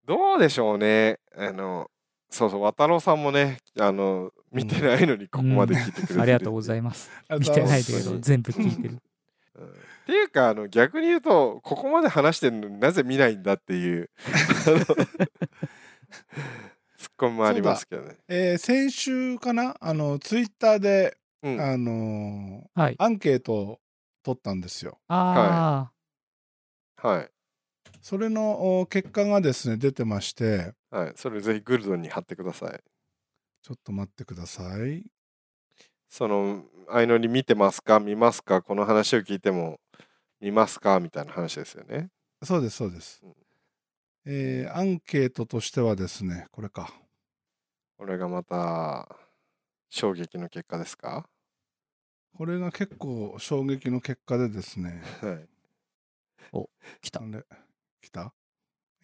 C: どうでしょうねあのそうそう渡郎さんもねあの見てないのにここまで聞いてくれてる、
B: ありがとうございます
A: あ
B: 見てないけ
C: そう
B: ど
C: そう
B: 全部聞いてる
C: うんっていうかあの逆に言うとここまで話してるのになぜ見ないんだっていうあのツッコミもありますけどね。
A: えー先週かなあのツイッターで、
C: うん
A: あの
B: はい
A: ーアンケートを取ったんですよ。
B: あ
C: はい、
A: それのお結果がですね出てまして
C: はい、それぜひグルドンに貼ってください。
A: ちょっと待ってください。
C: その相乗り見てますか見ますかこの話を聞いても見ますかみたいな話ですよね。
A: そうですそうです
C: うん。
A: えーアンケートとしてはですねこれか
C: これがまた衝撃の結果ですか、
A: これが結構衝撃の結果でですね
C: はい、
B: あ来た
A: あれ来た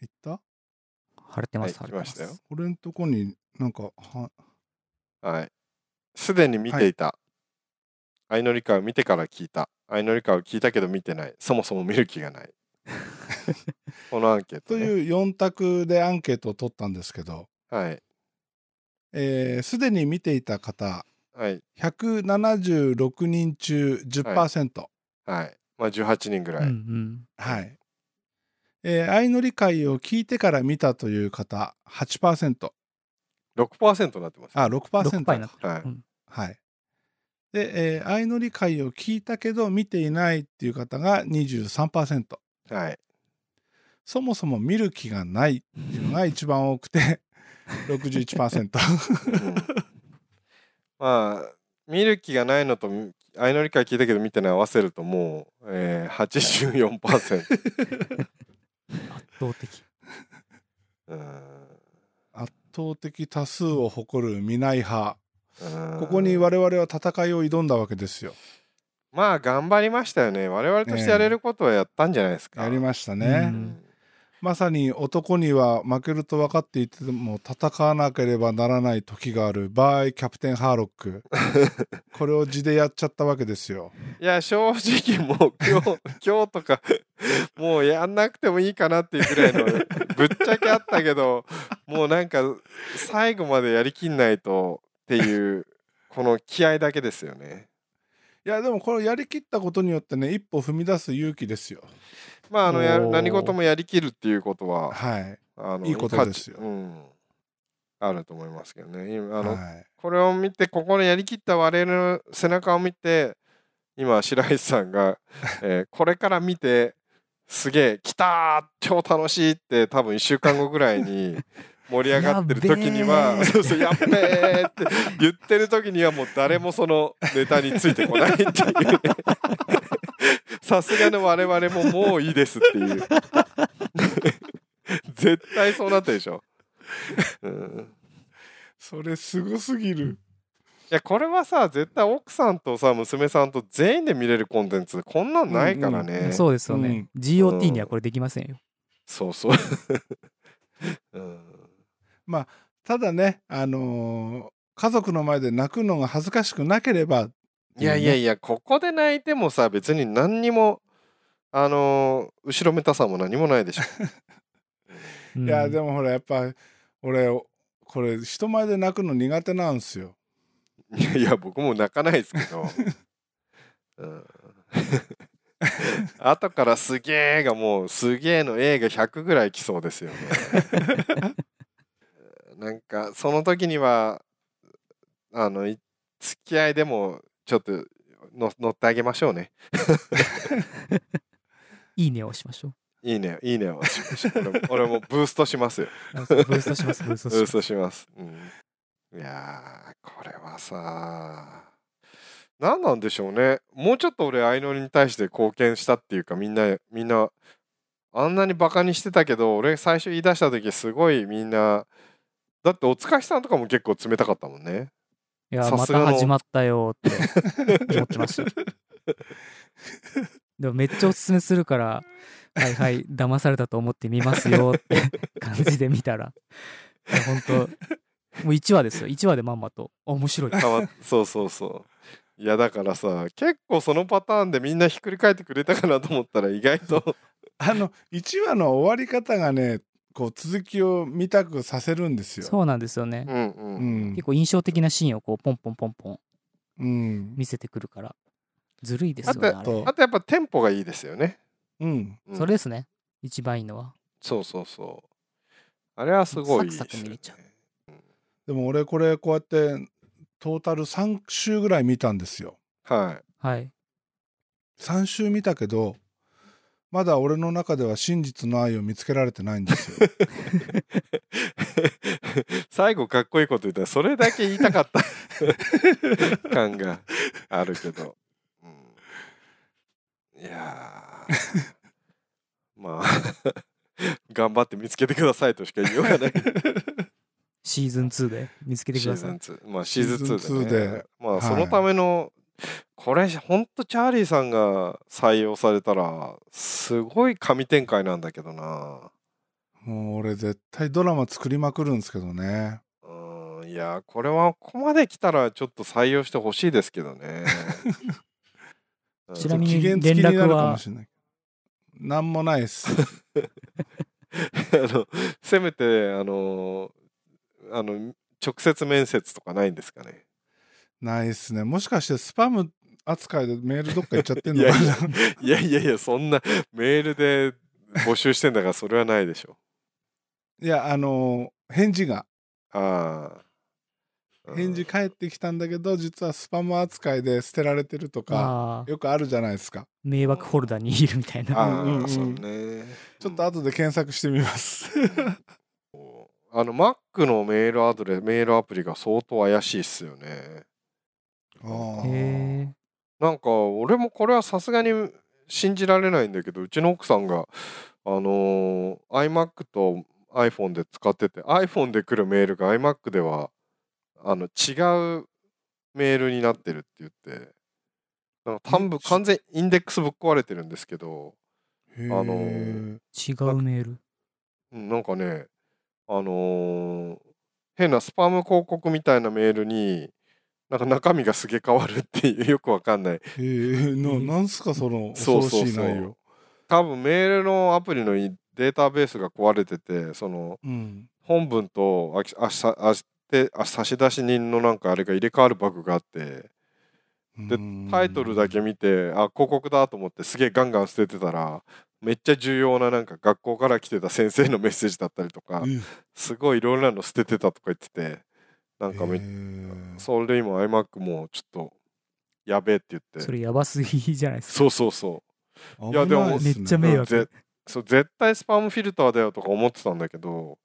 A: 行った
B: 晴れてます
C: は
B: 晴れ
C: い
B: てます
C: 来ましたよ
A: 俺んとこになんかは
C: はい。すでに見ていた。相乗り会を見てから聞いた。相乗り会を聞いたけど見てない。そもそも見る気 がない。このアンケート、
A: と
C: ね。う。
A: いう4択でアンケートを取ったんですけど
C: はい。
A: えーすで、に見ていた方
C: はい。
A: 176人中10%。
C: はい。まあ18人ぐらい。
B: うん
A: はい。えー相乗り会を聞いてから見たという方、8%。
C: 6%になってます。
A: あ、
B: うん6
A: 6%
B: 杯になって
C: はい
B: うん
A: はい。で、えー相乗り会を聞いたけど見ていないっていう方が23%。
C: はい。
A: そもそも見る気がないっていうのが一番多くて、61%。
C: うんまあ、見る気がないのと、相乗り会聞いたけど見てない合わせるともう、えー、84%。
B: 圧倒的
C: うん。
A: 圧倒的多数を誇る見ない派。
C: うん
A: ここに我々は戦いを挑んだわけですよ。
C: まあ頑張りましたよね。我々としてやれることはやったんじゃないですか。
A: やりましたね。
B: う
C: うんん
A: まさに男には負けると分かっていても戦わなければならない時がある場合キャプテンハーロックこれを地でやっちゃったわけですよ
C: いや正直もう今 日今日とかもうやんなくてもいいかなっていうぐらいのぶっちゃけあったけどもうなんか最後までやりきんないとっていうこの気合だけですよね。
A: いやでもこれをやりきったことによってね一歩踏み出す勇気ですよ
C: まああのや
B: おー
C: 何事もやりきるっていうことは
A: はい、
C: あの
A: いいことですよ
C: 価値うん、あると思いますけどね。今あの
A: はい、
C: これを見てここでやりきった我々の背中を見て今白石さ んが、えーこれから見てすげえ来たー超楽しいって多分1週間後ぐらいに 盛り上がってる時に
B: やっべ
C: は
B: ー
C: そうそうやっべーって言ってる時にはもう誰もそのネタについてこないっ ていうねさすがの我々ももういいですっていう絶対そうなったでしょ。うん
A: それすごすぎる
C: いやこれはさ絶対奥さんとさ娘さんと全員で見れるコンテンツこんなんないからね、
A: うん
B: うんそうですよね GOT にはこれできませんよ
C: そうそう うん
A: ただねあのー家族の前で泣くのが恥ずかしくなければ
C: いやいやいやここで泣いてもさ別に何にもあのー後ろめたさも何もないでしょ
A: いやで
B: も
A: もほらやっぱ俺これ人前で泣くの苦手なんですよ
C: いやいや僕も泣かないですけど、うん、 後から「すげえ」がもう「すげえ」の A が100ぐらい来そうですよねなんかその時にはあのい付き合いでもちょっとの乗ってあげましょうね
B: いいねを押しましょう
C: いいねいいねをしましょう俺も俺もブーストしますよ。
B: あそうブーストします、ブーストし
C: う
B: ま
C: そ
B: す。
C: します。うん、いやーこれはさ何なんでしょうねもうちょっと俺相乗りに対して貢献したっていうかみんなみんなあんなにバカにしてたけど俺最初言い出した時すごいみんなだっておつかしさんとかも結構冷たかったもんね
B: いや、
C: さ
B: ます
C: が
B: た
C: の
B: 始まったよーって思ってました。でもめっちゃおすすめするから、はいはい、騙されたと思って見ますよーって感じで見たら、いや本当もう1話ですよ。1話でまんまと、あ面白い。
C: た まそうそうそういやだからさ結構そのパターンでみんなひっくり返ってくれたかなと思ったら意外と
A: あの1話の終わり方がねこう続きを見たくさせるんですよ
B: そうなんですよね
C: う。んうん、
A: うん
B: 結構印象的なシーンをこうポンポンポンポン
A: うん
B: 見せてくるから、ずるいですよね、あ
A: あと
B: れ。
C: あとやっぱテンポがいいですよね
A: うん
C: うん
B: それですね。一番いいのは。
C: そうそうそう。あれはすごい
B: サクサク見れちゃう
A: でも俺これこうやってトータル3週ぐらい見たんですよ
C: は
B: はい。
A: 3週見たけどまだ俺の中では真実の愛を見つけられてないん ですよ
C: い。最後かっこいいこと言ったらそれだけ言いたかった感があるけど。うん、いや ーまあ頑張って見つけてくださいとしか言いようがない。
B: シーズン2で 見つけてく
C: シー
B: だ
C: ズ
B: さい
C: ン。2。まあシーズン2で,、ね
A: シーズン2で
C: ま
A: は
C: あ
A: い
C: そのための、これほんとチャーリーさんが採用されたらすごい神展開なんだけどな。
A: もう俺絶対ドラマ作りまくるんですけどね
C: うーんいやこれはここまで来たらちょっと採用してほしいですけど ね。うん
B: ちなみに
A: 期限付きになる
B: 連絡は
A: かもしれないなんもないっ す
C: あのせめてあのあの直接面接とかないんですかね。
A: ないっすねもしかしてスパム扱いでメールどっか行っちゃってんのかな
C: いやいやいやいやそんなメールで募集してんだからそれはないでしょ。
A: いやあのー返事が
C: ああ。うん
A: 返事返ってきたんだけど実はスパム扱いで捨てられてるとか
B: ああ、
A: よくあるじゃないですか
B: 迷惑フォルダにいるみたいな。
C: ああ、
A: うんうんうん
C: そうね。
A: ちょっと後で検索してみます
C: あの Mac のメールアドレスメールアプリが相当怪しいっすよね。
A: あー
B: へえ。
C: なんか俺もこれはさすがに信じられないんだけどうちの奥さんがあのー iMac と iPhone で使ってて iPhone で来るメールが iMac ではあの違うメールになってるって言ってなんか単部
A: えし
C: 完全インデックスぶっ壊れてるんですけど
A: へー
C: あのー
B: 違うメール。
C: うんなんかねあのー変なスパム広告みたいなメールになんか中身がすげえ変わるっていうよくわかんない
A: へーななんすかその恐
C: そ
A: ろ
C: うそう
A: しい
C: そう
A: 内容
C: 多分メールのアプリのいデータベースが壊れててその
A: うん
C: 本文とあきあしあしてあ差出人のなんかあれが入れ替わるバグがあってで
A: うん
C: タイトルだけ見てあ広告だと思ってすげえガンガン捨ててたらめっちゃ重要ななんか学校から来てた先生のメッセージだったりとか
A: うん
C: すごいいろいろなの捨ててたとか言っててなんかめっ
A: へー
C: それで今 iMac もちょっとやべえって言っ
B: そ
C: て
B: れやばすぎじゃないですか。
C: そうそうそういや
A: 危ない
C: でも
A: すね
B: めっちゃ迷惑
C: ぜそう絶対スパムフィルターだよとか思ってたんだけど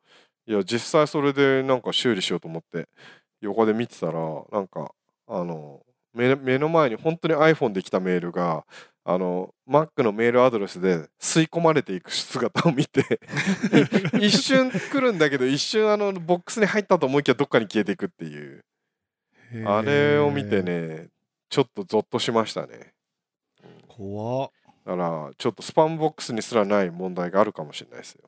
C: いや実際それでなんか修理しようと思って横で見てたらなんかあの目目の前に本当に iPhone で来たメールがあの Mac のメールアドレスで吸い込まれていく姿を見て一瞬来るんだけど一瞬あのボックスに入ったと思いきやどっかに消えていくっていう
A: へー
C: あれを見てねちょっとゾッとしましたね
A: 怖っ
C: だからちょっとスパムボックスにすらない問題があるかもしれないですよ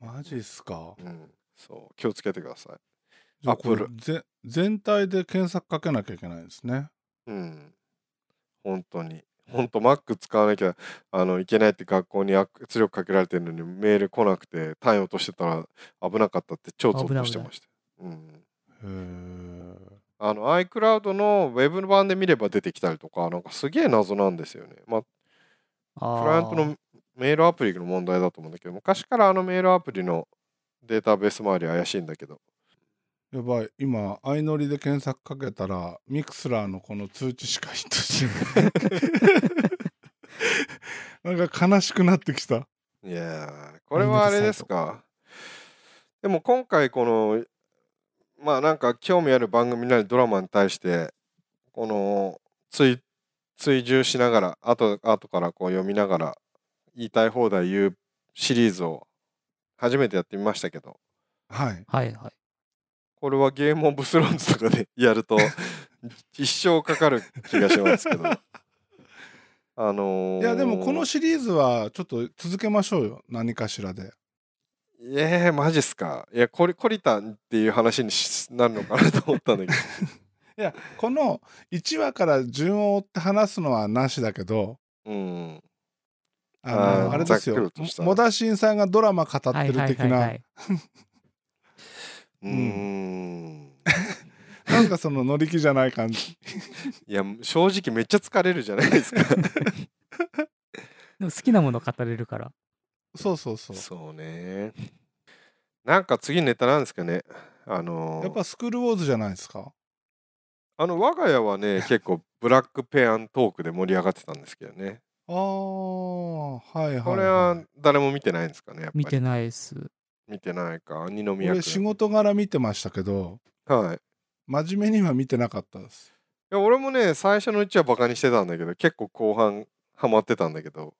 A: マジっすか
C: うん、そう気をつけてください。
A: じゃあこれ
C: Apple
A: ぜ全体で検索かけなきゃいけないんですね
C: うん、本当に。本当 Mac 使わなきゃあのいけないって学校に圧力かけられてるのにメール来なくて単位落としてたら危なかったって超ゾッとしてました。うん、
A: へー
C: あの iCloud のウェブ版で見れば出てきたりとかなんかすげえ謎なんですよね。まあ
B: あー
C: クライアントのメールアプリの問題だと思うんだけど昔からあのメールアプリのデータベース周り怪しいんだけど
A: やばい今相乗りで検索かけたらミクスラーのこの通知しかヒットしないなんか悲しくなってきた
C: いやーこれはあれですかでも今回このまあなんか興味ある番組なりドラマに対してこの追追従しながら後後からこう読みながら言いたい放題言うシリーズを初めてやってみましたけど
A: はい
B: はいはい
C: これはゲームオブスローンズとかで やると一生かかる気がします けど。あのー
A: いやでもこのシリーズはちょっと続けましょうよ何かしらで
C: えー、マジっすかいやこれコリタンっていう話にしなるのかなと思ったんだ けど
A: いやこの1話から順を追って話すのはなしだけど
C: うん
A: あの
B: あー
A: あれです
C: ざっ
A: よ
C: くりとした
A: モダシンさんがドラマ語って
B: はい
A: る
B: はい
A: 的
B: はいは
A: ない
C: うーん
A: なんかその乗り気じゃない感じ
C: いや正直めっちゃ疲れるじゃないですか
B: でも好きなもの語れるから
A: そうそうそう
C: そうねなんか次ネタなんですかねあのー
A: やっぱスクールウォーズじゃないですか
C: あの我が家は ね結構ブラックペアントークで盛り上がってたんですけどね
A: あーはいはい、はい、
C: これは誰も見てないんですかねやっぱり
B: 見てないっす
C: 見てないか二宮
A: 俺
C: 君
A: 仕事柄見てましたけど
C: はいい
A: 真面目には見てなかったです
C: や俺もね最初のうちはバカにしてたんだけど結構後半ハマってたんだけど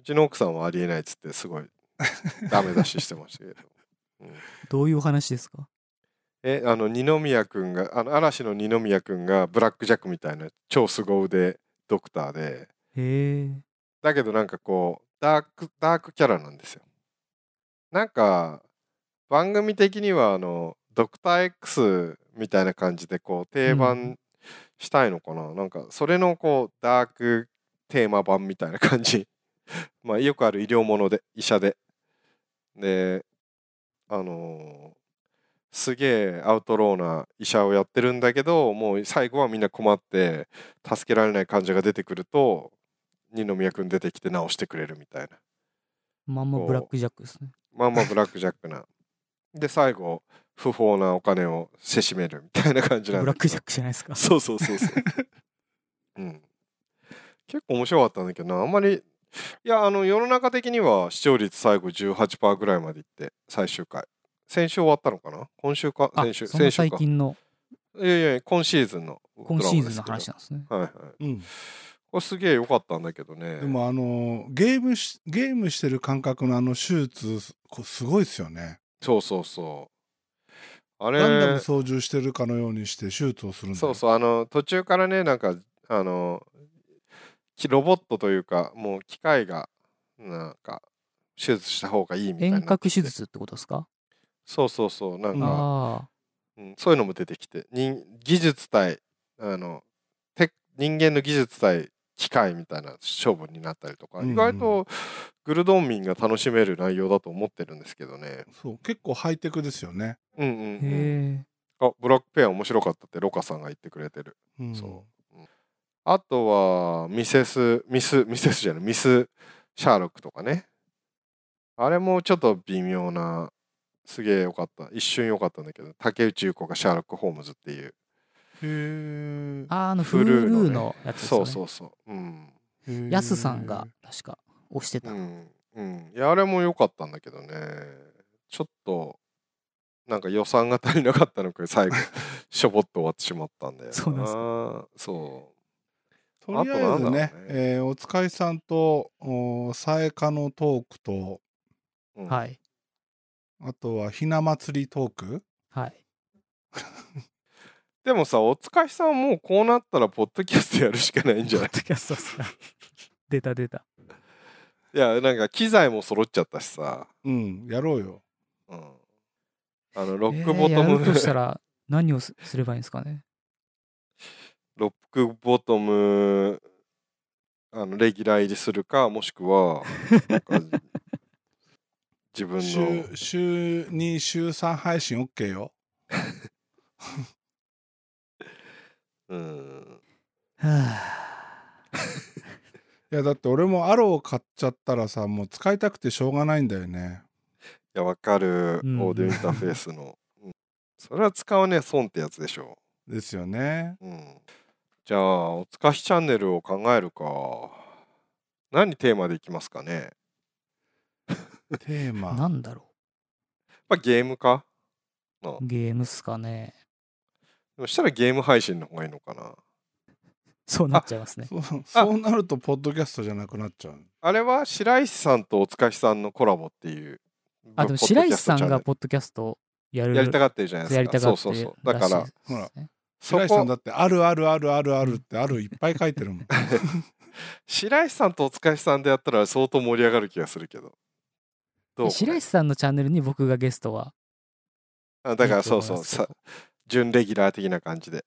C: うちの奥さんはありえないっつってすごいダメ出ししてましたけど
B: どういうお話ですか
C: えあの二宮君があの嵐の二宮君がブラック・ジャックみたいな超凄腕ドクターで
B: へえ
C: だけどなんかこうダークダークキャラなんですよなんか番組的にはあのドクター X みたいな感じでこう定番したいのかな、なんかそれのこうダークテーマ版みたいな感じ まあよくある医療もので医者でであのーすげえアウトローな医者をやってるんだけどもう最後はみんな困って助けられない患者が出てくると二宮君出てきて直してくれるみたいな
B: まんま
C: こう
B: ブラックジャックですね
C: まあまあブラックジャックな。で最後不法なお金をせしめるみたいな感じ
B: ブラ
C: なんだ
B: ック
C: け
B: ジャックじゃないですか
C: どそうそうそうそう。うん。結構面白かったんだけどなあんまりいやあの世の中的には視聴率最後18%ぐらいまでいって最終回。先週終わったのかな今週か
B: あ
C: 先週
B: その
C: 先週
B: 最
C: か。
B: 近の
C: いやいや今シーズンのドラマ
B: 今
C: です
B: シ
C: け
B: ー
C: ど。
B: ズンの話なんですね
C: はいはい。
A: うん
C: これすげえ良かったんだけどね。
A: でもあのーゲームしゲームしてる感覚のあの手術すこすごいですよね
C: そうそうそう。あれ
A: ガンダム操縦してるかのようにして手術をするんだよ
C: そうそうあの途中からねなんかあのきロボットというかもう機械がなんか手術した方がいいみたいにな
B: 遠
C: って
B: 隔手術ってことですか
C: そうそうそうなんか、
B: あ
C: うんそういうのも出てきて人技術対あのテ人間の技術対機械みたいな勝負になったりとか、
A: うんうん
C: 意外とグルドン民が楽しめる内容だと思ってるんですけどね
A: そう結構ハイテクですよね、
C: うんうん
B: あ
C: うん
B: へえ
C: あブラックペア面白かったってロカさんが言ってくれてる
A: うん
C: そう。うんあとは、ミセス、ミス、ミセスじゃない、ミス・シャーロックとかね。あれもちょっと微妙な、すげえ良かった。一瞬良かったんだけど、竹内優子がシャーロック・ホームズっていう。
A: へ
B: あーあのフ
C: フ
B: ル
C: ルーのね
B: ーのやつです
C: そ
B: よ
C: う
B: ね
C: そうそう。うん。
A: え
B: ヤスさんが確か押して
C: う
B: た、
C: ん。うん。いや、あれも良かったんだけどね。ちょっと、なんか予算が足りなかったのか、 最後、しょぼっと終わってしまったんだよな。
B: そうなんです
C: そ
A: とりあえずね
C: あとなんだろうね
A: えーおつかいさんとおさえかのトークと
C: う。うん
B: はい
A: あとはひな祭りトーク
B: はい
C: でもさ、おつかしさんはもうこうなったら、ポッドキャストやるしかないんじゃ
B: ポ
C: な
B: ッ
C: い
B: ドキャストっすか 出た出た
C: いや、なんか機材も揃っちゃったしさ、
A: うんやろうよ
C: うん、あの、ロックボ
B: え
C: ト
B: ーや
C: ム、
B: るとしたら何をすすればいいんですかね
C: ロックボトム、あの、レギュラー入りするか、もしくは、なんか自分
A: 週
C: の、
A: 週2週3配信 OK よ
C: うん。
B: はあ
A: いやだって俺もアロー買っちゃったらさもう使いたくてしょうがないんだよね
C: いや、わかる、
B: うん
C: オーディオインターフェースの。うんそれは使わねえ損ってやつでしょ。
A: ですよ ね
C: うん。じゃあ、おつかしチャンネルを考えるか。何テーマでいきますかね。
A: テーマ
B: なんだろ
C: まあ、ゲームか。
B: うゲームっすかね
C: そしたらゲーム配信の方がいいのかな。
B: そうなっちゃいますね
A: そうそうなるとポッドキャストじゃなくなっちゃう
C: あれは白石さんとおつかしさんのコラボっていう。
B: あでも
C: ポッド
B: 白
C: キャ
B: 石
C: スト
B: さ
C: チャ
B: ん
C: ンネ
B: が
C: ル
B: ポッドキャストやる
C: やりたがってるじゃないですか。
B: やりたがって
C: そうそうそう。だ
B: ら
C: か
B: しい
C: ら
B: で、す
A: ほら
B: ね
C: そ
A: 白石さんだ
C: こ、
A: って「あるあるあるあるある」って「ある」いっぱい書いてるも ん
C: 白石さんとおつかしさんでやったら相当盛り上がる気がするけど。どう
B: 白石さんのチャンネルに僕がゲストは
C: あだから
B: いいと
C: そう
B: 思い
C: そ
B: ますけど
C: うさ準レギュラー的な感じで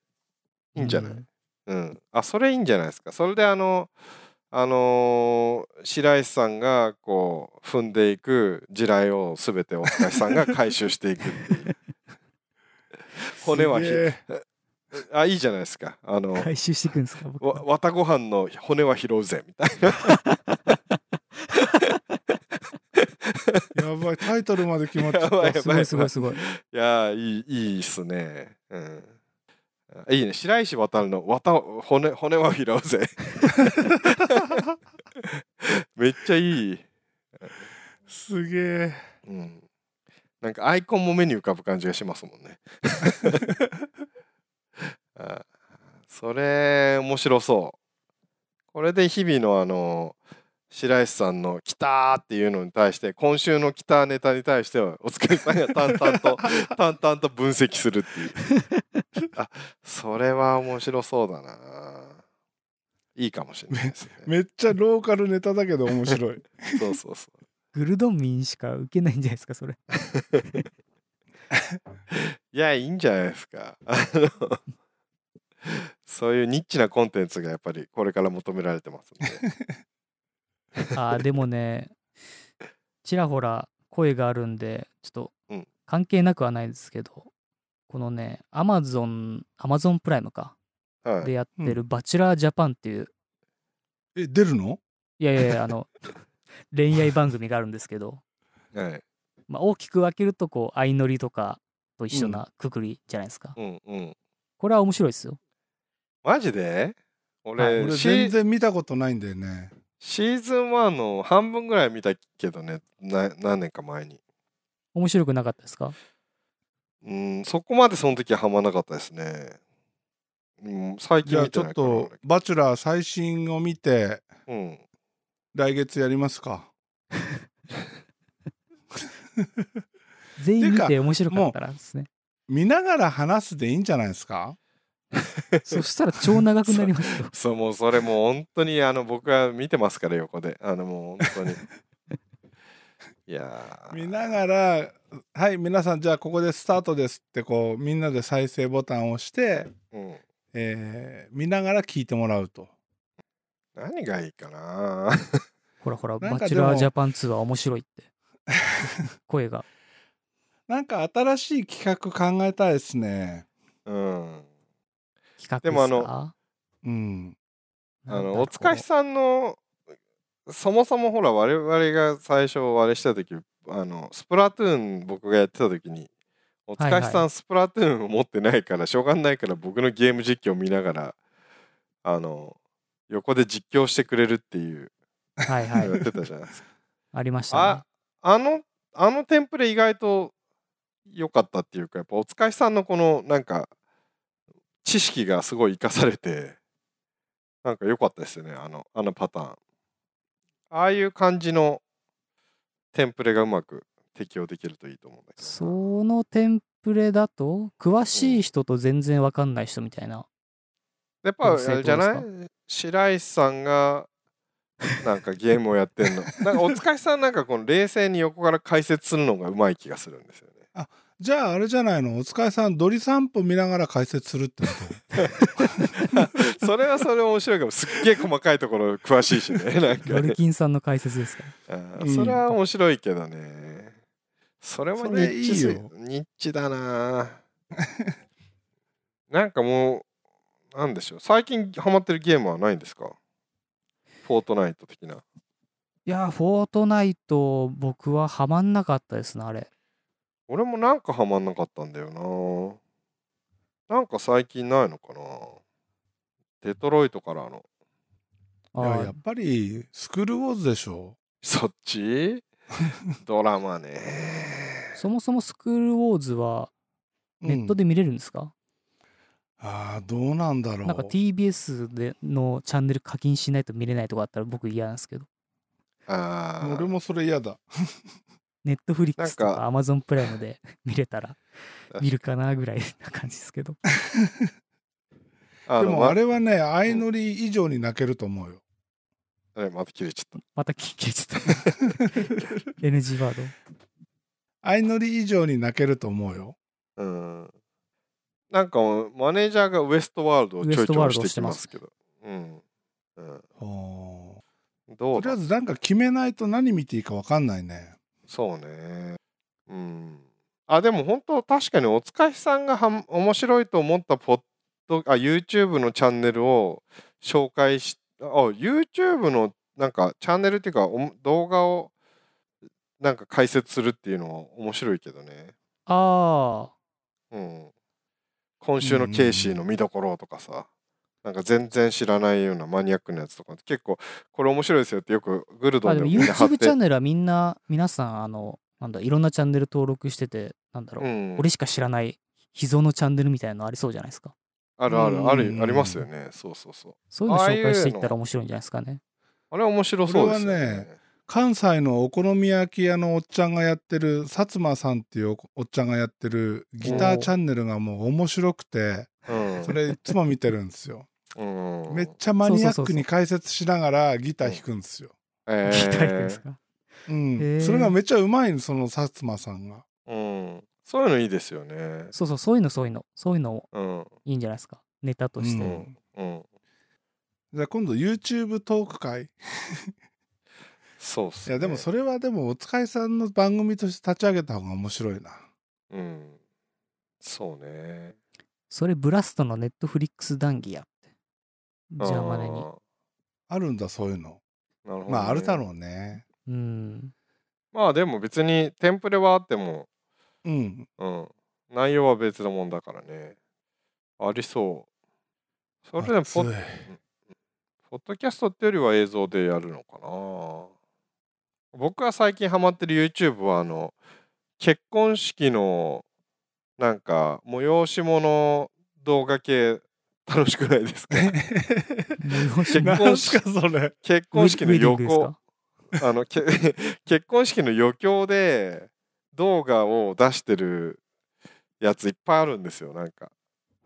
C: いいんじゃない、う
B: うんん
C: あそれいいんじゃないですかそれであのあのー白石さんがこう踏んでいく地雷を全てお塚さんが回収していくっていう 骨はひ
A: すげえ
C: あいいじゃないですかあの
B: 回収していくんですか僕
C: わ綿ご飯の骨は拾うぜみたいな
A: やばいタイトルまで決まっちゃっ
C: やばい
A: た
C: や
B: す
C: ば
B: ご
C: い
B: いすごいすごい
C: いやーいいいいっすねうんあいいね白石渡るの綿を骨骨は拾うぜ めっちゃいい、
A: すげえ
C: うん、なんかアイコンも目に浮かぶ感じがしますもんね あそれ面白そうこれで日々のあの白石さんの「来た!」っていうのに対して今週の「来た!」ネタに対してはお疲れさんが淡々と淡々と分析するっていうあそれは面白そうだないいかもしれないですね
A: めっちゃローカルネタだけど面白 い
C: そうそうそう
B: グルドンミンしか受けないんじゃないですかそれ
C: いや、いいんじゃないですか。あの そういうニッチなコンテンツがやっぱりこれから求められてますんで。
B: あーでもねちらほら声があるんでちょっと
C: うん
B: 関係なくはないですけどこのねアマゾンアマゾンプライムか
C: は
B: で
C: い、
B: やってる「バチュラージャパン」っていう
A: え出るの
B: いやいやいやあの恋愛番組があるんですけど
C: はい。
B: まあ、大きく分けるとこう相乗りとかと一緒なくくりじゃないですか、
C: うんうん。
B: これは面白いですよ
C: マジで俺,、
B: はい
A: 俺
C: シ
A: 全然見たことないんだよね
C: シーズン1の半分ぐらい見たけどね、な何年か前に。
B: 面白くなかったですか
C: うん、そこまでその時はハマらなかったですね。うん、最
A: じ
C: 近
A: ゃ
C: 見
A: あち
C: て
A: ょ
C: な
A: っ
C: いか
A: と
C: ら
A: 「バチュラー」最新を見て
C: 俺うん。
A: 来月やりますか
B: 全員見
A: ってい
B: て面白かったらですね
A: 見ながら話すでいいんじゃないですか
B: そしたら超長くなりますよ
C: そう、もうそれもう本当にあの僕は見てますから横で。あのもう 本当に。いやー
A: 見ながら「はい皆さんじゃあここでスタートです」ってこうみんなで再生ボタンを押して、
C: うん。
A: えー見ながら聞いてもらうと
C: 何がいいかな
B: ほらほら「
A: なんか
B: バチュラージャパン2」は面白いって声が
A: なんか新しい企画考えたいですね
C: うん。
B: 企画
C: で
B: で
C: も
B: も
C: あ
B: あ
C: の
B: の
A: うん
C: あの、おつかしさんの、そもそもほら、我々が最初、あれした時あの、スプラトゥーン僕がやってた時に、おつかし
B: はい
C: さん、スプラトゥーンを持ってないから、しょうがないから、僕のゲーム実況を見ながら、あの、横で実況してくれるっていう、
B: はい
C: や
B: は
C: っ
B: い
C: てたじゃないですか。
B: ありましたね
C: ああのあのテンプレ意外と良かったっていうかやっぱお塚さんのこのなんか知識がすごい生かされてなんか良かったですよねあのあのパターンああいう感じのテンプレがうまく適用できるといいと思うんだけどな
B: そのテンプレだと詳しい人と全然分かんない人みた いな
C: やっぱ
B: 構成
C: あれじゃない
B: ど
C: 白石さんがなんかゲームをやってんのなんかお塚さんなんかこの冷静に横から解説するのがうまい気がするんですよね
A: じゃああれじゃないのお疲れさんドリ散歩見ながら解説するってこと
C: それはそれ面白いかもすっげえ細かいところ詳し いしねなん
B: ロル
C: かね
B: キンさんの解説 ですか
C: あー
A: うん
C: それは面白いけどねそれもニッチす
A: それいいよ
C: ニッチだななんかもうなんでしょう最近ハマってるゲームはないんですかフォートナイト的ない
B: やー、フォートナイト、僕はハマんなかったですね、あれ。
C: 俺もなんかハマんなかったんだよななんか最近ないのかなデトロイトからの
A: い
B: あ
A: や
B: ー
A: やっぱりスクールウォーズでしょ
C: そっ ちドラマね
B: そもそもスクールウォーズはネット
A: で、
B: で見れるんですか、
A: ああどうなんだろう
B: なんか TBS でのチャンネル課金しないと見れないとかあったら僕嫌なんですけど、
C: あー
A: 俺もそれ嫌だ
B: ネットフリックスと
C: なん
B: か Amazon プライムで見れたら
C: かに
B: 見るかなぐらいな感じですけど。
C: あ
A: で
C: の
A: も
C: ま
A: あれはね相乗り以上に泣けると思うよ
C: あれまた切れちゃっ
B: また聞けちゃった。NG ワード。
A: 相乗り以上に泣けると思うよ
C: たうんなんかマネージャーがウエストワールドをちょいちょいしてきますけどうん、うん、
A: お
C: ど
A: と
C: う
A: り
C: だ
A: あえずなんか決めないと何見ていいか分かんないね
C: そうね。うん。あ、でも本当、確かにおつかしさんがはん面白いと思ったポッド、あ、YouTube のチャンネルを紹介し、あ、YouTube のなんかチャンネルっていうか、おも動画をなんか解説するっていうのは面白いけどね。
B: ああ、
C: うん。今週のケイシーの見どころとかさ、なんか全然知らないようなマニアックなやつとか、結構、これ面白いですよってよくグルド
B: あ
C: ン
B: で
C: でも
B: も
C: みんな貼っ
B: YouTube チ
C: て
B: ャ。ンネルはみんな、皆さん、あの、なんだ、いろんなチャンネル登録してて、なんだろう、
C: うん
B: 俺しか知らない秘蔵のチャンネルみたいなのありそうじゃないですか。
C: あるある、ある
A: う、ん
C: ありますよね。そうそうそう。
B: そういうの
C: ああいう
B: 紹介していったら
C: の
B: 面白いんじゃないですかね。
C: あれ面白そうです
A: こ
C: よ
A: れはね関西のお好み焼き屋のおっちゃんがやってる薩摩さんっていうおおっちゃんがやってるギターチャンネルがもう面白くて
C: うん、
A: それいつも見てるんですよ
C: うん、
A: めっちゃマニアックに解説しながらギター弾くんですよ。
C: え
B: 聞いたらいいですか。
A: うん
B: へー
A: それがめっちゃうまいのその薩摩さんが。
C: うん、そういうのいいですよね。
B: そうそう、そういうの、そういうの、そういうの
C: うん、
B: いいんじゃないですか。ネタとして。
A: うん
C: うん、
A: じゃあ今度 YouTube トーク会
C: そうっす、
A: い
C: ね。
A: やでもそれはでもお使いさんの番組として立ち上げた方が面白いな
C: うん、そうね。
B: それ、ブラストのネットフリックス談義やって。じゃあ、までに。
A: あるんだそういうの
C: ー。なるほどね
A: まああるだろうね
B: うん。
C: まあでも別にテンプレはあっても、
A: うん
C: うん、内容は別のもんだからね。ありそう。それでもポ
A: 熱い
C: ッポッドキャストってよりは映像でやるのかな僕が最近ハマってる YouTube はあの結婚式のなんか催し物動画系楽しくないですか 結
B: 結
C: 婚式
A: なんすかそれ
C: 結婚式の
B: ウェディン
C: 予
B: グです
C: 行
B: か
C: あのけ 結婚式の余興で動画を出してるやついっぱいあるんですよなんか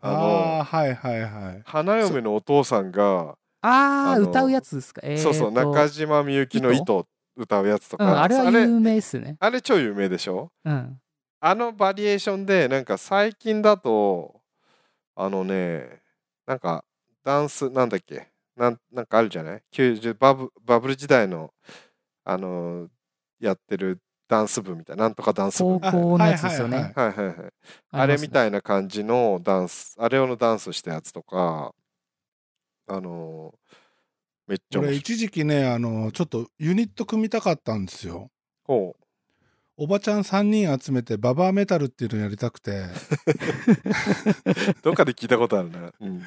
C: あの
A: ああーはいはいはい
C: 花嫁のお父さんが
B: あ
C: あ
B: あ、
C: の
B: 歌うやつですか。えーと
C: そうそう中島みゆきの
B: 糸
C: 糸歌うやつと
B: う
C: か、
B: ん、あれは
C: あれ
B: 有名っすね。
C: あれ超有名でしょ
B: うん。
C: あのバリエーションでなんか最近だとあのねなんかダンスなんだっけなんなんかあるじゃない90バブバブル時代のあのやってるダンス部みたいななんとかダンス
B: 高
C: 部みたい
B: 校のやつですよね。
A: はいはいはい
C: なはいはいはいあれみ
B: い。
C: たいな感じのダンスあれ用のダンスしたやつとかあのめっちゃ
A: 俺
C: 面白い
A: 一時期ねあのちょっとユニット組みたかったんですよ
C: ほう
A: おばちゃん3人集めてババアメタルっていうのやりたく て
C: どっかで聞いたことあるなうん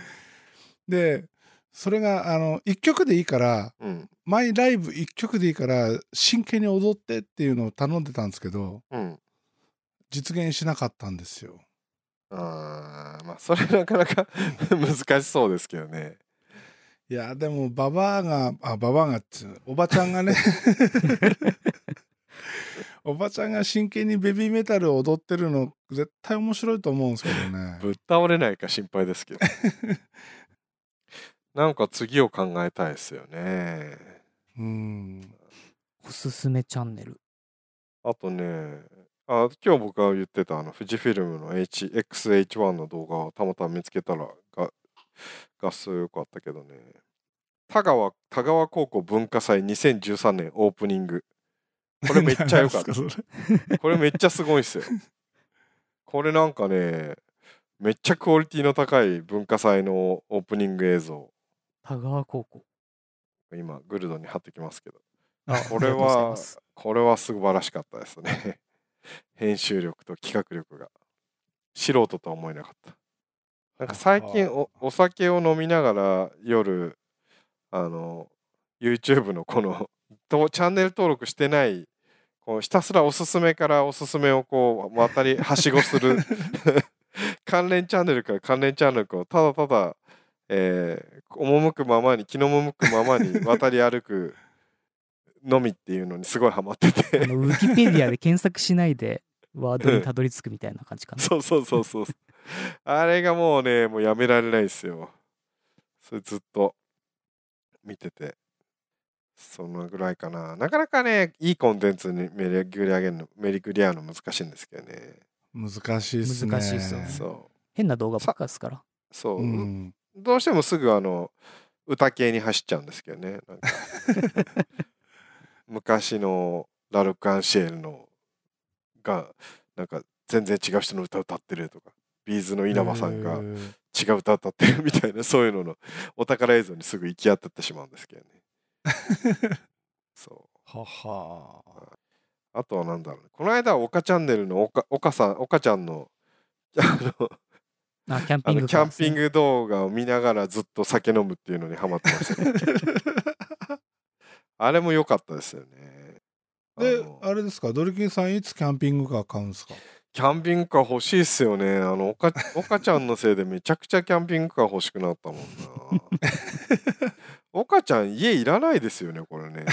A: でそれがあの1曲でいいから
C: うん
A: マイライブ1曲でいいから真剣に踊ってっていうのを頼んでたんですけど
C: うん
A: 実現しなかったんですよ
C: あーまあそれなかなか 難しそうですけどね
A: いやでもババアがあババアがっつうおばちゃんがね おばちゃんが真剣にベビーメタルを踊ってるの絶対面白いと思うんですけど ね
C: ぶっ倒れないか心配ですけ どなんか次を考えたいですよね
A: うん
B: おすすめチャンネル。
C: あとねあ今日僕が言ってたあの富士フィルムの HXH1 の動画をたまたま見つけたらが画数よくあったけどね田川田川高校文化祭2013年オープニングこれめっちゃ良かった
A: 何ですそれ
C: これめっちゃすごいっすよ。これなんかね、めっちゃクオリティの高い文化祭のオープニング映像
B: 田川高校。
C: 今グルドに貼ってきますけど
B: あ
C: これ
B: ありがとうござい
C: は
B: ます
C: これは素晴らしかったですね編集力と企画力が素人とは思えなかったなんか最近おお酒を飲みながら夜あの YouTube のこのとチャンネル登録してないこうひたすらおすすめからおすすめをこう渡りはしごする関連チャンネルから関連チャンネルをただただ、えー赴くままに気の赴くままに渡り歩くのみっていうのにすごいハマって て
B: あのウィキペディアで検索しないで ワードにたどり着くみたいな感じかな。
C: そうそうそうそう。あれがもうね、もうやめられないですよ。それずっと見てて。そのぐらいかな。なかなかね、いいコンテンツにメリグリ上げるの、メリグリ合うの難しいんですけどね。
A: 難しいっすね。
B: 難しいっすよね
C: そ
B: 変な動画ばっかですから。
C: う。そう。
A: うん。
C: どうしてもすぐあの、歌系に走っちゃうんですけどね。 なんか昔のラルク・アンシエルのが、なんか全然違う人の歌歌ってるとか、ビーズの稲葉さんが
A: へー
C: 違う歌歌ってるみたいなそういうののお宝映像にすぐ行き当たってしまうんですけどね そう
A: はは
C: あとはなんだろうねこの間は岡チャンネルの岡岡さん岡ちゃんのあの
B: あ、キャンピ
C: あ
B: ング
C: のキャンピン
B: グ。
C: グ動画を見ながらずっと酒飲むっていうのにハマってました、ね、 あれも良かったですよねあ
A: で
C: の
A: あれですかドリキンさんいつキャンピングカー買うんですか
C: キャンピングカー欲しいっすよねあの 岡岡ちゃんのせいでめちゃくちゃキャンピングカー欲しくなったもん な岡ちゃん家いらないですよねこれ ね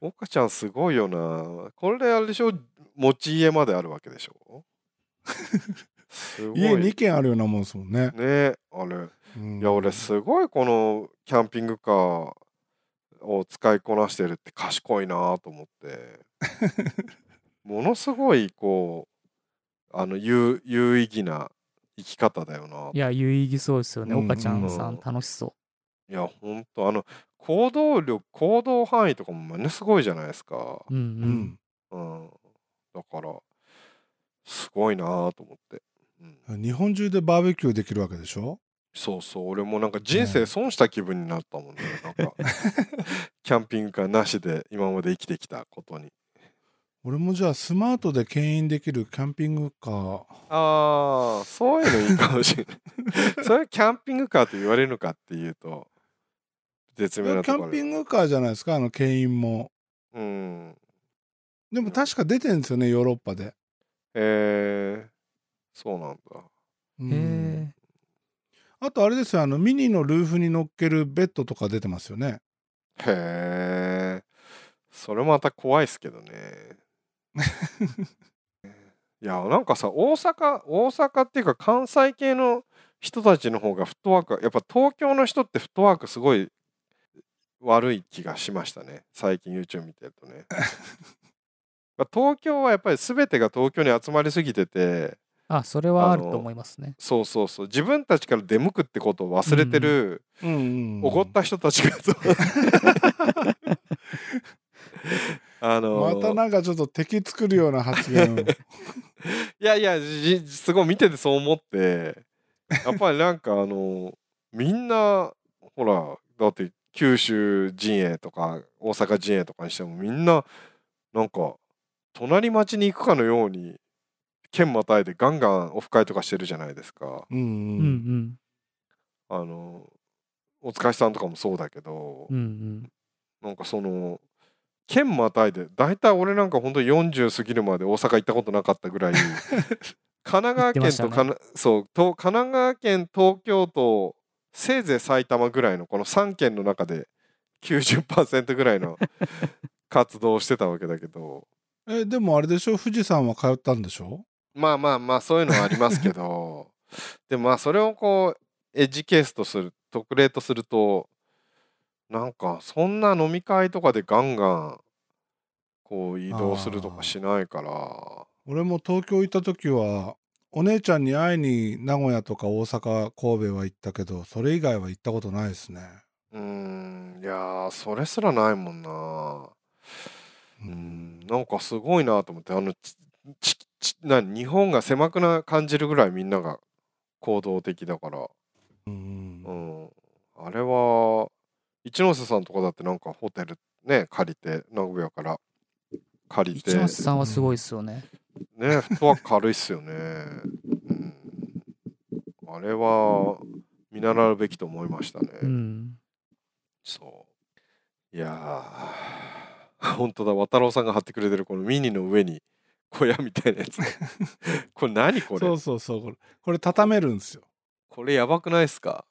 C: 岡ちゃんすごいよなこれあれでしょ持ち家まであるわけで しょすごい
A: 家2軒あるようなもんですもんね。
C: ねあれ
A: うん
C: いや俺すごいこのキャンピングカーを使いこなしてるって賢いなと思ってものすごいこうあの有有意義な生き方だよない
B: や、有意義そうですよね。
A: うん
B: 岡ちゃんさ
C: うん
B: ん楽しそ
C: いやほんとあの行動力行動範囲とかもものすごいじゃないですか、
B: う。うん
A: う
B: うん。
A: ん。
C: うん、だからすごいなと思って、うん、
A: 日本中でバーベキューできるわけでしょ
C: そうそう俺もなんか人生損した気分になったもんね なんかキャンピングカーなしで今まで生きてきたことに
A: 俺もじゃあスマートで牽引できるキャンピングカー
C: ああそういうのいいかもしれない それキャンピングカーと言われるのかっていうと絶
A: キ
C: 妙なとこ
A: ャ
C: ろ
A: ン
C: で
A: ピングカーじゃないですかあの牽引も
C: うん
A: でも確か出てんですよねヨーロッパで、
C: えー、そうなんだ
A: うん
B: へ
A: あとあれですよあのミニのルーフに乗っけるベッドとか出てますよね
C: へえそれまた怖いっすけどねいやなんかさ大阪大阪っていうか関西系の人たちの方がフットワークやっぱ東京の人ってフットワークすごい悪い気がしましたね最近 YouTube 見てるとねまあ東京はやっぱり全てが東京に集まりすぎてて
B: あ、それはあると思いますね。
C: そうそうそう自分たちから出向くってことを忘れてる、
A: うんうん
C: 怒った人たちが そうあの
A: またなんかちょっと敵作るような発言 を
C: いやいやじじすごい見ててそう思ってやっぱりなんかあのみんなほらだって九州陣営とか大阪陣営とかにしてもみんななんか隣町に行くかのように県またいでガンガンオフ会とかしてるじゃないですか。
A: うん
B: う
A: うん
B: うん。
C: あのお疲れさんとかもそうだけど、
B: うんうん。
C: なんかその県またいで大体俺なんか本当に40過ぎるまで大阪行ったことなかっ たぐらい神奈川
B: 行ってま
C: 県
B: し
C: と
B: たね
C: かな、そうと神奈川県東京都せいぜい埼玉ぐらいのこの3県の中で90%ぐらいの活動をしてたわけだけど
A: えでもあれでしょ富士山は通ったんでしょ
C: まあまあまあそういうのはありますけどでもまあそれをこうエッジケースとする特例とするとなんかそんな飲み会とかでガンガンこう移動するとかしないから
A: 俺も東京行った時はお姉ちゃんに会いに名古屋とか大阪神戸は行ったけどそれ以外は行ったことないですね
C: うーんいやーそれすらないもんなうーんなんかすごいなと思ってあのちちちな日本が狭くな感じるぐらいみんなが行動的だから、
A: うん
C: う。ん、あれは一ノ瀬さんとかだってなんかホテルね借りて名古屋から借りて
B: 一
C: ね
B: ノ瀬さんはすごいですよね。
C: フットワーク軽いっすよね、うん、あれは見習うべきと思いましたね、
B: うん。
C: そういやー本当だ渡郎さんが貼ってくれてるこのミニの上に小屋みたいなやつこれ何こ
A: そ
C: れ
A: うそうそうこれこれ畳めるんですよ
C: これやばくないですか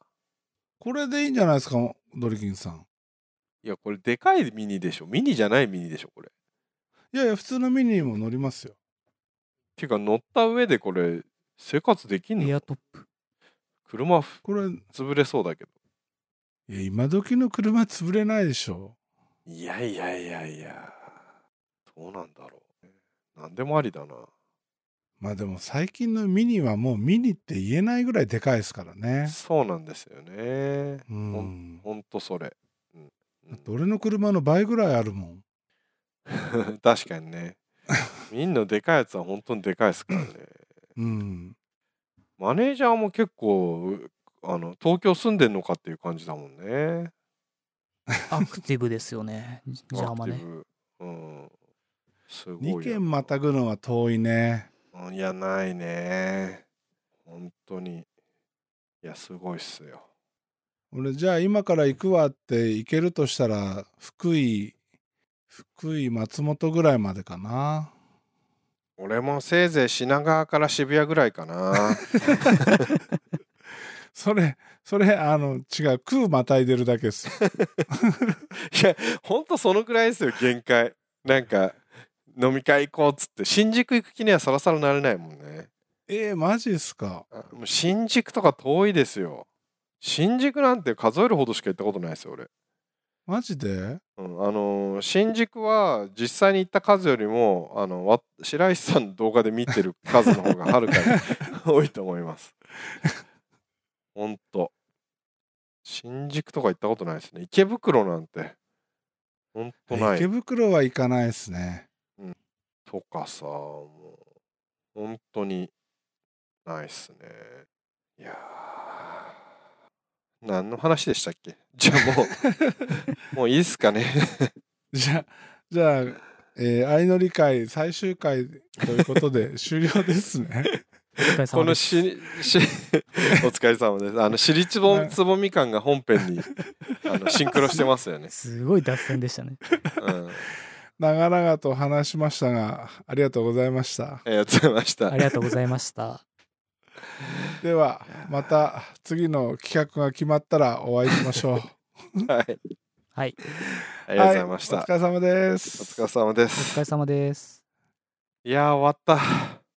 A: これでいいんじゃないですかドリキンさん
C: いやこれでかいミニでしょミニじゃないミニでしょこれ
A: いやいや普通のミニにも乗りますよ
C: ていうか乗った上でこれ生活できん
B: エ
C: の
B: アトップ。
C: 車ふ
A: これい
C: 潰れそうだけど
A: や今時の車潰れないでしょ
C: いやいやいやいやどうなんだろう何でもありだな
A: まあでも最近のミニはもうミニって言えないぐらいでかいですからね
C: そうなんですよね
A: うん
C: ほんとそれ、うんうん
A: だって俺の車の倍ぐらいあるもん
C: 確かにねみんなでかいやつは本当にでかいですからね
A: うん
C: マネージャーも結構あの東京住んでんのかっていう感じだもんね
B: アクティブですよね。ジャーマ
C: アク
B: ね
C: ティ。ブうんすごいよ
A: 2軒またぐのは遠いね
C: うんいやないね本当にいやすごいっすよ
A: 俺じゃあ今から行くわって行けるとしたら福井福井松本ぐらいまでかな
C: 俺もせいぜい品川から渋谷ぐらいかな
A: それそれあの違う空またいでるだけです
C: いやほんとそのくらいですよ限界なんか飲み会行こうっつって新宿行く気にはさらさらなれないもんね
A: えー、マジっすか
C: あもう新宿とか遠いですよ新宿なんて数えるほどしか行ったことないですよ俺、
A: マジで
C: うん、あのー新宿は実際に行った数よりもあのわ白石さんの動画で見てる数の方がはる かに多いと思いますほんと新宿とか行ったことないですね池袋なんてほんとない
A: 池袋は行かないですね
C: とかさもう本当にないっすねいやー何の話でしたっけじゃあも うもういいっすかね
A: じゃじゃあ、えー、相乗り会最終回ということで 終了ですね
B: お疲れ
C: こ
B: 様
C: の
B: です。
C: ししお疲れ様ですあの尻つぼつぼみ感が本編にあのシンクロしてますよね、
B: すごい脱線でしたね。
C: うん、
A: 長々と話しましたがありがとうございました
C: ありがとうございました
B: ありがとうございました。
A: ではまた次の企画が決まったらお会いしましょう
C: はい、
B: はい。
C: ありがとうございました、
A: はお疲れ様です
C: お疲れ様で
B: お
C: す
B: 疲れ様です。
C: いやー終わった